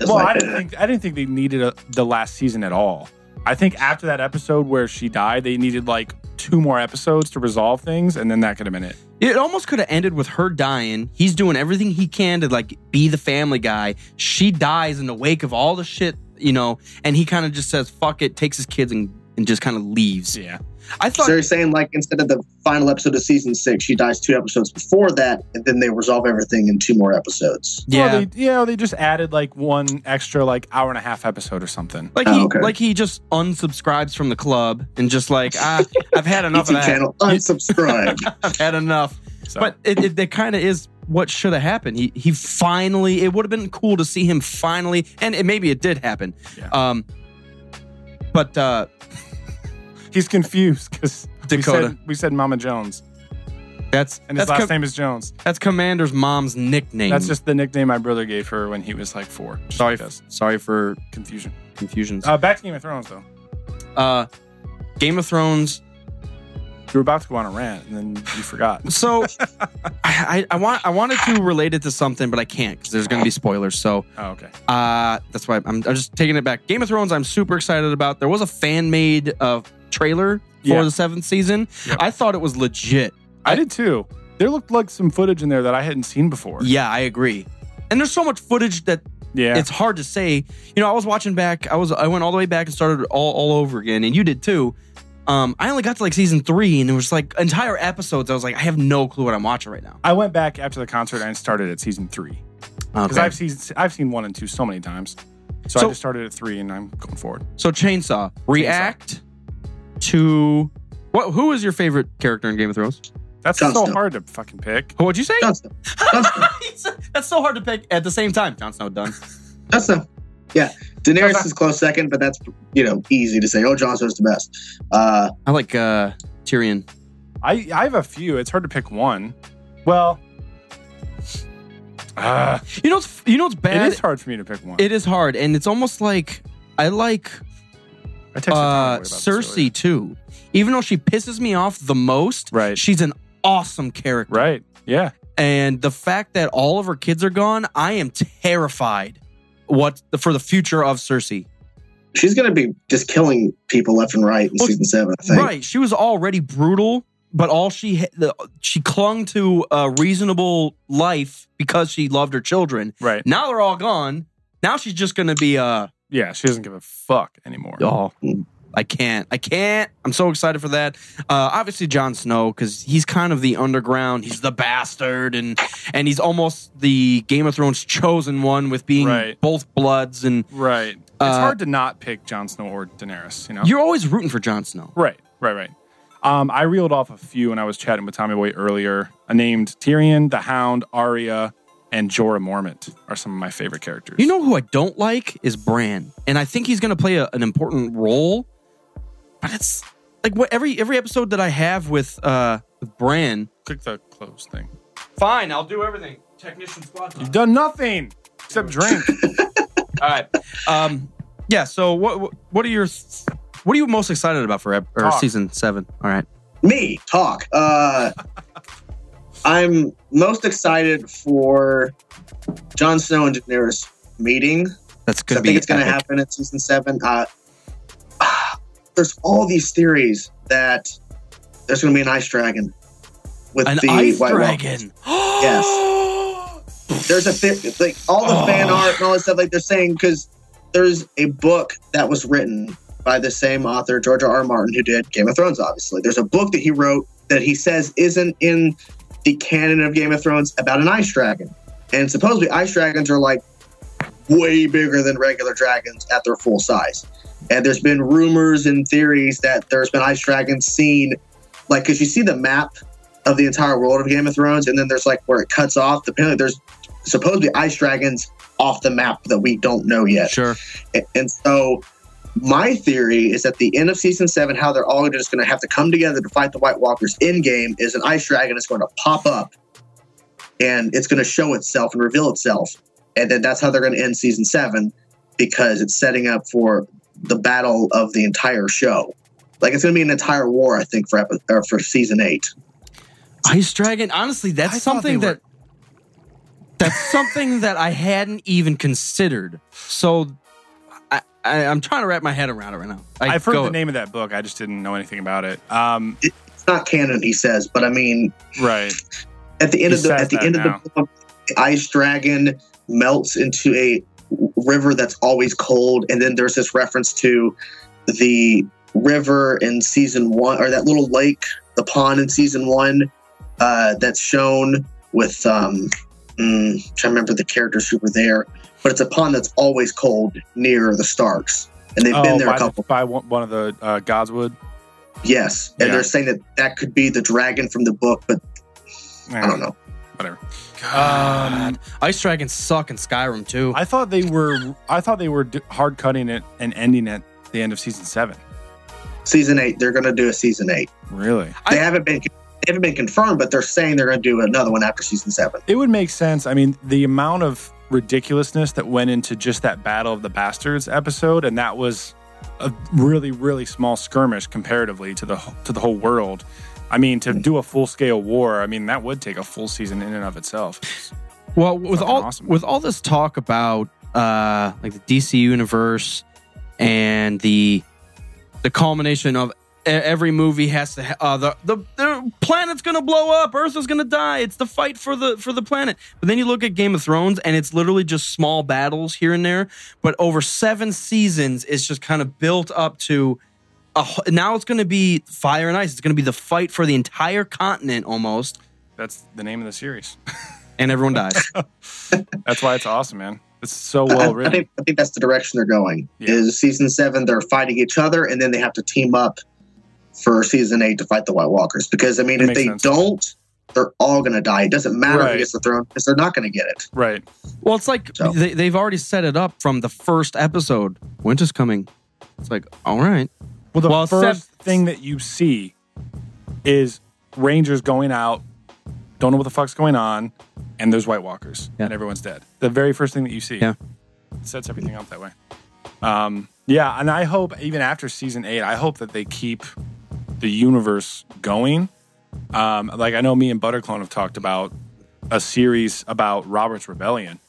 It's
Well,
like,
I didn't
uh,
think I didn't think they needed a, the last season at all. I think after that episode where she died, they needed like two more episodes to resolve things, and then that could have been it.
It almost could have ended with her dying. He's doing everything he can to like be the family guy. She dies in the wake of all the shit, you know, and he kind of just says fuck it, takes his kids and, and just kind of leaves.
Yeah,
I thought
So you're saying like instead of the final episode of season six, she dies two episodes before that, and then they resolve everything in two more episodes.
yeah.
Well, they, you know, they just added like one extra like hour and a half episode or something.
like
Oh,
he
okay.
like he just unsubscribes from the club and just like ah, I've had enough of
YouTube
that.
channel unsubscribe.
I've had enough.
So.
But it, it, that kind of is what should have happened. He he finally. It would have been cool to see him finally, and it, maybe it did happen.
Yeah.
Um, but uh,
he's confused because
Dakota.
we said, we said Mama Jones,
that's
and his
that's
last
com-
name is Jones.
that's Commander's mom's nickname.
That's just the nickname my brother gave her when he was like four. Just
sorry.
like this.
Sorry for
confusion.
confusions.
Uh, back to Game of Thrones though.
Uh, Game of Thrones.
You were about to go on a rant, and then you forgot.
So I, I I want I wanted to relate it to something, but I can't because there's going to be spoilers. So.
Oh, okay.
Uh, that's why I'm, I'm just taking it back. Game of Thrones, I'm super excited about. There was a fan made uh, trailer for
Yeah.
the seventh season.
Yep.
I thought it was legit.
I did too. There looked like some footage in there that I hadn't seen before.
Yeah, I agree. And there's so much footage that
Yeah.
it's hard to say. You know, I was watching back. I was I went all the way back and started all, all over again, and you did too. Um, I only got to like season three, and it was like entire episodes. I was like, I have no clue what I'm watching right now.
I went back after the concert and started at season three because
Okay.
I've seen I've seen one and two so many times. So,
So-
I just started at three and I'm going forward.
So Chainsaw, react to what? Who is your favorite character in Game of Thrones?
That's
Jon
so
Snow.
hard to fucking pick.
What'd you say?
Jon Snow. Jon Snow.
That's so hard to pick at the same time. Jon Snow done.
Jon Snow. Yeah. Daenerys is close second, but that's you know easy to say. Oh, Jon Snow's the best. Uh,
I like uh, Tyrion.
I I have a few. It's hard to pick one. Well, ah,
You know, what's, you know what's
it
bad.
is hard for me to pick one.
It is hard, and it's almost like I like
I texted Tyler
uh,
about this
Cersei
earlier.
too. Even though she pisses me off the most,
Right.
She's an awesome character,
Right. Yeah.
And the fact that all of her kids are gone, I am terrified. What for the future of Cersei?
she's gonna be just killing people left and right in
Well,
season seven. I think.
Right, she was already brutal, but all she ha- the, she clung to a reasonable life because she loved her children.
Right.
Now they're all gone. Now she's just gonna be uh
Yeah. She doesn't give a fuck anymore.
oh.
mm.
I can't. I can't. I'm so excited for that. Uh, obviously, Jon Snow because he's kind of the underground. He's the bastard, and and he's almost the Game of Thrones chosen one with being
Right.
both bloods. And
Right. It's
Uh,
hard to not pick Jon Snow or Daenerys. You know.
you're always rooting for Jon Snow.
Right, right, right. Um, I reeled off a few when I was chatting with Tommy Boy earlier. I named Tyrion, the Hound, Arya, and Jorah Mormont are some of my favorite characters.
You know who I don't like is Bran, and I think he's going to play a, an important role. But it's like what every every episode that I have with uh with Bran.
click the close thing.
Fine, I'll do everything. Technician squad.
You've done nothing except drink.
All right. Um. Yeah. So what what are your what are you most excited about for ep- or
Talk.
season seven? All right.
me talk uh i'm most excited for Jon snow and daenerys meeting 'cause
That's
i
gonna
think
be.
it's gonna
epic.
happen in season seven uh ah, there's all these theories that there's gonna be an ice dragon with
An
the
ice
White Walkers.
dragon.
there's a thi- like all the fan
Oh.
art and all that stuff like they're saying because there's a book that was written by the same author george r r martin who did game of thrones obviously there's a book that he wrote that he says isn't in the canon of game of thrones about an ice dragon and supposedly ice dragons are like way bigger than regular dragons at their full size and there's been rumors and theories that there's been ice dragons seen like because you see the map of the entire world of game of thrones and then there's like where it cuts off the apparently there's supposedly ice dragons off the map that we don't know yet.
Sure.
A- And so my theory is at the end of season seven, how they're all just going to have to come together to fight the White Walkers in game is an ice dragon is going to pop up and it's going to show itself and reveal itself. And then that's how they're going to end season seven because it's setting up for the battle of the entire show. Like it's going to be an entire war, I think, for epi- or for season eight.
Ice Dragon. Honestly, that's
I thought
something
they
that that's something that I hadn't even considered. So I, I I'm trying to wrap my head around it right now. I,
I've heard
go-
the name of that book. I just didn't know anything about it. Um,
It's not canon, he says, but I mean,
right.
at the end
He
of the
says
at the
that
end
now.
of the book, the ice dragon melts into a river that's always cold, and then there's this reference to the river in season one, or that little lake, the pond in season one, uh, that's shown with um, mm, I'm trying to remember the characters who were there, but it's a pond that's always cold near the Starks, and they've been there
Oh, by,
a couple.
by one, one of the uh, Godswood.
Yes, and
Yeah.
they're saying that that could be the dragon from the book, but I don't know.
Whatever. Um,
God. Ice Dragons suck in Skyrim too.
I thought they were. I thought they were d- hard cutting it and ending it at the end of season seven.
Season eight, they're going to do a season eight.
Really.
they haven't been they haven't been confirmed, but they're saying they're going to do another one after season seven.
It would make sense. I mean, the amount of ridiculousness that went into just that Battle of the Bastards episode, and that was a really, really small skirmish comparatively to the to the whole world. I mean, to do a full scale war, I mean, that would take a full season in and of itself.
Well, with
Fucking
all
awesome.
with all this talk about uh, like the DC universe and the the culmination of e- every movie has to ha- uh, the, the the planet's gonna blow up, Earth is gonna die. It's the fight for the for the planet. But then you look at Game of Thrones, and it's literally just small battles here and there. But over seven seasons, it's just kind of built up to. A, wh- now it's going to be fire and ice. It's going to be the fight for the entire continent almost,
That's the name of the series.
and everyone dies.
That's why it's awesome, man. It's so well
I, I
written.
think I think that's the direction they're going.
Yeah.
Is season seven they're fighting each other, and then they have to team up for season eight to fight the White Walkers because I mean,
That
if
makes
they
sense.
don't, they're all going to die. It doesn't matter
Right.
who gets the throne because they're not going to get it.
Right.
Well, it's like
So-
they, they've already set it up from the first episode. Winter's coming. It's like, all right.
Well, the
Well,
first
Seb-
thing that you see is Rangers going out, don't know what the fuck's going on, and there's White Walkers,
Yeah.
and everyone's dead. The very first thing that you see
Yeah.
sets everything up that way. Um, yeah, and I hope even after season eight, I hope that they keep the universe going. Um, like I know me and Butterclone have talked about a series about Robert's Rebellion,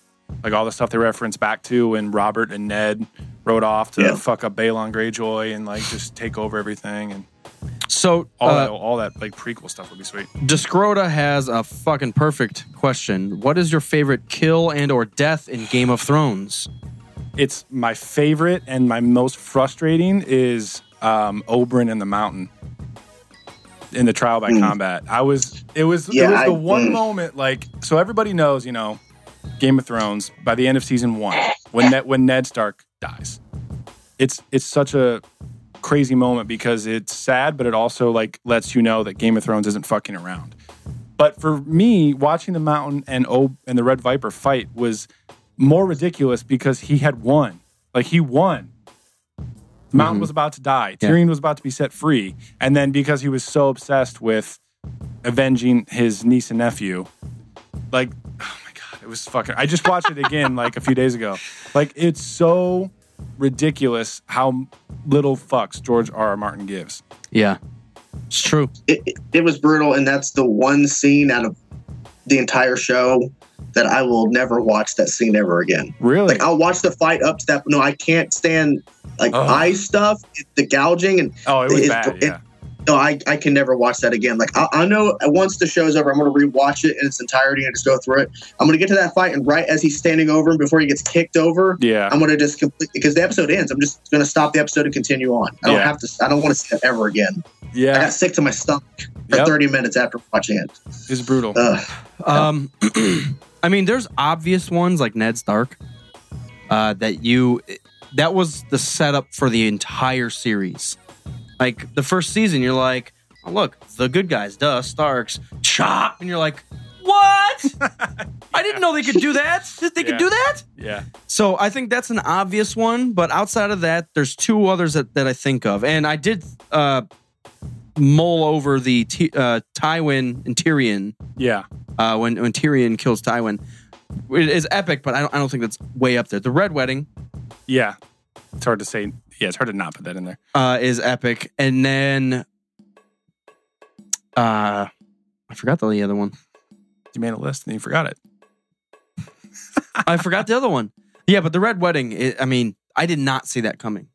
like all the stuff they reference back to when Robert and Ned rode off to
Yeah.
fuck up Balon Greyjoy and like just take over everything and
So,
all
uh,
that, all that like prequel stuff would be sweet.
Descrota has a fucking perfect question. What is your favorite kill and or death in Game of Thrones?
It's my favorite and my most frustrating is um, Oberyn in the mountain in the trial by combat. I was it was it
Hmm. Yeah,
was the
I-
one
mm.
moment like so everybody knows you know Game of Thrones by the end of season one when Ned, when Ned Stark dies. It's it's such a crazy moment because it's sad, but it also like lets you know that Game of Thrones isn't fucking around. But for me, watching the Mountain and O and the Red Viper fight was more ridiculous because he had won. Like he won. The Mountain
Mm-hmm.
was about to die.
Yeah.
Tyrion was about to be set free, and then because he was so obsessed with avenging his niece and nephew, like oh my god, it was fucking. I just watched it again like a few days ago. Like it's so ridiculous how little fucks George R. R. Martin gives.
Yeah. It's true.
it, it- it was brutal and that's the one scene out of the entire show that i will never watch that scene ever again
Really?
like i'll watch the fight up to that no i can't stand like
Ugh.
eye stuff the gouging and
oh, it was
it's-
bad.
it-
Yeah.
no I, I can never watch that again like I, I know once the show's over i'm gonna rewatch it in its entirety and just go through it i'm gonna get to that fight and right as he's standing over him before he gets kicked over
Yeah.
I'm gonna just complete because the episode ends. I'm just gonna stop the episode and continue on. I don't
Yeah.
have to. I don't want to see that ever again. I
Yeah.
got sick to my stomach for
Yep.
30 minutes after watching it.
It's brutal.
Ugh.
Um, I mean, there's obvious ones like Ned Stark uh, that you that was the setup for the entire series. Like the first season, you're like, oh, look, the good guys, duh, Starks, chop, and you're like, what? I didn't know they could do that. They could
Yeah.
do that.
yeah.
So I think that's an obvious one, but outside of that, there's two others that, that I think of, and I did uh, mull over the T- uh, Tywin and Tyrion
Yeah.
uh, when when Tyrion kills Tywin. It is epic, but I don't, I don't think that's way up there. The Red Wedding
Yeah. It's hard to say. Yeah, it's hard to not put that in there.
uh, is epic, and then uh, I forgot the other one.
You made a list and you forgot it.
I forgot the other one. Yeah, but the Red Wedding. It, I mean, I did not see that coming.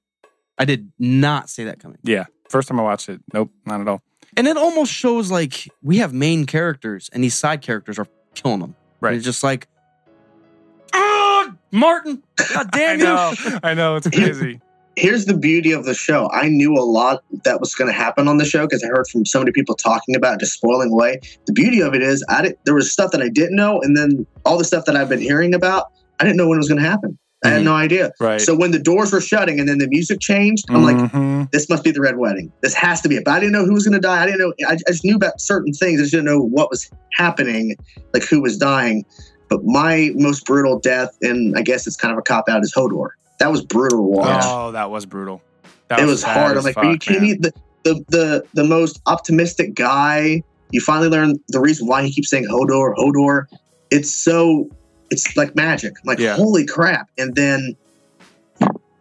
I did not see that coming.
Yeah. First time I watched it. Nope, not at all.
And it almost shows like we have main characters and these side characters are killing them.
Right.
And it's just like, "Ugh, Ah, Martin, God
I
damn you.
know. I know. It's crazy.
Here's the beauty of the show. I knew a lot that was going to happen on the show because I heard from so many people talking about it, just spoiling away. The beauty of it is, I did, there was stuff that I didn't know, and then all the stuff that I've been hearing about, I didn't know when it was going to happen. I had no idea.
Right.
So when the doors were shutting and then the music changed, I'm like,
Mhm.
this must be the red wedding. This has to be it. But I didn't know who was going to die. I didn't know. I, I just knew about certain things. I just didn't know what was happening, like who was dying. But my most brutal death, and I guess it's kind of a cop out, is Hodor. That was brutal to watch.
Oh, that was brutal. That
it was
sad
hard. I'm
as
like,
fuck,
are you kidding
man.
me? The, the the the most optimistic guy. You finally learn the reason why he keeps saying Hodor, Hodor. It's so it's like magic. I'm like
Yeah.
holy crap! And then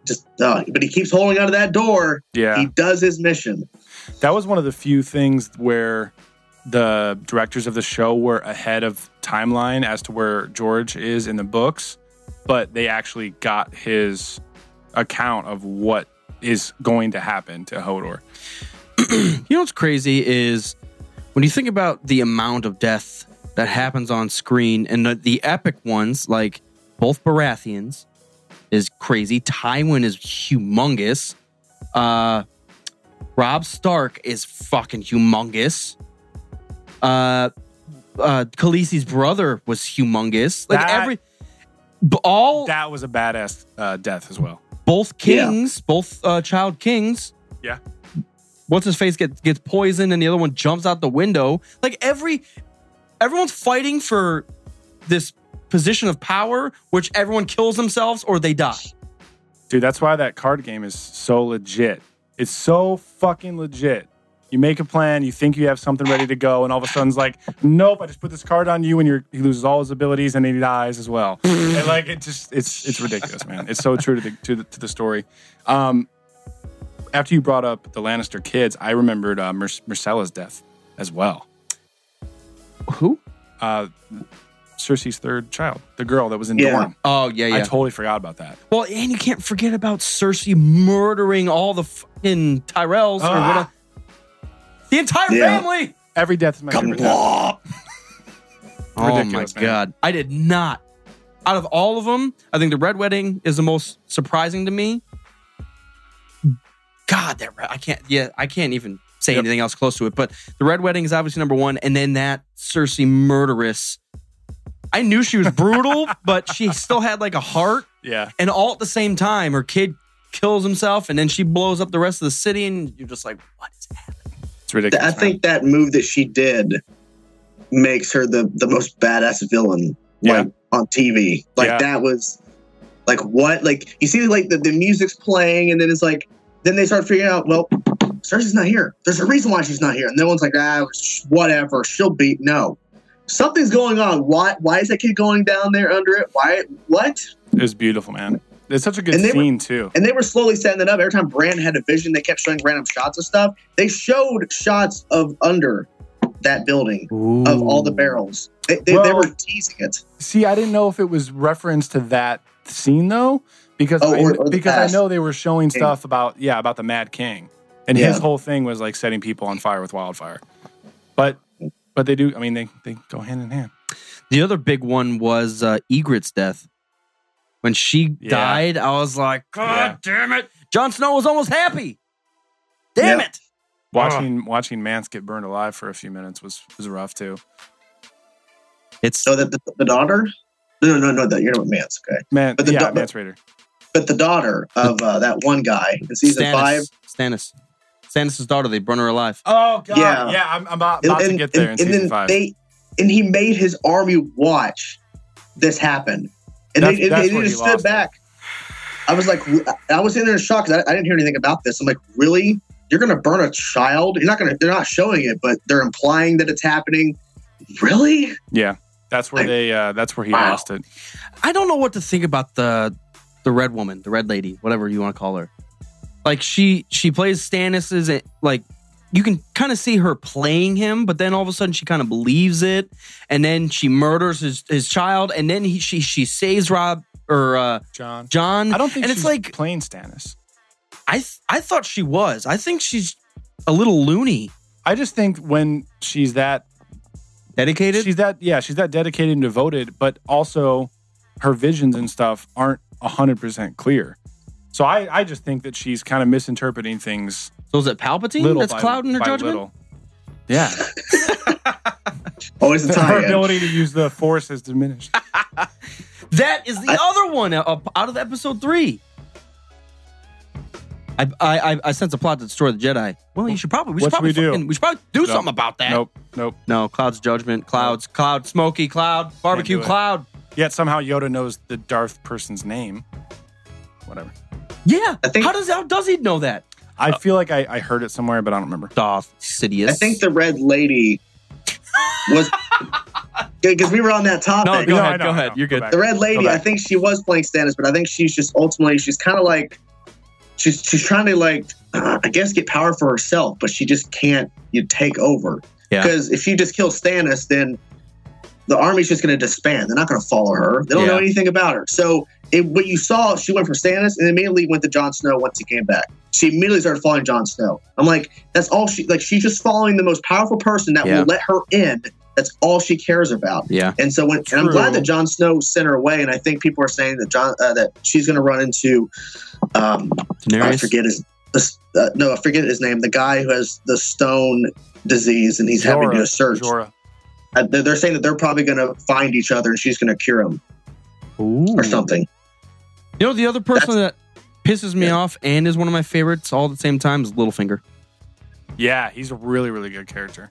just uh, but he keeps holding out of that door.
Yeah.
He does his mission.
that was one of the few things where the directors of the show were ahead of timeline as to where George is in the books, but they actually got his account of what is going to happen to Hodor.
You know what's crazy is when you think about the amount of death that happens on screen and the, the epic ones, like both Baratheons is crazy. Tywin is humongous. Uh, Rob Stark is fucking humongous. Uh, uh, Khaleesi's brother was humongous. Like
That-
every, b- all
That was a badass uh, death as well.
both
Yeah.
kings, both uh, child kings,
Yeah.
what's his face gets gets poisoned and the other one jumps out the window. Like every everyone's fighting for this position of power, which everyone kills themselves or they die.
Dude, that's why that card game is so legit. It's so fucking legit. You make a plan, you think you have something ready to go, and all of a sudden it's like, nope, I just put this card on you, and you're, he loses all his abilities and he dies as well. and like it just, it's it's ridiculous, man. It's so true to the to the, to the story. Um, after you brought up the Lannister kids, I remembered uh, Mer- Marcella's death as well.
Who?
Uh, Cersei's third child, the girl that was in
Yeah.
Dorne.
Oh yeah,
I totally forgot about that.
well, and you can't forget about Cersei murdering all the fucking Tyrells or
Ah.
whatever. The entire
Yeah.
family.
Every death is my favorite death.
Oh my
Ridiculous, man.
god! I did not. Out of all of them, I think the Red Wedding is the most surprising to me. God, that Red- I can't. Yeah, I can't even say
Yep.
anything else close to it. But the Red Wedding is obviously number one, and then that Cersei murderess. I knew she was brutal, but she still had like a heart,
Yeah.
and all at the same time, her kid kills himself, and then she blows up the rest of the city, and you're just like, what is happening?
It's ridiculous.
I
man.
think that move that she did makes her the the most badass villain like on TV. Like
Yeah.
that was like what like you see like the, the music's playing and then it's like then they start figuring out well Cersei's not here. There's a reason why she's not here. And no one's like ah sh- whatever she'll beat no. Something's going on. Why why is that kid going down there under it? Why what?
it was beautiful, man. It's such a good
And they were-
scene too.
And they were slowly setting it up. Every time Brand had a vision, they kept showing random shots of stuff. They showed shots of under that building of all the barrels. They, they, they
Well-
were teasing it.
See, I didn't know if it was reference to that scene though, because
Oh,
I,
or- or the
because I
past.
know they were showing
King.
stuff about yeah about the Mad King, and his
Yeah.
whole thing was like setting people on fire with wildfire. But but they do. I mean, they they go hand in hand.
The other big one was uh, Egret's death. When she
Yeah.
died, I was like, God damn it. Jon Snow was almost happy. Damn
Yeah.
it.
Watching watching Mance get burned alive for a few minutes was was rough too.
It's
So that the, the daughter, no, no, no, that you're not man's okay.
Man,
But the
yeah,
do-
Mance Raider.
But the daughter of uh, that one guy in season
Stannis.
five,
Stannis. Stannis' daughter, they burn her alive.
Oh god,
Yeah.
yeah. I'm, I'm about, about to get there in
and
season
then
five.
they, and he made his army watch this happen, and
That's-
they, and
that's
they
where he
just
lost
stood
it.
back. I was like, I was in there in shock because I, I didn't hear anything about this. I'm like, really? You're gonna burn a child? You're not gonna? They're not showing it, but they're implying that it's happening. Really?
yeah, that's where
Like-
they. Uh, that's where he
Wow.
lost it.
I don't know what to think about the the red woman, the red lady, whatever you want to call her. Like she she plays Stannis's eh, like you can kind of see her playing him, but then all of a sudden she kind of believes it, and then she murders his, his child, and then he, she she saves Rob or uh,
John.
John.
I don't think
and
she's
it's like
playing Stannis.
I th- I thought she was. I think she's a little loony,
I just think when she's that
dedicated.
she's that yeah she's that dedicated and devoted but also her visions and stuff aren't 100% clear so i, I just think that she's kind of misinterpreting things
so is it Palpatine
little
that's
by,
clouding her
by
judgment?
little. yeah
Always the
her
time.
ability to use the force has diminished
That is the other one uh, up out of episode three. I, I I- I sense a plot to destroy the Jedi. Well, you should probably we should
What should
probably
we do?
fucking- we should probably do
Nope.
something about that.
nope nope
No, Cloud's judgment. Clouds, Cloud, Smoky, Cloud, Barbecue,
do it.
Cloud.
yet somehow yoda knows the darth person's name whatever
Yeah.
I think-
how does how does he know that?
i feel like I, I heard it somewhere but i don't remember
Darth Sidious.
I think the red lady was because we were on that topic.
No, go
No, I
ahead,
know,
go
I
ahead.
know.
You're
Go
good.
back.
the red lady
Go back.
i think she was playing stannis but i think she's just ultimately she's kind of like she's she's trying to like uh, i guess get power for herself but she just can't you take over
Yeah.
because if she just kills stannis then the army's just going to disband they're not going to follow her they don't know
Yeah.
anything about her so it, what you saw she went from stannis and immediately went to Jon snow once he came back she immediately started following Jon Snow. I'm like, that's all she like. She's just following the most powerful person that
Yeah.
will let her in. That's all she cares about.
Yeah.
And so when and I'm
True.
glad that Jon Snow sent her away, and I think people are saying that John uh, that she's going to run into um, I
Daenerys.
forget his this, uh, no I forget his name the guy who has the stone disease and he's having to do a search.
Jorah.
Uh, they're, they're saying that they're probably going to find each other and she's going to cure him
Ooh.
or
Hmm.
something.
You know the other person that pisses me
Yeah.
off and is one of my favorites all at the same time is Littlefinger.
Yeah, he's a really, really good character.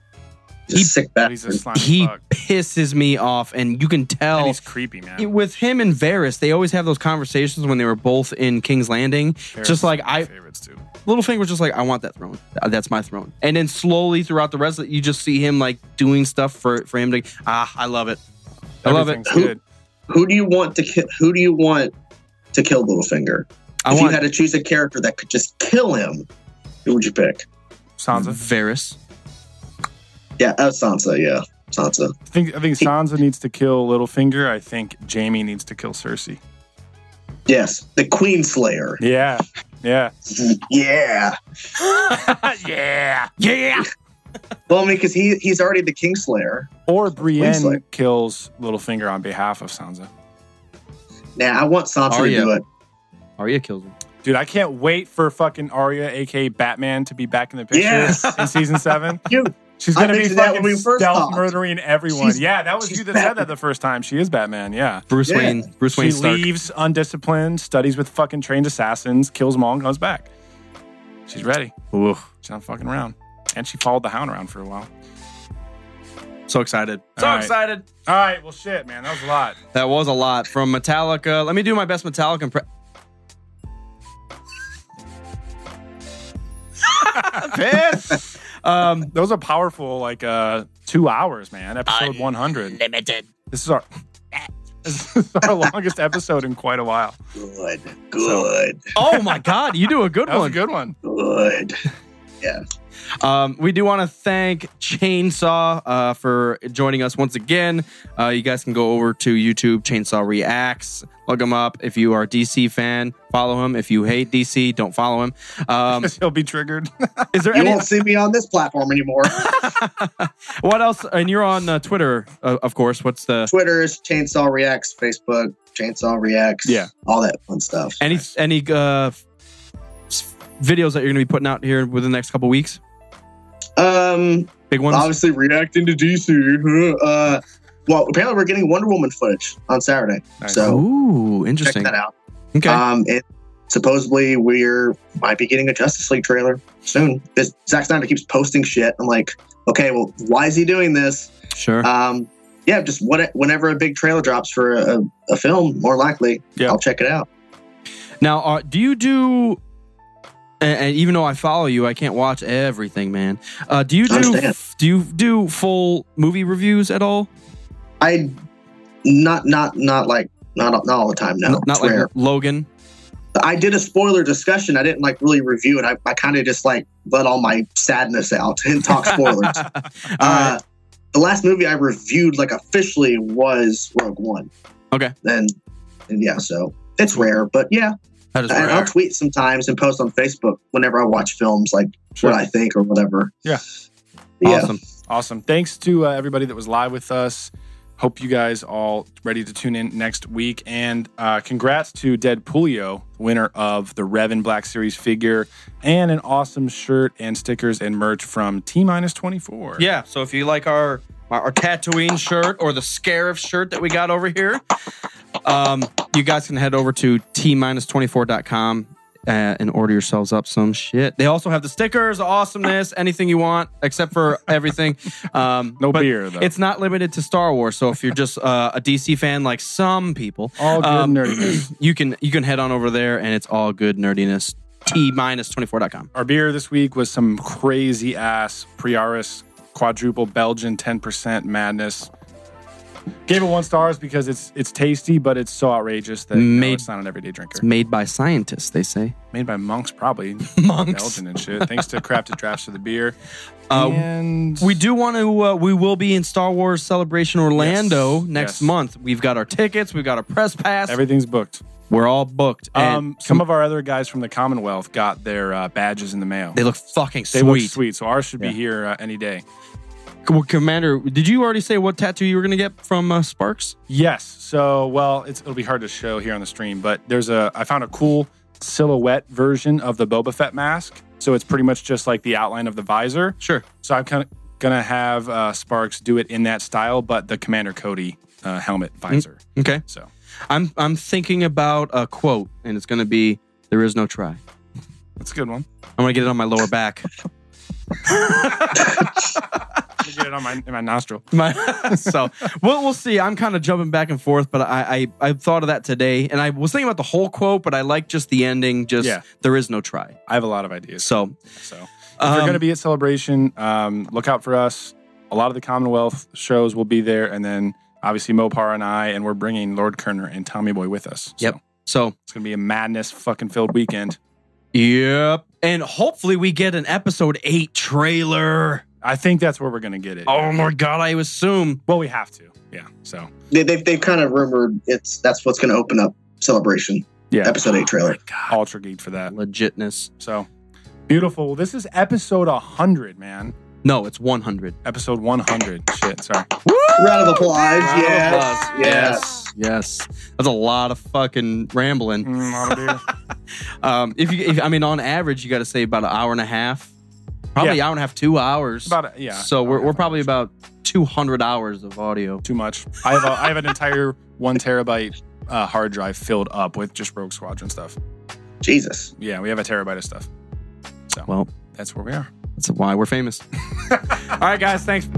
He's a sick
But he's a
bastard.
slimy
He
fuck.
pisses me off, and you can
And
tell
he's creepy, man.
it- with him and Varys, they always have those conversations when they were both in King's Landing.
Varys is
just like
one of my
I,
favorites too.
Littlefinger was just like, I want that throne. Uh, That's my throne. And then slowly throughout the rest of it, you just see him like doing stuff for for him to. Ah, I love it. I love it.
Everything's Good.
Who do you want to kill? Who do you want to kill Littlefinger?
I
if
want
you had to choose a character that could just kill him, who would you pick?
Sansa.
Varys.
Yeah, oh, Sansa. Yeah, Sansa.
I think I think Sansa needs to kill Littlefinger. I think Jamie needs to kill Cersei.
Yes, the Queen Slayer.
Yeah. Yeah.
Yeah.
yeah. Yeah.
Well, I mean, because he he's already the King Slayer.
Or Brienne
Queenslayer.
kills Littlefinger on behalf of Sansa.
Now I want Sansa
Arya.
to do it.
Arya kills him.
Dude, I can't wait for fucking Arya, aka Batman, to be back in the picture
Yes.
in season seven.
Dude,
She's
I
gonna be
mentioned that
fucking
when we
stealth
first talked.
murdering everyone.
She's-
yeah, that was
she's
you that said
Batman.
that the first time. She is Batman. Yeah.
Bruce
Yeah.
Wayne. Bruce
She
Wayne Stark.
leaves undisciplined, studies with fucking trained assassins, kills them all, and comes back. She's ready. She's not fucking around. And she followed the hound around for a while.
So excited.
So
excited.
All right, well, shit, man. That was a lot.
That was a lot from Metallica. Let me do my best Metallica impression. Piss. Um,
Those are powerful, like, uh, two hours, man. Episode 100. Limited. This is our. This is our longest episode in quite a while.
Good. Good.
oh my God, you do a good
That was a
one.
good one.
Good.
Um, we do want to thank Chainsaw uh, for joining us once again. Uh, you guys can go over to YouTube, Chainsaw Reacts. Look him up. If you are a DC fan, follow him. If you hate DC, don't follow him. Um,
He'll be triggered.
is there
You
any?
won't see me on this platform anymore.
What else? And you're on uh, Twitter, uh, of course. What's the
Twitter is Chainsaw Reacts, Facebook Chainsaw Reacts,
Yeah.
all that fun stuff.
any any uh, f- videos that you're going to be putting out here within the next couple weeks?
Um,
Big ones.
obviously reacting to DC. huh? Uh, well, apparently we're getting Wonder Woman footage on Saturday,
Nice.
so
Ooh,
check
interesting.
that out.
Okay.
Um, and supposedly we're might be getting a Justice League trailer soon. This Zack Snyder keeps posting shit. I'm like, okay, well, why is he doing this?
sure.
Um, yeah, just what, whenever a big trailer drops for a, a film, more likely,
Yeah.
I'll check it out.
Now, uh, do you do? And, and even though I follow you, I can't watch everything, man. Uh, do you do?
Understand.
do you do full movie reviews at all?
I not not not like not not all the time. No,
N- not
it's rare.
like Logan.
I did a spoiler discussion. I didn't like really review it. I, I kind of just like let all my sadness out and talk spoilers.
All
uh,
right.
The last movie I reviewed like officially was Rogue One.
Okay.
And and yeah, so it's rare, but yeah,
That is
and
rare.
I'll tweet sometimes and post on Facebook whenever I watch films, like
Sure.
what I think or whatever.
Yeah.
Yeah.
Awesome.
Awesome. Thanks to uh, everybody that was live with us. Hope you guys all ready to tune in next week. And uh, congrats to Dead Pulio, winner of the Revan Black Series figure and an awesome shirt and stickers and merch from T minus 24.
Yeah. So if you like our our, our Tatooine shirt or the Scarif shirt that we got over here, um, you guys can head over to t-24.com uh, and order yourselves up some shit. They also have the stickers, awesomeness, anything you want, except for everything. Um,
No
but
beer, though.
It's not limited to Star Wars. So if you're just uh, a DC fan, like some people,
All good
um,
nerdiness.
you can you can head on over there, and it's all good nerdiness. T-24.com.
Our beer this week was some crazy ass Priaris quadruple Belgian 10% madness. Gave it one stars because it's it's tasty, but it's so outrageous that no,
Made-
it's not an everyday drinker.
It's made by scientists, they say.
Made by monks, probably.
Monks.
Belgian and shit. Thanks to Crafted Drafts for the beer.
Uh,
and
We do want to. Uh, we will be in Star Wars Celebration Orlando
Yes,
next
yes.
month. We've got our tickets. We've got our press pass.
everything's booked.
We're all booked. And
Um, some of our other guys from the Commonwealth got their uh, badges in the mail.
they look fucking
They
sweet.
look sweet. So ours should
Yeah.
be here uh, any day.
Well, Commander, did you already say what tattoo you were going to get from uh, Sparks?
Yes. So well, it's, it'll be hard to show here on the stream, but there's a I found a cool silhouette version of the Boba Fett mask. So it's pretty much just like the outline of the visor.
Sure.
So I'm kind of gonna have uh, Sparks do it in that style, but the Commander Cody uh, helmet
Mm-hmm.
visor.
Okay.
So
I'm I'm thinking about a quote, and it's going to be "There is no try."
that's a good one.
I'm going to get it on my lower back.
Let me get it on my, in my nostril.
My, so we'll, we'll see. I'm kind of jumping back and forth, but I, I I thought of that today, and I was thinking about the whole quote, but I like just the ending. Just
Yeah.
there is no try.
I have a lot of ideas.
So
So if
Um,
you're going to be at Celebration, um, look out for us. A lot of the Commonwealth shows will be there, and then obviously Mopar and I, and we're bringing Lord Kerner and Tommy Boy with us.
Yep.
So
so
it's going to be a madness fucking filled weekend.
yep, and hopefully we get an episode eight trailer.
I think that's where we're going to get it.
Oh my god, I assume.
well, we have to. Yeah. So
They, they've they've kind of rumored it's that's what's going to open up celebration
yeah,
episode eight trailer.
ultra geek for that.
Legitness.
So beautiful. This is episode 100, man.
No, it's 100.
Episode 100. Shit. Sorry.
Round of applause!
Round of
yes,
applause.
yes.
Yes. That's a lot of fucking rambling.
Mm, lot of beer.
Um, if you, if, I mean, on average, you got to say about an hour and a half, probably
Yeah.
hour and a half, two hours.
About a- yeah.
So we're, we're probably about 200 hours of audio.
too much. I have a, I have an entire one terabyte uh, hard drive filled up with just Rogue Squadron stuff.
Jesus.
Yeah, we have a terabyte of stuff. So
Well,
that's where we are.
that's why we're famous. All right, guys. Thanks.